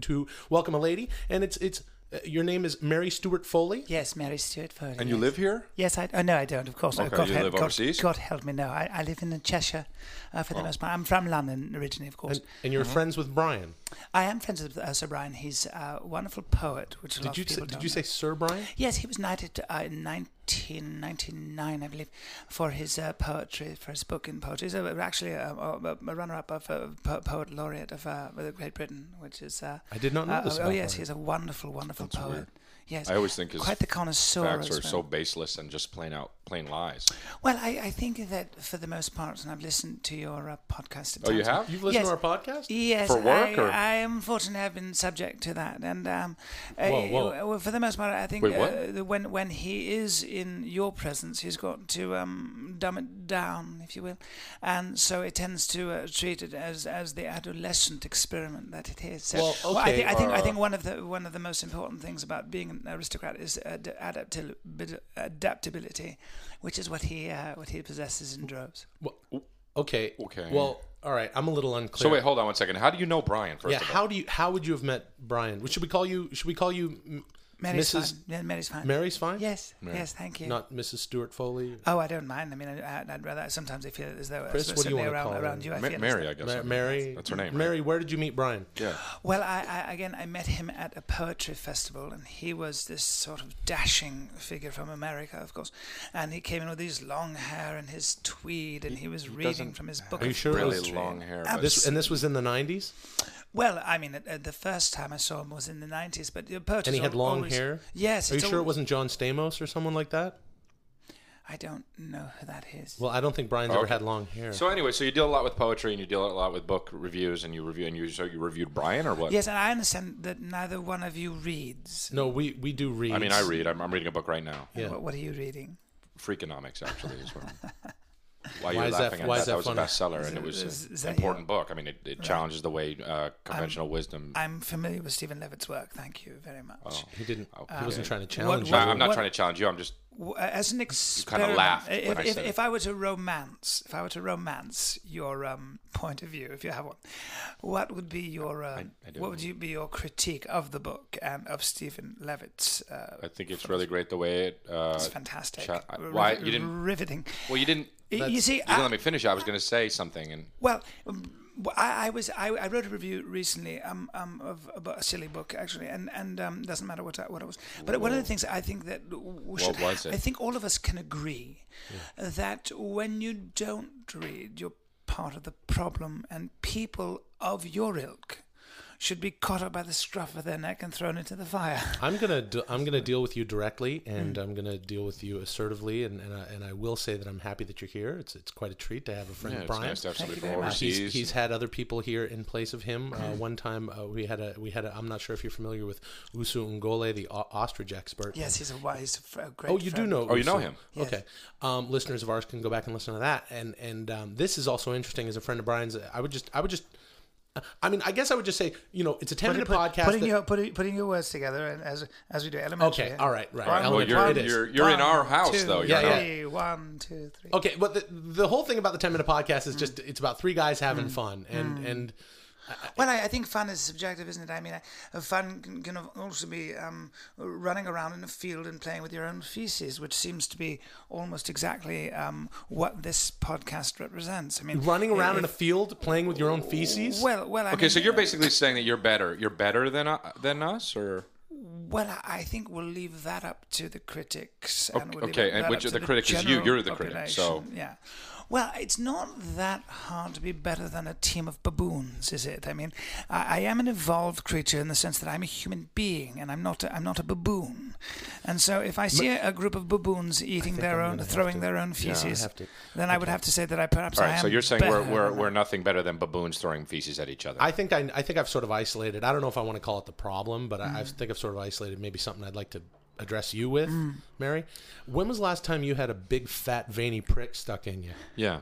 Speaker 2: to welcome a lady. And it's it's uh, your name is Mary Stewart Foley.
Speaker 9: Yes, Mary Stewart Foley.
Speaker 6: and you live here?
Speaker 9: Yes, I. Oh, no, I don't. Of course, not.
Speaker 6: Okay,
Speaker 9: God,
Speaker 6: you
Speaker 9: help,
Speaker 6: live
Speaker 9: God,
Speaker 6: overseas?
Speaker 9: God help me. No, I, I live in Cheshire uh, for the most part. I'm from London originally, of course.
Speaker 2: And you're friends with Brian.
Speaker 9: I am friends with uh, Sir Brian. He's a wonderful poet, which a
Speaker 2: Did
Speaker 9: lot of
Speaker 2: you say,
Speaker 9: people
Speaker 2: did
Speaker 9: don't
Speaker 2: you say
Speaker 9: know.
Speaker 2: Sir Brian?
Speaker 9: Yes, he was knighted uh, in 1999, I believe, for his uh, poetry, for his book in poetry. He's uh, actually a, a, a runner-up of uh, po- poet laureate of uh, Great Britain, which is. Uh,
Speaker 2: I did not know
Speaker 9: uh,
Speaker 2: this
Speaker 9: Oh,
Speaker 2: about
Speaker 9: yes,
Speaker 2: Brian.
Speaker 9: he's a wonderful, wonderful poet. Yes,
Speaker 6: I always think his
Speaker 9: quite the connoisseur.
Speaker 6: Facts
Speaker 9: as
Speaker 6: are
Speaker 9: well.
Speaker 6: so baseless and just plain out, plain lies.
Speaker 9: Well, I, I think that for the most part, and I've listened to your uh, podcast. at
Speaker 6: Oh, you
Speaker 9: times.
Speaker 6: have?
Speaker 2: You've listened
Speaker 9: Yes. E
Speaker 2: to our podcast?
Speaker 9: Yes,
Speaker 6: For work,
Speaker 9: I,
Speaker 6: or-
Speaker 9: I unfortunately have been subject to that, and um, uh,
Speaker 2: Whoa, whoa.
Speaker 9: well, for the most part, I think
Speaker 6: Wait, what?
Speaker 9: Uh, the- when when he is in your presence, he's got to um, dumb it down, if you will, and so it tends to uh, treat it as as the adolescent experiment that it is. So,
Speaker 2: Well,
Speaker 9: I
Speaker 2: okay,
Speaker 9: think I think, I
Speaker 6: uh,
Speaker 9: think one of the one of the most important things about being an aristocrat is ad- adaptil- bid- adaptability, which is what he uh, what he possesses in droves.
Speaker 2: Well, okay.
Speaker 6: Okay.
Speaker 2: Well, all right. I'm a little unclear.
Speaker 6: So wait, hold on one second. How do you know Brian? First
Speaker 2: Yeah.
Speaker 6: of all,
Speaker 2: How do you? How would you have met Brian? Should we call you? Should we call you M- Mrs.
Speaker 9: Mary's fine. Yeah, Mary's fine.
Speaker 2: Mary's fine?
Speaker 9: Yes, yes, thank you.
Speaker 2: Not Mrs. Stuart Foley.
Speaker 9: Oh, I don't mind. I mean, I, I- I'd rather. Sometimes I feel as though
Speaker 2: Chris, what do you
Speaker 9: certainly
Speaker 2: wanna
Speaker 9: around,
Speaker 2: call
Speaker 9: around
Speaker 2: her?
Speaker 9: you. I
Speaker 6: Ma-
Speaker 9: feel as
Speaker 6: Mary,
Speaker 9: though-
Speaker 6: I guess.
Speaker 2: Ma- Mary.
Speaker 6: That's her name, right?
Speaker 2: Mary. Where did you meet Brian?
Speaker 6: Yeah.
Speaker 9: Well, I, I again, I met him at a poetry festival, and he was this sort of dashing figure from America, of course. And he came in with his long hair and his tweed, and he was reading
Speaker 6: doesn't
Speaker 9: from his book.
Speaker 2: you
Speaker 9: of
Speaker 2: sure it
Speaker 6: Really
Speaker 2: was-
Speaker 9: poetry.
Speaker 6: long hair.
Speaker 9: Uh,
Speaker 6: but-
Speaker 2: This and this was in the 90s.
Speaker 9: Well, I mean, at, at the first time I saw him was in the nineties, but the poetry.
Speaker 2: And he had long hair.
Speaker 9: Yes.
Speaker 2: Are you
Speaker 9: it's
Speaker 2: sure
Speaker 9: al-
Speaker 2: it wasn't John Stamos or someone like that?
Speaker 9: I don't know who that is.
Speaker 2: Well, I don't think Brian's ever
Speaker 6: Oh, Okay.
Speaker 2: had long hair.
Speaker 6: So anyway, so you deal a lot with poetry and you deal a lot with book reviews and you review and you so you reviewed Brian or what?
Speaker 9: yes, and I understand that neither one of you reads.
Speaker 2: no, we we do read.
Speaker 6: I mean, I read. I'm, I'm reading a book right now.
Speaker 2: Yeah.
Speaker 9: What, what are you reading?
Speaker 6: Freakonomics actually is what. I'm-
Speaker 2: Why
Speaker 6: Why, you're
Speaker 2: is that-
Speaker 6: laughing at
Speaker 2: why
Speaker 6: that?
Speaker 2: is that
Speaker 6: that was a
Speaker 2: funny?
Speaker 6: bestseller and it was
Speaker 9: is- is
Speaker 6: an
Speaker 9: that
Speaker 6: important book. I mean, it, it challenges the way uh, conventional wisdom.
Speaker 9: I'm familiar with Stephen Levitt's work. Thank you very much.
Speaker 6: Oh.
Speaker 2: He didn't. he
Speaker 6: Okay.
Speaker 2: wasn't trying to challenge
Speaker 6: No,
Speaker 9: what-
Speaker 2: you.
Speaker 6: I'm not
Speaker 9: what-
Speaker 6: trying to challenge you. I'm just
Speaker 9: W- uh, As an experiment,
Speaker 6: laughed when
Speaker 9: if,
Speaker 6: I
Speaker 9: if,
Speaker 6: said it.
Speaker 9: if I were to romance, if I were to romance your um, point of view, if you have one, what would be your uh,
Speaker 6: I don't
Speaker 9: what would you be your critique of the book and of Stephen Levitt's? Uh,
Speaker 6: I think it's really great the way it. Uh,
Speaker 9: it's fantastic.
Speaker 6: cha- I-
Speaker 9: Riv-
Speaker 6: why you didn't?
Speaker 9: riveting?
Speaker 6: Well, you didn't. You
Speaker 9: you see,
Speaker 6: didn't
Speaker 9: I-
Speaker 6: let me finish. I was going to say something and.
Speaker 9: Well, um, w- I, I was I, I wrote a review recently um, um, of about a silly book actually, and and um, doesn't matter what I, what it was. But one of the things I think that we should
Speaker 6: was it?
Speaker 9: I think all of us can agree that when you don't read, you're part of the problem, and people of your ilk should be caught up by the scruff of their neck and thrown into the fire.
Speaker 2: I'm gonna d am gonna deal with you directly,
Speaker 6: Hmm.
Speaker 2: and I'm gonna deal with you assertively, and and I, and I will say that I'm happy that you're here. It's it's quite a treat to have a friend,
Speaker 6: Yeah, it's
Speaker 2: Brian.
Speaker 6: nice to have somebody
Speaker 9: you
Speaker 6: from
Speaker 9: very much.
Speaker 6: overseas.
Speaker 2: Uh, He's, he's had other people here in place of him. Uh, one time uh, we had a we had a, I'm not sure if you're familiar with Usu Ngole, the o- ostrich expert.
Speaker 9: Yes, he's a wise, fr- a great.
Speaker 2: Oh, you do
Speaker 9: friend.
Speaker 2: know.
Speaker 6: Oh, you know
Speaker 2: Usu.
Speaker 6: him.
Speaker 9: Yes.
Speaker 2: Okay. Um, listeners of ours can go back and listen to that. And and um, this is also interesting as a friend of Brian's. I would just I would just. I mean, I guess I would just say, you know, it's a ten minute
Speaker 9: Put-
Speaker 2: podcast.
Speaker 9: putting
Speaker 2: that-
Speaker 9: your putting, putting your words together and as as we do elementary.
Speaker 2: okay, all right, right.
Speaker 9: Brian,
Speaker 6: Well,
Speaker 2: Elementary,
Speaker 6: you're
Speaker 2: it is.
Speaker 6: you're, you're in our house
Speaker 9: two,
Speaker 6: though. You're
Speaker 2: Yeah,
Speaker 6: not-
Speaker 2: yeah.
Speaker 9: three, one, two, three. Mm.
Speaker 2: Okay, but the, the whole thing about the 10 minute podcast is just it's about three guys having fun and and
Speaker 9: Well, I, I think fun is subjective, isn't it? I mean, I, fun can, can also be um, running around in a field and playing with your own feces, which seems to be almost exactly um, what this podcast represents. I mean,
Speaker 2: Running
Speaker 9: i-
Speaker 2: around in a
Speaker 9: if-
Speaker 2: field playing with your own feces?
Speaker 9: well, well. I
Speaker 6: Okay,
Speaker 9: mean, uh,
Speaker 6: so you're basically saying that you're better. You're better than uh, than us, or
Speaker 9: Well, I- I think we'll leave that up to the critics. And we'll leave
Speaker 6: okay,
Speaker 9: that
Speaker 6: and
Speaker 9: up
Speaker 6: which
Speaker 9: to
Speaker 6: the critic is you.
Speaker 9: general
Speaker 6: You're the critic, so-
Speaker 9: population, yeah. Well, it's not that hard to be better than a team of baboons, is it? I mean, I, I am an evolved creature in the sense that I'm a human being, and I'm not. A, I'm not a baboon, and so if I see a, a group of baboons eating their own, throwing their own feces,
Speaker 2: have to.
Speaker 9: then I would have to say that I perhaps.
Speaker 6: all
Speaker 9: I
Speaker 6: right.
Speaker 9: am
Speaker 6: So you're saying we're
Speaker 9: better
Speaker 6: we're,
Speaker 9: than-
Speaker 6: we're nothing better than baboons throwing feces at each other.
Speaker 2: I think I, I think I've sort of isolated. I don't know if I want to call it the problem, but
Speaker 9: Mm-hmm.
Speaker 2: I, I think I've sort of isolated maybe something I'd like to address you with,
Speaker 9: Mm.
Speaker 2: Mary. When was the last time you had a big fat veiny prick stuck in you?
Speaker 6: yeah.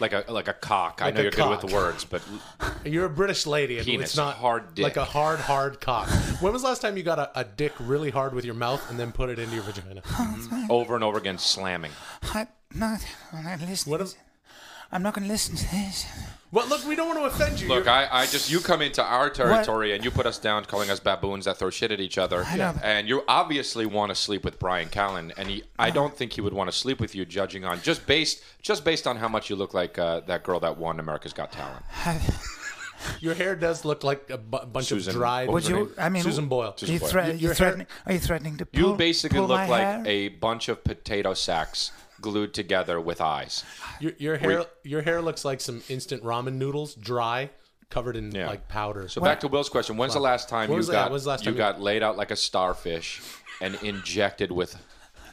Speaker 6: Like a like a cock. I
Speaker 2: Like
Speaker 6: know
Speaker 2: a
Speaker 6: you're good
Speaker 2: cock.
Speaker 6: with words, but
Speaker 2: You're a British lady, and
Speaker 6: Penis,
Speaker 2: it's not
Speaker 6: hard dick.
Speaker 2: like a hard hard cock. when was the last time you got a, a dick really hard with your mouth and then put it into your vagina?
Speaker 6: over and over again, slamming.
Speaker 9: I, no, I'm not listening.
Speaker 2: What am-
Speaker 9: I'm not going to listen to this.
Speaker 2: well, look, we don't want to offend you.
Speaker 6: Look,
Speaker 2: You're-
Speaker 6: I, I just you come into our territory and you put us down, calling us baboons that throw shit at each other.
Speaker 9: I know, but-
Speaker 6: And you obviously want to sleep with Brian Callen, and he, I don't think he would want to sleep with you, judging on just based just based on how much you look like uh, that girl that won America's Got Talent.
Speaker 2: your hair does look like a bu- bunch
Speaker 6: Susan-
Speaker 2: of dried.
Speaker 6: what was
Speaker 9: Would
Speaker 6: her
Speaker 9: you? I mean,
Speaker 2: Susan Boyle.
Speaker 9: Are you,
Speaker 6: Boyle.
Speaker 9: threat-
Speaker 2: Your-
Speaker 9: you
Speaker 2: your hair-
Speaker 9: threatening? Are you threatening to pull?
Speaker 6: You basically
Speaker 9: pull
Speaker 6: look
Speaker 9: my
Speaker 6: like
Speaker 9: hair?
Speaker 6: a bunch of potato sacks glued together with eyes.
Speaker 2: Your, your hair your hair looks like some instant ramen noodles, dry, covered in
Speaker 6: Yeah.
Speaker 2: like powder.
Speaker 6: So back to Will's question: When's the last time
Speaker 2: When
Speaker 6: you
Speaker 2: was the- yeah,
Speaker 6: got
Speaker 2: when's the last
Speaker 6: you
Speaker 2: time you-
Speaker 6: got laid out like a starfish and injected with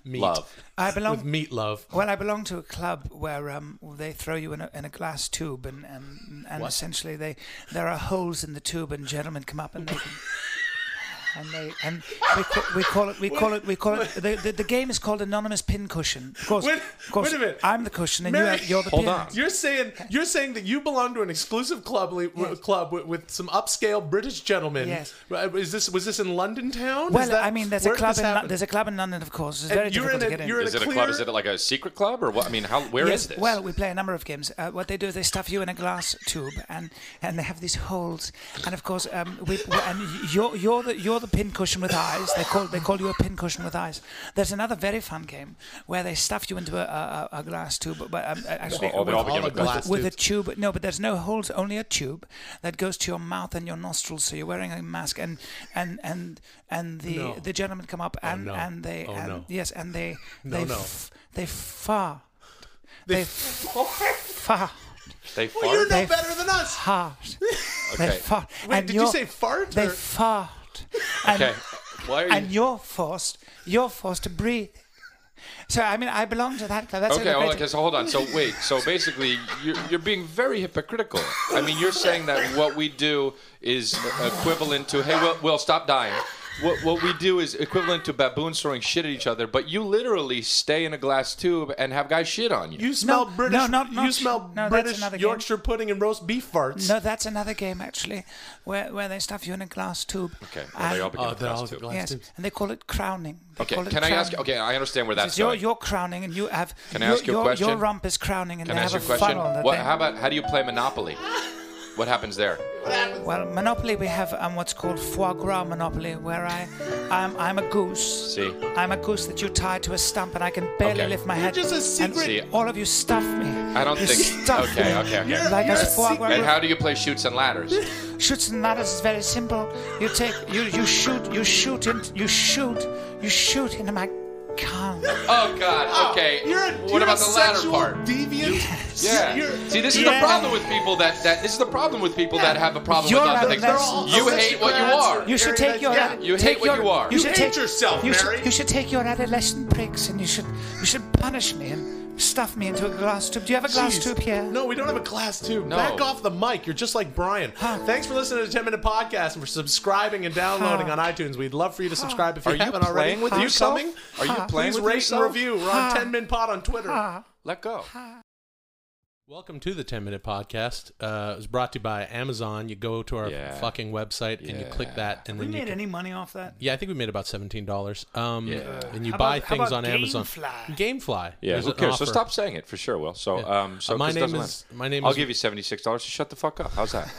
Speaker 2: meat.
Speaker 6: love?
Speaker 9: I
Speaker 2: With
Speaker 9: belong.
Speaker 2: meat love.
Speaker 9: Well, I belong to a club where um, they throw you in a, in a glass tube, and and, and essentially they there are holes in the tube, and gentlemen come up and they. Can, And they and we, ca- we call it we call it we call it the, the, the game is called anonymous pincushion. Of course,
Speaker 2: Wait-
Speaker 9: of course,
Speaker 2: wait a minute.
Speaker 9: I'm the cushion and
Speaker 2: Mary-
Speaker 9: you're, you're the
Speaker 6: Hold
Speaker 9: pin.
Speaker 6: on.
Speaker 2: You're saying you're saying that you belong to an exclusive club le-
Speaker 9: Yes.
Speaker 2: club with, with some upscale British gentlemen.
Speaker 9: Yes.
Speaker 2: Uh, Is this was this in London town? Is
Speaker 9: Well,
Speaker 2: that-
Speaker 9: I mean, there's a
Speaker 2: where did
Speaker 9: club
Speaker 2: this
Speaker 9: in Lo-
Speaker 2: happen?
Speaker 9: there's a club in London, of course. It's
Speaker 2: And
Speaker 9: very
Speaker 2: you're in
Speaker 9: difficult
Speaker 2: a-
Speaker 9: to get in.
Speaker 2: you're in
Speaker 6: Is it a club?
Speaker 2: clear-
Speaker 6: Is it like a secret club or what? I mean, how where is
Speaker 9: Yes,
Speaker 6: this?
Speaker 9: Well, we play a number of games. Uh, what they do is they stuff you in a glass tube, and, and they have these holes. And of course, um, we, we- and y- you're you're the you're the pincushion with eyes. They call they call you a pincushion with eyes. There's another very fun game where they stuff you into a, a, a a glass tube, but um, uh, actually
Speaker 6: Oh, they all
Speaker 9: with-
Speaker 6: begin with
Speaker 9: with,
Speaker 2: glass
Speaker 9: with a
Speaker 2: tubes.
Speaker 9: tube. No, but there's no holes, only a tube that goes to your mouth and your nostrils. So you're wearing a mask, and and and and the
Speaker 2: No.
Speaker 9: the gentlemen come up and
Speaker 2: no.
Speaker 9: and they
Speaker 2: Oh,
Speaker 9: and,
Speaker 2: no.
Speaker 9: yes, and they they
Speaker 2: no.
Speaker 9: F- they fart. They fart.
Speaker 6: they fart.
Speaker 2: Well, you're no
Speaker 9: They-
Speaker 2: better than us.
Speaker 9: Fart.
Speaker 6: Okay.
Speaker 9: They fart.
Speaker 2: Wait,
Speaker 9: And
Speaker 2: did you
Speaker 9: you're-
Speaker 2: say fart
Speaker 9: They
Speaker 2: or-
Speaker 9: fart. And,
Speaker 6: okay. Why are you?
Speaker 9: and you're forced. You're forced to breathe. So I mean, I belong to that club. That's
Speaker 6: Okay,
Speaker 9: a
Speaker 6: well,
Speaker 9: great-
Speaker 6: okay, so hold on. So wait, so basically, you're, you're being very hypocritical. I mean, you're saying that what we do is equivalent to, hey, Will, Will stop dying. What, what we do is equivalent to baboons throwing shit at each other, but you literally stay in a glass tube and have guys shit on you.
Speaker 2: You smell British.
Speaker 9: no, not-
Speaker 2: you
Speaker 9: not-
Speaker 2: smell
Speaker 9: no, that's
Speaker 2: British
Speaker 9: another game.
Speaker 2: Yorkshire pudding and roast beef farts.
Speaker 9: No, that's another game actually, where where they stuff you in a glass tube.
Speaker 6: okay, well, they
Speaker 9: And-
Speaker 6: all begin
Speaker 2: Oh,
Speaker 6: with
Speaker 2: they're
Speaker 6: glass
Speaker 2: all
Speaker 6: tube.
Speaker 2: glass-
Speaker 9: Yes,
Speaker 2: tubes.
Speaker 9: and they call it crowning. They
Speaker 6: Okay,
Speaker 9: call it
Speaker 6: can I ask?
Speaker 9: crowning.
Speaker 6: Okay, I understand where that's
Speaker 9: You're,
Speaker 6: going.
Speaker 9: you're crowning, and you have.
Speaker 6: Can I
Speaker 9: your-
Speaker 6: ask you a
Speaker 9: your, Your
Speaker 6: question?
Speaker 9: rump is crowning, and
Speaker 6: Can
Speaker 9: they
Speaker 6: I ask you
Speaker 9: have
Speaker 6: a
Speaker 9: a
Speaker 6: question?
Speaker 9: funnel. that
Speaker 6: What,
Speaker 9: they-
Speaker 6: how about how do you play Monopoly? What happens there?
Speaker 9: Well, Monopoly, we have um, what's called foie gras Monopoly, where I, I'm, I'm a goose.
Speaker 6: See.
Speaker 9: I'm a goose that you tie to a stump, and I can barely
Speaker 6: Okay.
Speaker 9: lift my head.
Speaker 2: just a
Speaker 9: and
Speaker 2: secret-
Speaker 6: See.
Speaker 9: all of you stuff me.
Speaker 6: I don't
Speaker 9: you
Speaker 6: think.
Speaker 9: Stuff
Speaker 6: okay,
Speaker 9: me.
Speaker 6: okay, okay.
Speaker 9: Like
Speaker 6: All
Speaker 9: a
Speaker 6: right.
Speaker 9: foie gras.
Speaker 6: And how do you play shoots and ladders?
Speaker 9: Shoots and ladders is very simple. You take, you, you shoot, you shoot, in, you shoot, you shoot into my car.
Speaker 6: Oh God. Okay.
Speaker 2: You're a,
Speaker 6: what
Speaker 2: you're
Speaker 6: about
Speaker 2: a
Speaker 6: the latter
Speaker 2: sexual
Speaker 6: part?
Speaker 2: Deviant.
Speaker 6: Yeah.
Speaker 2: You're-
Speaker 6: See, this is
Speaker 9: Yeah.
Speaker 6: the problem with people that, that this is the problem with people that have a problem
Speaker 9: You're
Speaker 6: with
Speaker 9: out
Speaker 6: other
Speaker 9: of
Speaker 6: things.
Speaker 9: left- They're all
Speaker 6: You hate what you are.
Speaker 9: You should take your
Speaker 2: Yeah,
Speaker 6: you hate
Speaker 9: take
Speaker 6: what
Speaker 9: your-
Speaker 6: you are.
Speaker 9: You,
Speaker 6: You
Speaker 9: should
Speaker 2: hate
Speaker 9: take,
Speaker 2: yourself,
Speaker 9: you
Speaker 2: Mary.
Speaker 9: Should, you should take your adolescent pricks and you should you should punish me and stuff me into a glass tube. Do you have a glass
Speaker 2: Jeez.
Speaker 9: tube here?
Speaker 2: No, we don't have a class tube. Back off the mic. You're just like Brian. Thanks for listening to 10 Minute Podcast and for subscribing and downloading on iTunes. We'd love for you to subscribe if you
Speaker 6: Are you
Speaker 2: haven't already.
Speaker 6: playing with
Speaker 2: Are you
Speaker 6: yourself?
Speaker 2: coming?
Speaker 9: Ah,
Speaker 6: Are you playing
Speaker 2: Please
Speaker 6: with
Speaker 2: rate
Speaker 6: yourself?
Speaker 2: and review. We're on 10 Min Pod on Twitter.
Speaker 6: Let go.
Speaker 2: Welcome to the 10 Minute Podcast. Uh, it was brought to you by Amazon. You go to our
Speaker 6: Yeah.
Speaker 2: fucking website and you click that, and
Speaker 9: We
Speaker 2: then you
Speaker 9: made
Speaker 2: can,
Speaker 9: any money off that?
Speaker 2: yeah, I think we made about seventeen dollars. Um, and you
Speaker 9: How
Speaker 2: buy
Speaker 9: about- how
Speaker 2: things on
Speaker 9: about
Speaker 2: Amazon.
Speaker 9: Gamefly?
Speaker 2: Gamefly.
Speaker 6: Yeah,
Speaker 2: There's
Speaker 6: who
Speaker 2: an
Speaker 6: cares? So
Speaker 2: offer.
Speaker 6: stop saying it for sure, Will. So, um, so
Speaker 2: Uh, my
Speaker 6: this
Speaker 2: name
Speaker 6: doesn't
Speaker 2: is-
Speaker 6: matter.
Speaker 2: my name
Speaker 6: I'll
Speaker 2: is-
Speaker 6: give you seventy six dollars. Shut the fuck up. How's that?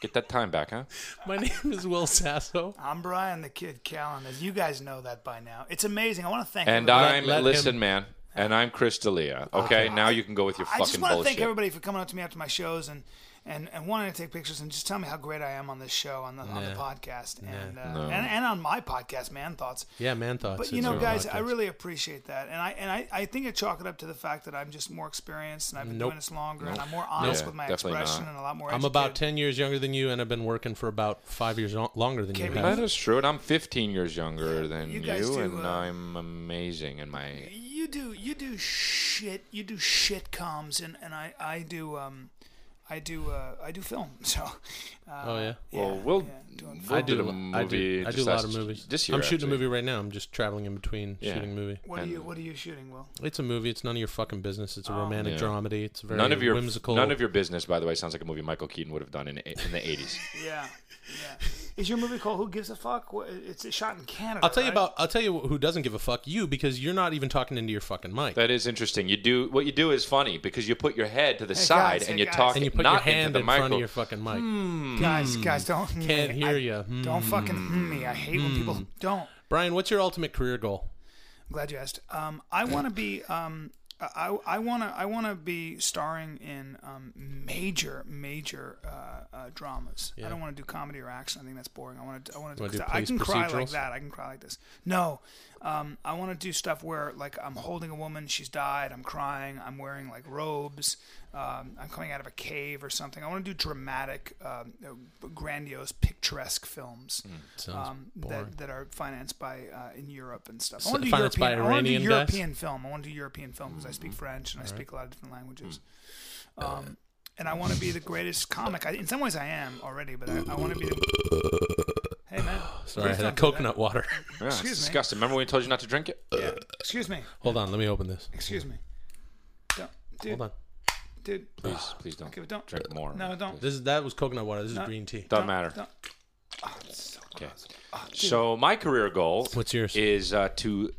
Speaker 6: Get that time back, huh?
Speaker 2: My name is Will Sasso.
Speaker 9: I'm Brian the Kid Callen, as you guys know that by now. It's amazing. I want to thank
Speaker 6: And
Speaker 9: everybody.
Speaker 6: I'm
Speaker 2: let him-
Speaker 6: listen, man. And I'm Chris D'Elia. Okay, now you can go with your
Speaker 9: I
Speaker 6: fucking
Speaker 9: just want to
Speaker 6: bullshit.
Speaker 9: thank everybody for coming up to me after my shows and, and, and wanting to take pictures and just tell me how great I am on this show, on the, on the podcast, and, uh, and and on my podcast, Man Thoughts.
Speaker 2: Yeah, man thoughts.
Speaker 9: But you
Speaker 2: It's
Speaker 9: know,
Speaker 2: our
Speaker 9: guys, I
Speaker 2: podcast.
Speaker 9: really appreciate that, and I and I, I think I chalk it up to the fact that I'm just more experienced and I've been
Speaker 2: Nope.
Speaker 9: doing this longer, and I'm more honest
Speaker 6: Yeah,
Speaker 9: with my
Speaker 6: definitely
Speaker 9: expression
Speaker 6: not.
Speaker 9: and a lot more.
Speaker 2: I'm about
Speaker 9: educated.
Speaker 2: ten years younger than you, and I've been working for about five years lo- longer than you.
Speaker 9: Okay,
Speaker 2: Have.
Speaker 6: That is true, and I'm 15 years younger than
Speaker 9: you
Speaker 6: you,
Speaker 9: guys do,
Speaker 6: and
Speaker 9: uh,
Speaker 6: I'm amazing. And my
Speaker 9: You do you do shit you do shit comms, and and I I do um. I do uh, I do film, so uh,
Speaker 2: Oh yeah.
Speaker 6: well, we'll,
Speaker 9: doing
Speaker 6: we'll
Speaker 2: I do.
Speaker 6: did a
Speaker 2: I
Speaker 6: movie.
Speaker 2: do. I do
Speaker 6: just
Speaker 2: a lot
Speaker 6: last-
Speaker 2: of movies.
Speaker 6: This year,
Speaker 2: I'm shooting
Speaker 6: actually.
Speaker 2: a movie right now. I'm just traveling in between
Speaker 6: Yeah.
Speaker 2: shooting a movie.
Speaker 9: what are you what are you shooting, Will?
Speaker 2: It's a movie. It's none of your fucking business. It's a romantic
Speaker 6: Yeah.
Speaker 2: dramedy. It's very
Speaker 6: Oh. None of your
Speaker 2: whimsical.
Speaker 6: none of your business, by the way, sounds like a movie Michael Keaton would have done in, in the 80s.
Speaker 9: Yeah, yeah. Is your movie called Who Gives a Fuck? Wha- It's shot in Canada.
Speaker 2: I'll tell you
Speaker 9: right?
Speaker 2: about. I'll tell you who doesn't give a fuck. You because you're not even talking into your fucking mic.
Speaker 6: That is interesting. You do what you do is funny because you put your head to the side
Speaker 9: guys,
Speaker 6: and
Speaker 9: hey,
Speaker 6: you
Speaker 9: guys.
Speaker 6: talk
Speaker 2: and you put
Speaker 6: not
Speaker 2: your hand
Speaker 6: into the Hmm.
Speaker 2: in
Speaker 6: micro.
Speaker 2: front of your fucking mic.
Speaker 9: guys. Guys, don't
Speaker 2: hmm. Can't
Speaker 9: I-
Speaker 2: hear you.
Speaker 9: Don't fucking hmm me. I hate when people don't.
Speaker 2: Brian, what's your ultimate career goal?
Speaker 9: glad you asked. Um, I want to be. Um, I I want to I want to be starring in um, major major uh, uh, dramas. I don't want to do comedy or action. I think that's boring. I want to I want to
Speaker 2: Wanna do
Speaker 9: I
Speaker 2: police
Speaker 9: can cry like
Speaker 2: procedurals?
Speaker 9: that. I can cry like this. No, um, I want to do stuff where like I'm holding a woman. She's died. I'm crying. I'm wearing like robes. Um, I'm coming out of a cave or something. I want to do dramatic, um, uh, grandiose, picturesque films
Speaker 2: Mm.
Speaker 9: um, that, that are financed by uh, in Europe and stuff. I want to do
Speaker 2: financed by
Speaker 9: European. I want to do
Speaker 2: Iranian Mm-hmm. guys?
Speaker 9: European film. I want to do European film because I speak French and I speak a lot of different languages. Um, and I want to be the greatest comic. I, in some ways, I am already, but I, I want to be. The, hey man,
Speaker 2: Sorry, I had a
Speaker 9: please don't do that.
Speaker 2: coconut water.
Speaker 6: Yeah, it's
Speaker 9: Excuse me.
Speaker 6: disgusting. Remember when we told you not to drink it?
Speaker 9: Yeah. Excuse me.
Speaker 2: Hold on, let me open this.
Speaker 9: Excuse me. Don't, dude,
Speaker 2: Hold on.
Speaker 9: dude.
Speaker 6: Please, please don't.
Speaker 9: Okay, but don't-
Speaker 6: drink more.
Speaker 9: No, don't.
Speaker 2: This is that was coconut water. This is green tea.
Speaker 6: Doesn't matter.
Speaker 9: don't.
Speaker 6: Okay. Ah, so my career goal
Speaker 2: What's yours?
Speaker 6: is uh, to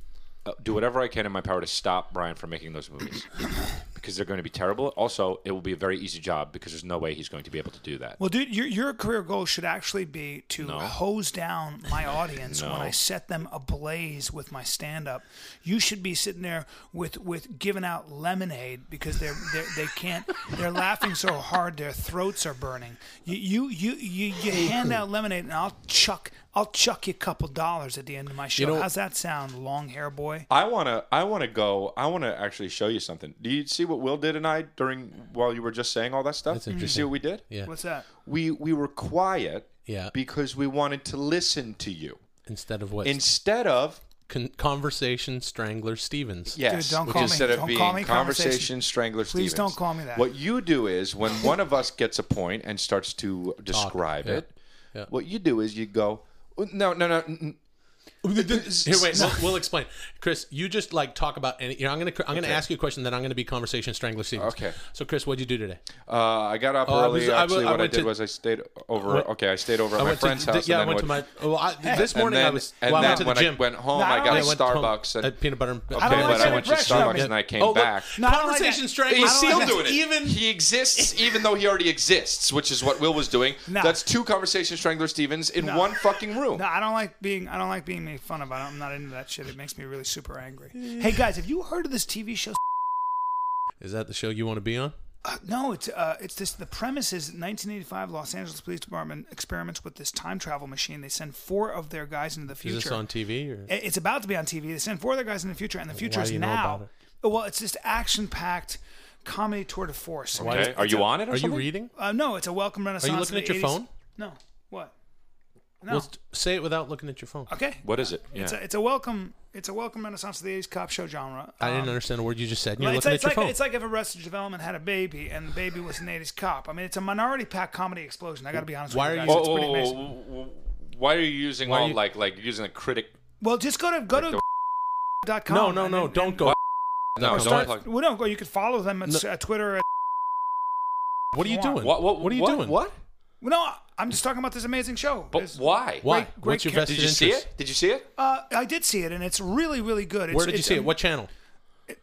Speaker 6: uh, do whatever I can in my power to stop Brian from making those movies because they're going to be terrible. Also, it will be a very easy job because there's no way he's going to be able to do that.
Speaker 9: Well, dude, your, your career goal should actually be to hose down my audience when I set them ablaze with my stand up. You should be sitting there with, with giving out lemonade because they're, they're they can't they're laughing so hard their throats are burning. You you you you, you hand out lemonade and I'll chuck I'll chuck you a couple dollars at the end of my show.
Speaker 2: know-
Speaker 9: How's that sound, long hair boy?
Speaker 6: I wanna, I wanna go. I wanna actually show you something. Do you see what Will did and I during while you were just saying all that stuff?
Speaker 2: That's
Speaker 6: Did you see
Speaker 2: interesting.
Speaker 6: what we did?
Speaker 2: Yeah.
Speaker 9: What's that?
Speaker 6: We we were quiet.
Speaker 2: Yeah.
Speaker 6: Because we wanted to listen to you
Speaker 2: Instead of what?
Speaker 6: instead of
Speaker 2: Con- conversation strangler Stevens.
Speaker 6: Yes,
Speaker 9: don't
Speaker 6: which
Speaker 9: call me-
Speaker 6: instead of
Speaker 9: don't
Speaker 6: being
Speaker 9: call me
Speaker 6: conversation,
Speaker 9: conversation.
Speaker 6: strangler
Speaker 9: Please
Speaker 6: Stevens.
Speaker 9: don't call me that.
Speaker 6: What you do is when one of us gets a point and starts to describe
Speaker 2: yeah,
Speaker 6: it, what you do is you go, "Oh, no, no, no. mm, mm."
Speaker 2: Here, wait. We'll, we'll explain. Chris, you just like talk about any. You know, I'm gonna. I'm gonna ask you a question. Then I'm gonna be conversation strangler Stevens.
Speaker 6: Okay.
Speaker 2: So, Chris, what'd you do today?
Speaker 6: Uh, I got up
Speaker 2: Oh, I
Speaker 6: early.
Speaker 2: was- I
Speaker 6: Actually,
Speaker 2: wa- I
Speaker 6: what I,
Speaker 2: went
Speaker 6: did
Speaker 2: to-
Speaker 6: was I stayed over.
Speaker 2: went-
Speaker 6: okay, I stayed over at
Speaker 2: I
Speaker 6: my
Speaker 2: went
Speaker 6: friend's
Speaker 2: to,
Speaker 6: house.
Speaker 2: Yeah, I
Speaker 6: and
Speaker 2: went
Speaker 6: then
Speaker 2: to my.
Speaker 6: went-
Speaker 2: Well, I, this
Speaker 6: and
Speaker 2: morning I
Speaker 6: then-
Speaker 2: was.
Speaker 6: And
Speaker 2: well, I
Speaker 6: then
Speaker 2: went to the
Speaker 6: when
Speaker 2: gym.
Speaker 6: I went home,
Speaker 9: No, I
Speaker 6: I
Speaker 9: don't
Speaker 6: got a
Speaker 9: like-
Speaker 2: I went
Speaker 6: Starbucks.
Speaker 2: home,
Speaker 6: And,
Speaker 2: at peanut butter. And,
Speaker 6: okay, but
Speaker 9: like that
Speaker 6: I went to
Speaker 9: impression of
Speaker 6: Starbucks
Speaker 9: me.
Speaker 6: and I came
Speaker 2: Oh, look,
Speaker 6: back.
Speaker 9: No, I don't like
Speaker 2: conversation
Speaker 9: that.
Speaker 2: strangler.
Speaker 6: He's
Speaker 9: I
Speaker 6: still
Speaker 9: don't like
Speaker 6: doing
Speaker 9: that.
Speaker 6: it.
Speaker 2: Even
Speaker 6: he exists, even though he already exists, which is what Will was doing.
Speaker 9: No.
Speaker 6: That's two conversation strangler Stevens in one fucking room.
Speaker 9: No, I don't like being I don't like being made fun of. I don't, I'm not into that shit. It makes me really super angry. hey guys, have you heard of this TV show?
Speaker 2: is that the show you want to be on?
Speaker 9: Uh, no, it's uh, it's this. The premise is 1985. Los Angeles Police Department experiments with this time travel machine. They send four of their guys into the
Speaker 2: Is
Speaker 9: future.
Speaker 2: this on TV or?
Speaker 9: I- It's about to be on TV. They send four of their guys in the future, and the future
Speaker 2: Why
Speaker 9: is
Speaker 2: do you know
Speaker 9: now.
Speaker 2: about it?
Speaker 9: Oh, Well, it's just action-packed comedy tour de force.
Speaker 6: Okay, are you on it? Or
Speaker 2: Are you
Speaker 6: something?
Speaker 2: reading?
Speaker 9: Uh, no, it's a welcome renaissance. of
Speaker 2: looking
Speaker 9: the
Speaker 2: at your
Speaker 9: 80s.
Speaker 2: phone?
Speaker 9: No. What? No.
Speaker 2: Well, st- say it without looking at your phone.
Speaker 9: okay.
Speaker 6: What is it?
Speaker 9: It's a, it's a welcome. It's a welcome renaissance of the 80s cop show genre.
Speaker 2: I
Speaker 9: Um,
Speaker 2: didn't understand a word you just said. and You're
Speaker 9: Like,
Speaker 2: looking
Speaker 9: it's,
Speaker 2: at
Speaker 9: like,
Speaker 2: your phone.
Speaker 9: it's like if Arrested Development had a baby and the baby was an 80s cop. I mean, it's a minority pack comedy explosion. I got to be honest
Speaker 2: Why
Speaker 9: with you.
Speaker 2: are
Speaker 9: guys.
Speaker 2: you-
Speaker 6: Oh,
Speaker 2: Oh,
Speaker 9: It's pretty amazing.
Speaker 6: why are you using
Speaker 2: Why are
Speaker 6: all
Speaker 2: you-
Speaker 6: like like using a critic?
Speaker 9: Well, just go to go to dot com.
Speaker 2: no, no,
Speaker 9: and-
Speaker 2: no.
Speaker 9: and-
Speaker 2: Don't go.
Speaker 6: No,
Speaker 2: Don't
Speaker 6: don't
Speaker 2: plug-
Speaker 6: plug.
Speaker 9: Well, don't go. You can follow them at
Speaker 2: No.
Speaker 9: uh, Twitter at
Speaker 2: What are you
Speaker 9: want.
Speaker 2: doing?
Speaker 6: What? What?
Speaker 2: What are you
Speaker 6: what,
Speaker 2: doing?
Speaker 6: What?
Speaker 9: Well, no, I'm just talking about this amazing show.
Speaker 6: But
Speaker 9: It's-
Speaker 6: why?
Speaker 2: Why?
Speaker 9: Great- great
Speaker 2: What's your
Speaker 9: ca-
Speaker 2: vested
Speaker 6: Did you see
Speaker 2: interest?
Speaker 6: it? Did you see it?
Speaker 9: Uh, I did see it, and it's really, really good. It's,
Speaker 2: Where did you
Speaker 9: it's-
Speaker 2: see it? What channel?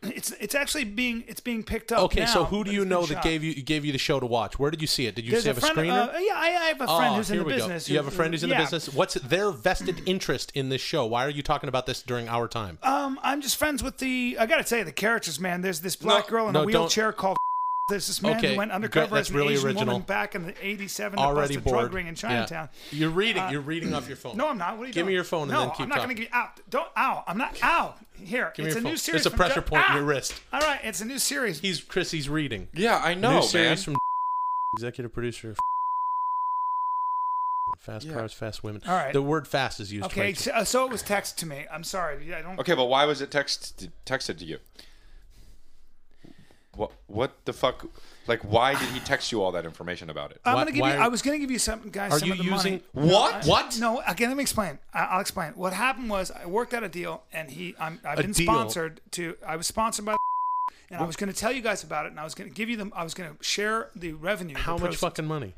Speaker 9: It's it's actually being it's being picked up.
Speaker 2: Okay, so
Speaker 9: now,
Speaker 2: who do
Speaker 9: but
Speaker 2: you
Speaker 9: it's
Speaker 2: know
Speaker 9: been
Speaker 2: that
Speaker 9: shot.
Speaker 2: gave you gave you the show to watch? Where did you see it? Did you
Speaker 9: There's
Speaker 2: have a
Speaker 9: friend,
Speaker 2: screener?
Speaker 9: Uh, yeah, I, I have a
Speaker 2: Oh,
Speaker 9: friend who's in
Speaker 2: here
Speaker 9: the
Speaker 2: we go.
Speaker 9: business.
Speaker 2: You
Speaker 9: who-
Speaker 2: have a friend who's in the
Speaker 9: yeah.
Speaker 2: business. What's their vested interest in this show? Why are you talking about this during our time?
Speaker 9: Um, I'm just friends with the. I gotta tell you, the characters, man. There's this black girl in
Speaker 2: no,
Speaker 9: a
Speaker 2: don't-
Speaker 9: wheelchair called. There's this man
Speaker 2: Okay,
Speaker 9: who went
Speaker 2: great,
Speaker 9: undercover
Speaker 2: that's
Speaker 9: as an
Speaker 2: really
Speaker 9: Asian
Speaker 2: original.
Speaker 9: woman back in the '87
Speaker 2: Already
Speaker 9: to bust a
Speaker 2: bored.
Speaker 9: drug ring in Chinatown. Uh,
Speaker 2: Yeah. You're reading. you're reading off your phone.
Speaker 9: No, I'm not. What are you
Speaker 2: Give
Speaker 9: doing?
Speaker 2: me your phone and
Speaker 9: no,
Speaker 2: then keep
Speaker 9: I'm not
Speaker 2: talking.
Speaker 9: gonna give you out. Don't ow. I'm not ow. Here,
Speaker 2: Give me
Speaker 9: it's
Speaker 2: your
Speaker 9: a new
Speaker 2: phone.
Speaker 9: series.
Speaker 2: There's a
Speaker 9: from
Speaker 2: pressure
Speaker 9: Jeff-
Speaker 2: point in
Speaker 9: Ah!
Speaker 2: your wrist.
Speaker 9: All right, it's a new series.
Speaker 2: He's Chris. He's reading.
Speaker 6: Yeah, I know,
Speaker 2: New
Speaker 6: man.
Speaker 2: series from executive producer. of Fast
Speaker 6: Yeah.
Speaker 2: cars, fast women.
Speaker 9: All right.
Speaker 2: The word "fast" is used.
Speaker 9: Okay,
Speaker 2: twice.
Speaker 9: so, uh, so it was text to me. I'm sorry. I don't.
Speaker 6: Okay, but why was it text texted to you? What what the fuck? Like, why did he text you all that information about it?
Speaker 9: I'm
Speaker 2: Why-
Speaker 9: gonna give
Speaker 2: why
Speaker 9: you.
Speaker 2: are-
Speaker 9: I was gonna give you some guys.
Speaker 2: Are
Speaker 9: some
Speaker 2: you
Speaker 9: of the
Speaker 2: using
Speaker 9: money.
Speaker 2: what? what?
Speaker 9: No, again, let me explain. I- I'll explain. What happened was I worked out a deal, and he, I'm, I've
Speaker 2: A
Speaker 9: been
Speaker 2: deal?
Speaker 9: sponsored to. I was sponsored by, and I was going to tell you guys about it, and I was going to give you them. I was going to share the revenue.
Speaker 2: How much
Speaker 9: the proceeds.
Speaker 2: fucking money?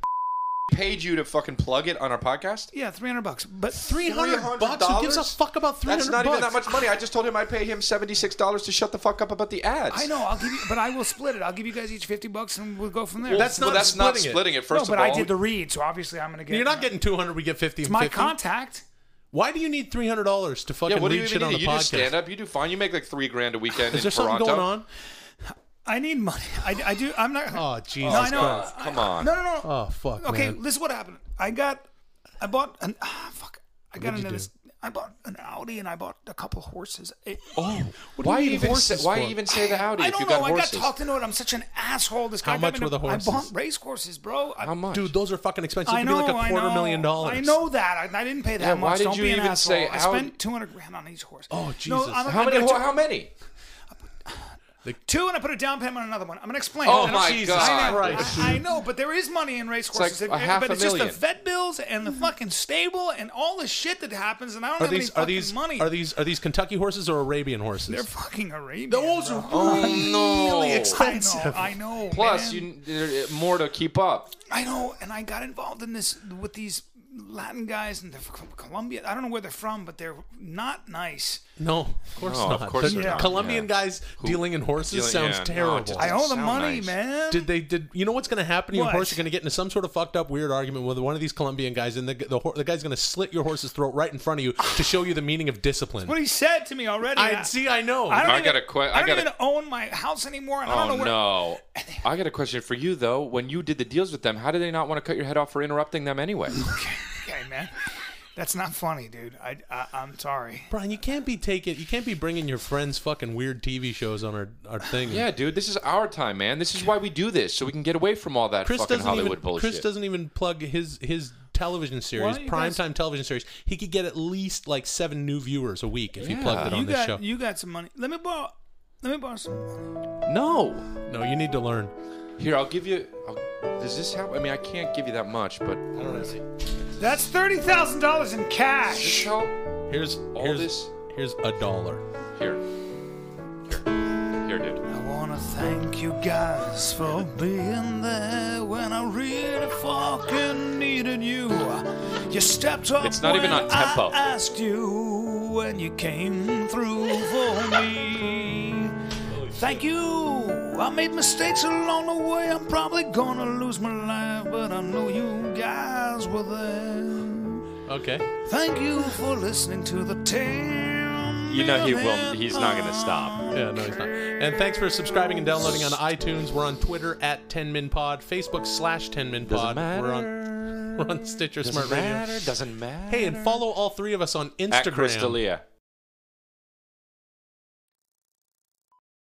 Speaker 6: Paid you to fucking plug it on our podcast?
Speaker 9: Yeah, three hundred bucks. But
Speaker 2: Three hundred bucks. Who gives a
Speaker 6: $300?
Speaker 2: fuck about three hundred
Speaker 6: That's
Speaker 2: bucks?
Speaker 6: not even that much money. I just told him I pay him seventy six dollars to shut the fuck up about the ads.
Speaker 9: I know. I'll give you, but I will split it. I'll give you guys each fifty bucks, and we'll go from there.
Speaker 6: Well,
Speaker 2: That's
Speaker 6: well,
Speaker 2: not
Speaker 6: that's not
Speaker 2: splitting it.
Speaker 6: splitting it.
Speaker 9: no,
Speaker 6: First
Speaker 9: but
Speaker 6: of all,
Speaker 9: I did the read, so obviously I'm going to get.
Speaker 2: You're not getting two hundred. We get fifty.
Speaker 9: It's
Speaker 2: and
Speaker 9: my
Speaker 2: 50.
Speaker 9: contact.
Speaker 2: Why do you need three hundred dollars to fucking
Speaker 6: yeah. What do
Speaker 2: read
Speaker 6: you even
Speaker 2: shit
Speaker 6: do?
Speaker 2: on the
Speaker 6: You
Speaker 2: podcast?
Speaker 6: do stand up. You do fine. You make like three grand a weekend
Speaker 2: Is
Speaker 6: in
Speaker 2: there something
Speaker 6: Toronto.
Speaker 2: going on?
Speaker 9: I need money. I, I do. I'm not.
Speaker 2: Oh Jesus!
Speaker 9: no, I know.
Speaker 2: Christ.
Speaker 6: Come on.
Speaker 9: No, no, no.
Speaker 2: Oh fuck.
Speaker 9: Okay,
Speaker 2: man.
Speaker 9: this is what happened. I got, I bought an ah fuck. I got
Speaker 2: What'd you
Speaker 9: another.
Speaker 2: do?
Speaker 9: I bought an Audi and I bought a couple horses. It-
Speaker 2: Oh, what do
Speaker 6: why
Speaker 2: you need
Speaker 6: even say,
Speaker 2: horses
Speaker 6: why
Speaker 2: for?
Speaker 6: even say the howdy
Speaker 9: I
Speaker 6: if
Speaker 9: don't
Speaker 6: you
Speaker 9: know.
Speaker 6: got
Speaker 9: I got
Speaker 6: horses?
Speaker 9: talked into it. I'm such an asshole. This guy.
Speaker 2: How
Speaker 9: got
Speaker 2: much
Speaker 9: me into-
Speaker 2: were the horses?
Speaker 9: I bought race horses, bro. I,
Speaker 6: How much?
Speaker 2: Dude, those are fucking expensive.
Speaker 9: I
Speaker 2: It'd
Speaker 9: know.
Speaker 2: be like a quarter
Speaker 9: I know,
Speaker 2: million dollars.
Speaker 9: I know that. I, I didn't pay that
Speaker 6: Yeah,
Speaker 9: much.
Speaker 6: why did
Speaker 9: don't
Speaker 6: you
Speaker 9: be an
Speaker 6: even
Speaker 9: asshole.
Speaker 6: say
Speaker 9: I
Speaker 6: how-
Speaker 9: spent 200 grand on each horse.
Speaker 2: Oh,
Speaker 9: No,
Speaker 2: Jesus.
Speaker 9: I'm,
Speaker 6: How
Speaker 9: I'm
Speaker 6: many?
Speaker 9: gonna do
Speaker 6: How many?
Speaker 9: Two, and I put a down payment on another one. I'm gonna explain.
Speaker 6: Oh
Speaker 9: I don't-
Speaker 6: my
Speaker 2: Jesus
Speaker 6: god!
Speaker 9: I,
Speaker 2: Christ.
Speaker 9: I know, but there is money in race horses.
Speaker 6: like a half
Speaker 9: but
Speaker 6: a
Speaker 9: it's
Speaker 6: million.
Speaker 9: just the vet bills and the fucking stable and all the shit that happens, and I don't
Speaker 2: Mm-hmm. Are
Speaker 9: have any
Speaker 2: these
Speaker 9: fucking
Speaker 2: are these
Speaker 9: money.
Speaker 2: are these are these Kentucky horses or Arabian horses?
Speaker 9: They're fucking Arabian.
Speaker 2: Those
Speaker 9: bro. Oh,
Speaker 2: are
Speaker 6: really
Speaker 2: really expensive.
Speaker 9: I know. I know
Speaker 6: Oh, Plus,
Speaker 9: man.
Speaker 6: you there- more to keep up.
Speaker 9: I know, and I got involved in this with these Latin guys, and they're from Colombia. I don't know where they're from, but they're not nice.
Speaker 2: No, of course
Speaker 6: No, of
Speaker 2: not.
Speaker 6: course
Speaker 2: The
Speaker 9: they're not.
Speaker 2: Colombian guys dealing in horses
Speaker 6: Dealing-
Speaker 2: sounds
Speaker 6: yeah, no,
Speaker 2: terrible.
Speaker 6: it just-
Speaker 9: I owe the
Speaker 6: Sound
Speaker 9: money,
Speaker 6: nice.
Speaker 9: man.
Speaker 2: did they did you know what's going to happen? to Your
Speaker 9: What?
Speaker 2: horse is going to get into some sort of fucked up weird argument with one of these Colombian guys, and the the, hor- the guy's going to slit your horse's throat right in front of you to show you the meaning of discipline.
Speaker 9: what he said to me already.
Speaker 2: I see. I know.
Speaker 9: I don't
Speaker 6: I
Speaker 9: even,
Speaker 6: gotta que- I
Speaker 9: I don't
Speaker 6: gotta-
Speaker 9: even own my house anymore, and I don't know
Speaker 6: Oh
Speaker 9: where.
Speaker 6: no! I got a question for you though. When you did the deals with them, how did they not want to cut your head off for interrupting them anyway?
Speaker 9: Okay, man. That's not funny, dude. I, I I'm sorry.
Speaker 2: Brian, you can't be taking, you can't be bringing your friends' fucking weird TV shows on our, our thing.
Speaker 6: yeah, dude, this is our time, man. This is why we do this, so we can get away from all that
Speaker 2: Chris
Speaker 6: fucking
Speaker 2: doesn't
Speaker 6: Hollywood
Speaker 2: even
Speaker 6: bullshit.
Speaker 2: Chris doesn't even plug his his television series,
Speaker 9: Why don't you guys-
Speaker 2: primetime television series. He could get at least like seven new viewers a week if he plugged it
Speaker 6: Yeah.
Speaker 2: on
Speaker 9: You
Speaker 2: this
Speaker 9: got
Speaker 2: show.
Speaker 9: you got some money. Let me borrow. Let me borrow some. money.
Speaker 6: no.
Speaker 2: No, you need to learn.
Speaker 6: Here, I'll give you. I'll, does this help? I mean, I can't give you that much, but
Speaker 9: That's thirty thousand dollars in
Speaker 6: does this
Speaker 9: cash.
Speaker 6: help?
Speaker 2: Here's
Speaker 6: All
Speaker 2: here's
Speaker 6: this-
Speaker 2: here's a dollar.
Speaker 6: Here, here, here, dude.
Speaker 9: I wanna thank you guys for being there when I really fucking needed you. You stepped up.
Speaker 6: It's not even
Speaker 9: when
Speaker 6: on tempo.
Speaker 9: I asked you and you came through for me. Thank you. I made mistakes along the way. I'm probably gonna lose my life, but I know you guys were there.
Speaker 2: Okay.
Speaker 9: Thank you for listening to the tale.
Speaker 6: You know he will. He's not gonna stop.
Speaker 2: Yeah, no, he's not. And thanks for subscribing and downloading on iTunes. We're on Twitter at 10minpod, Facebook slash 10minpod. We're on we're on Stitcher Smart Radio.
Speaker 6: Doesn't matter.
Speaker 2: Hey, and follow all three of us on Instagram.
Speaker 6: At Chris D'Elia.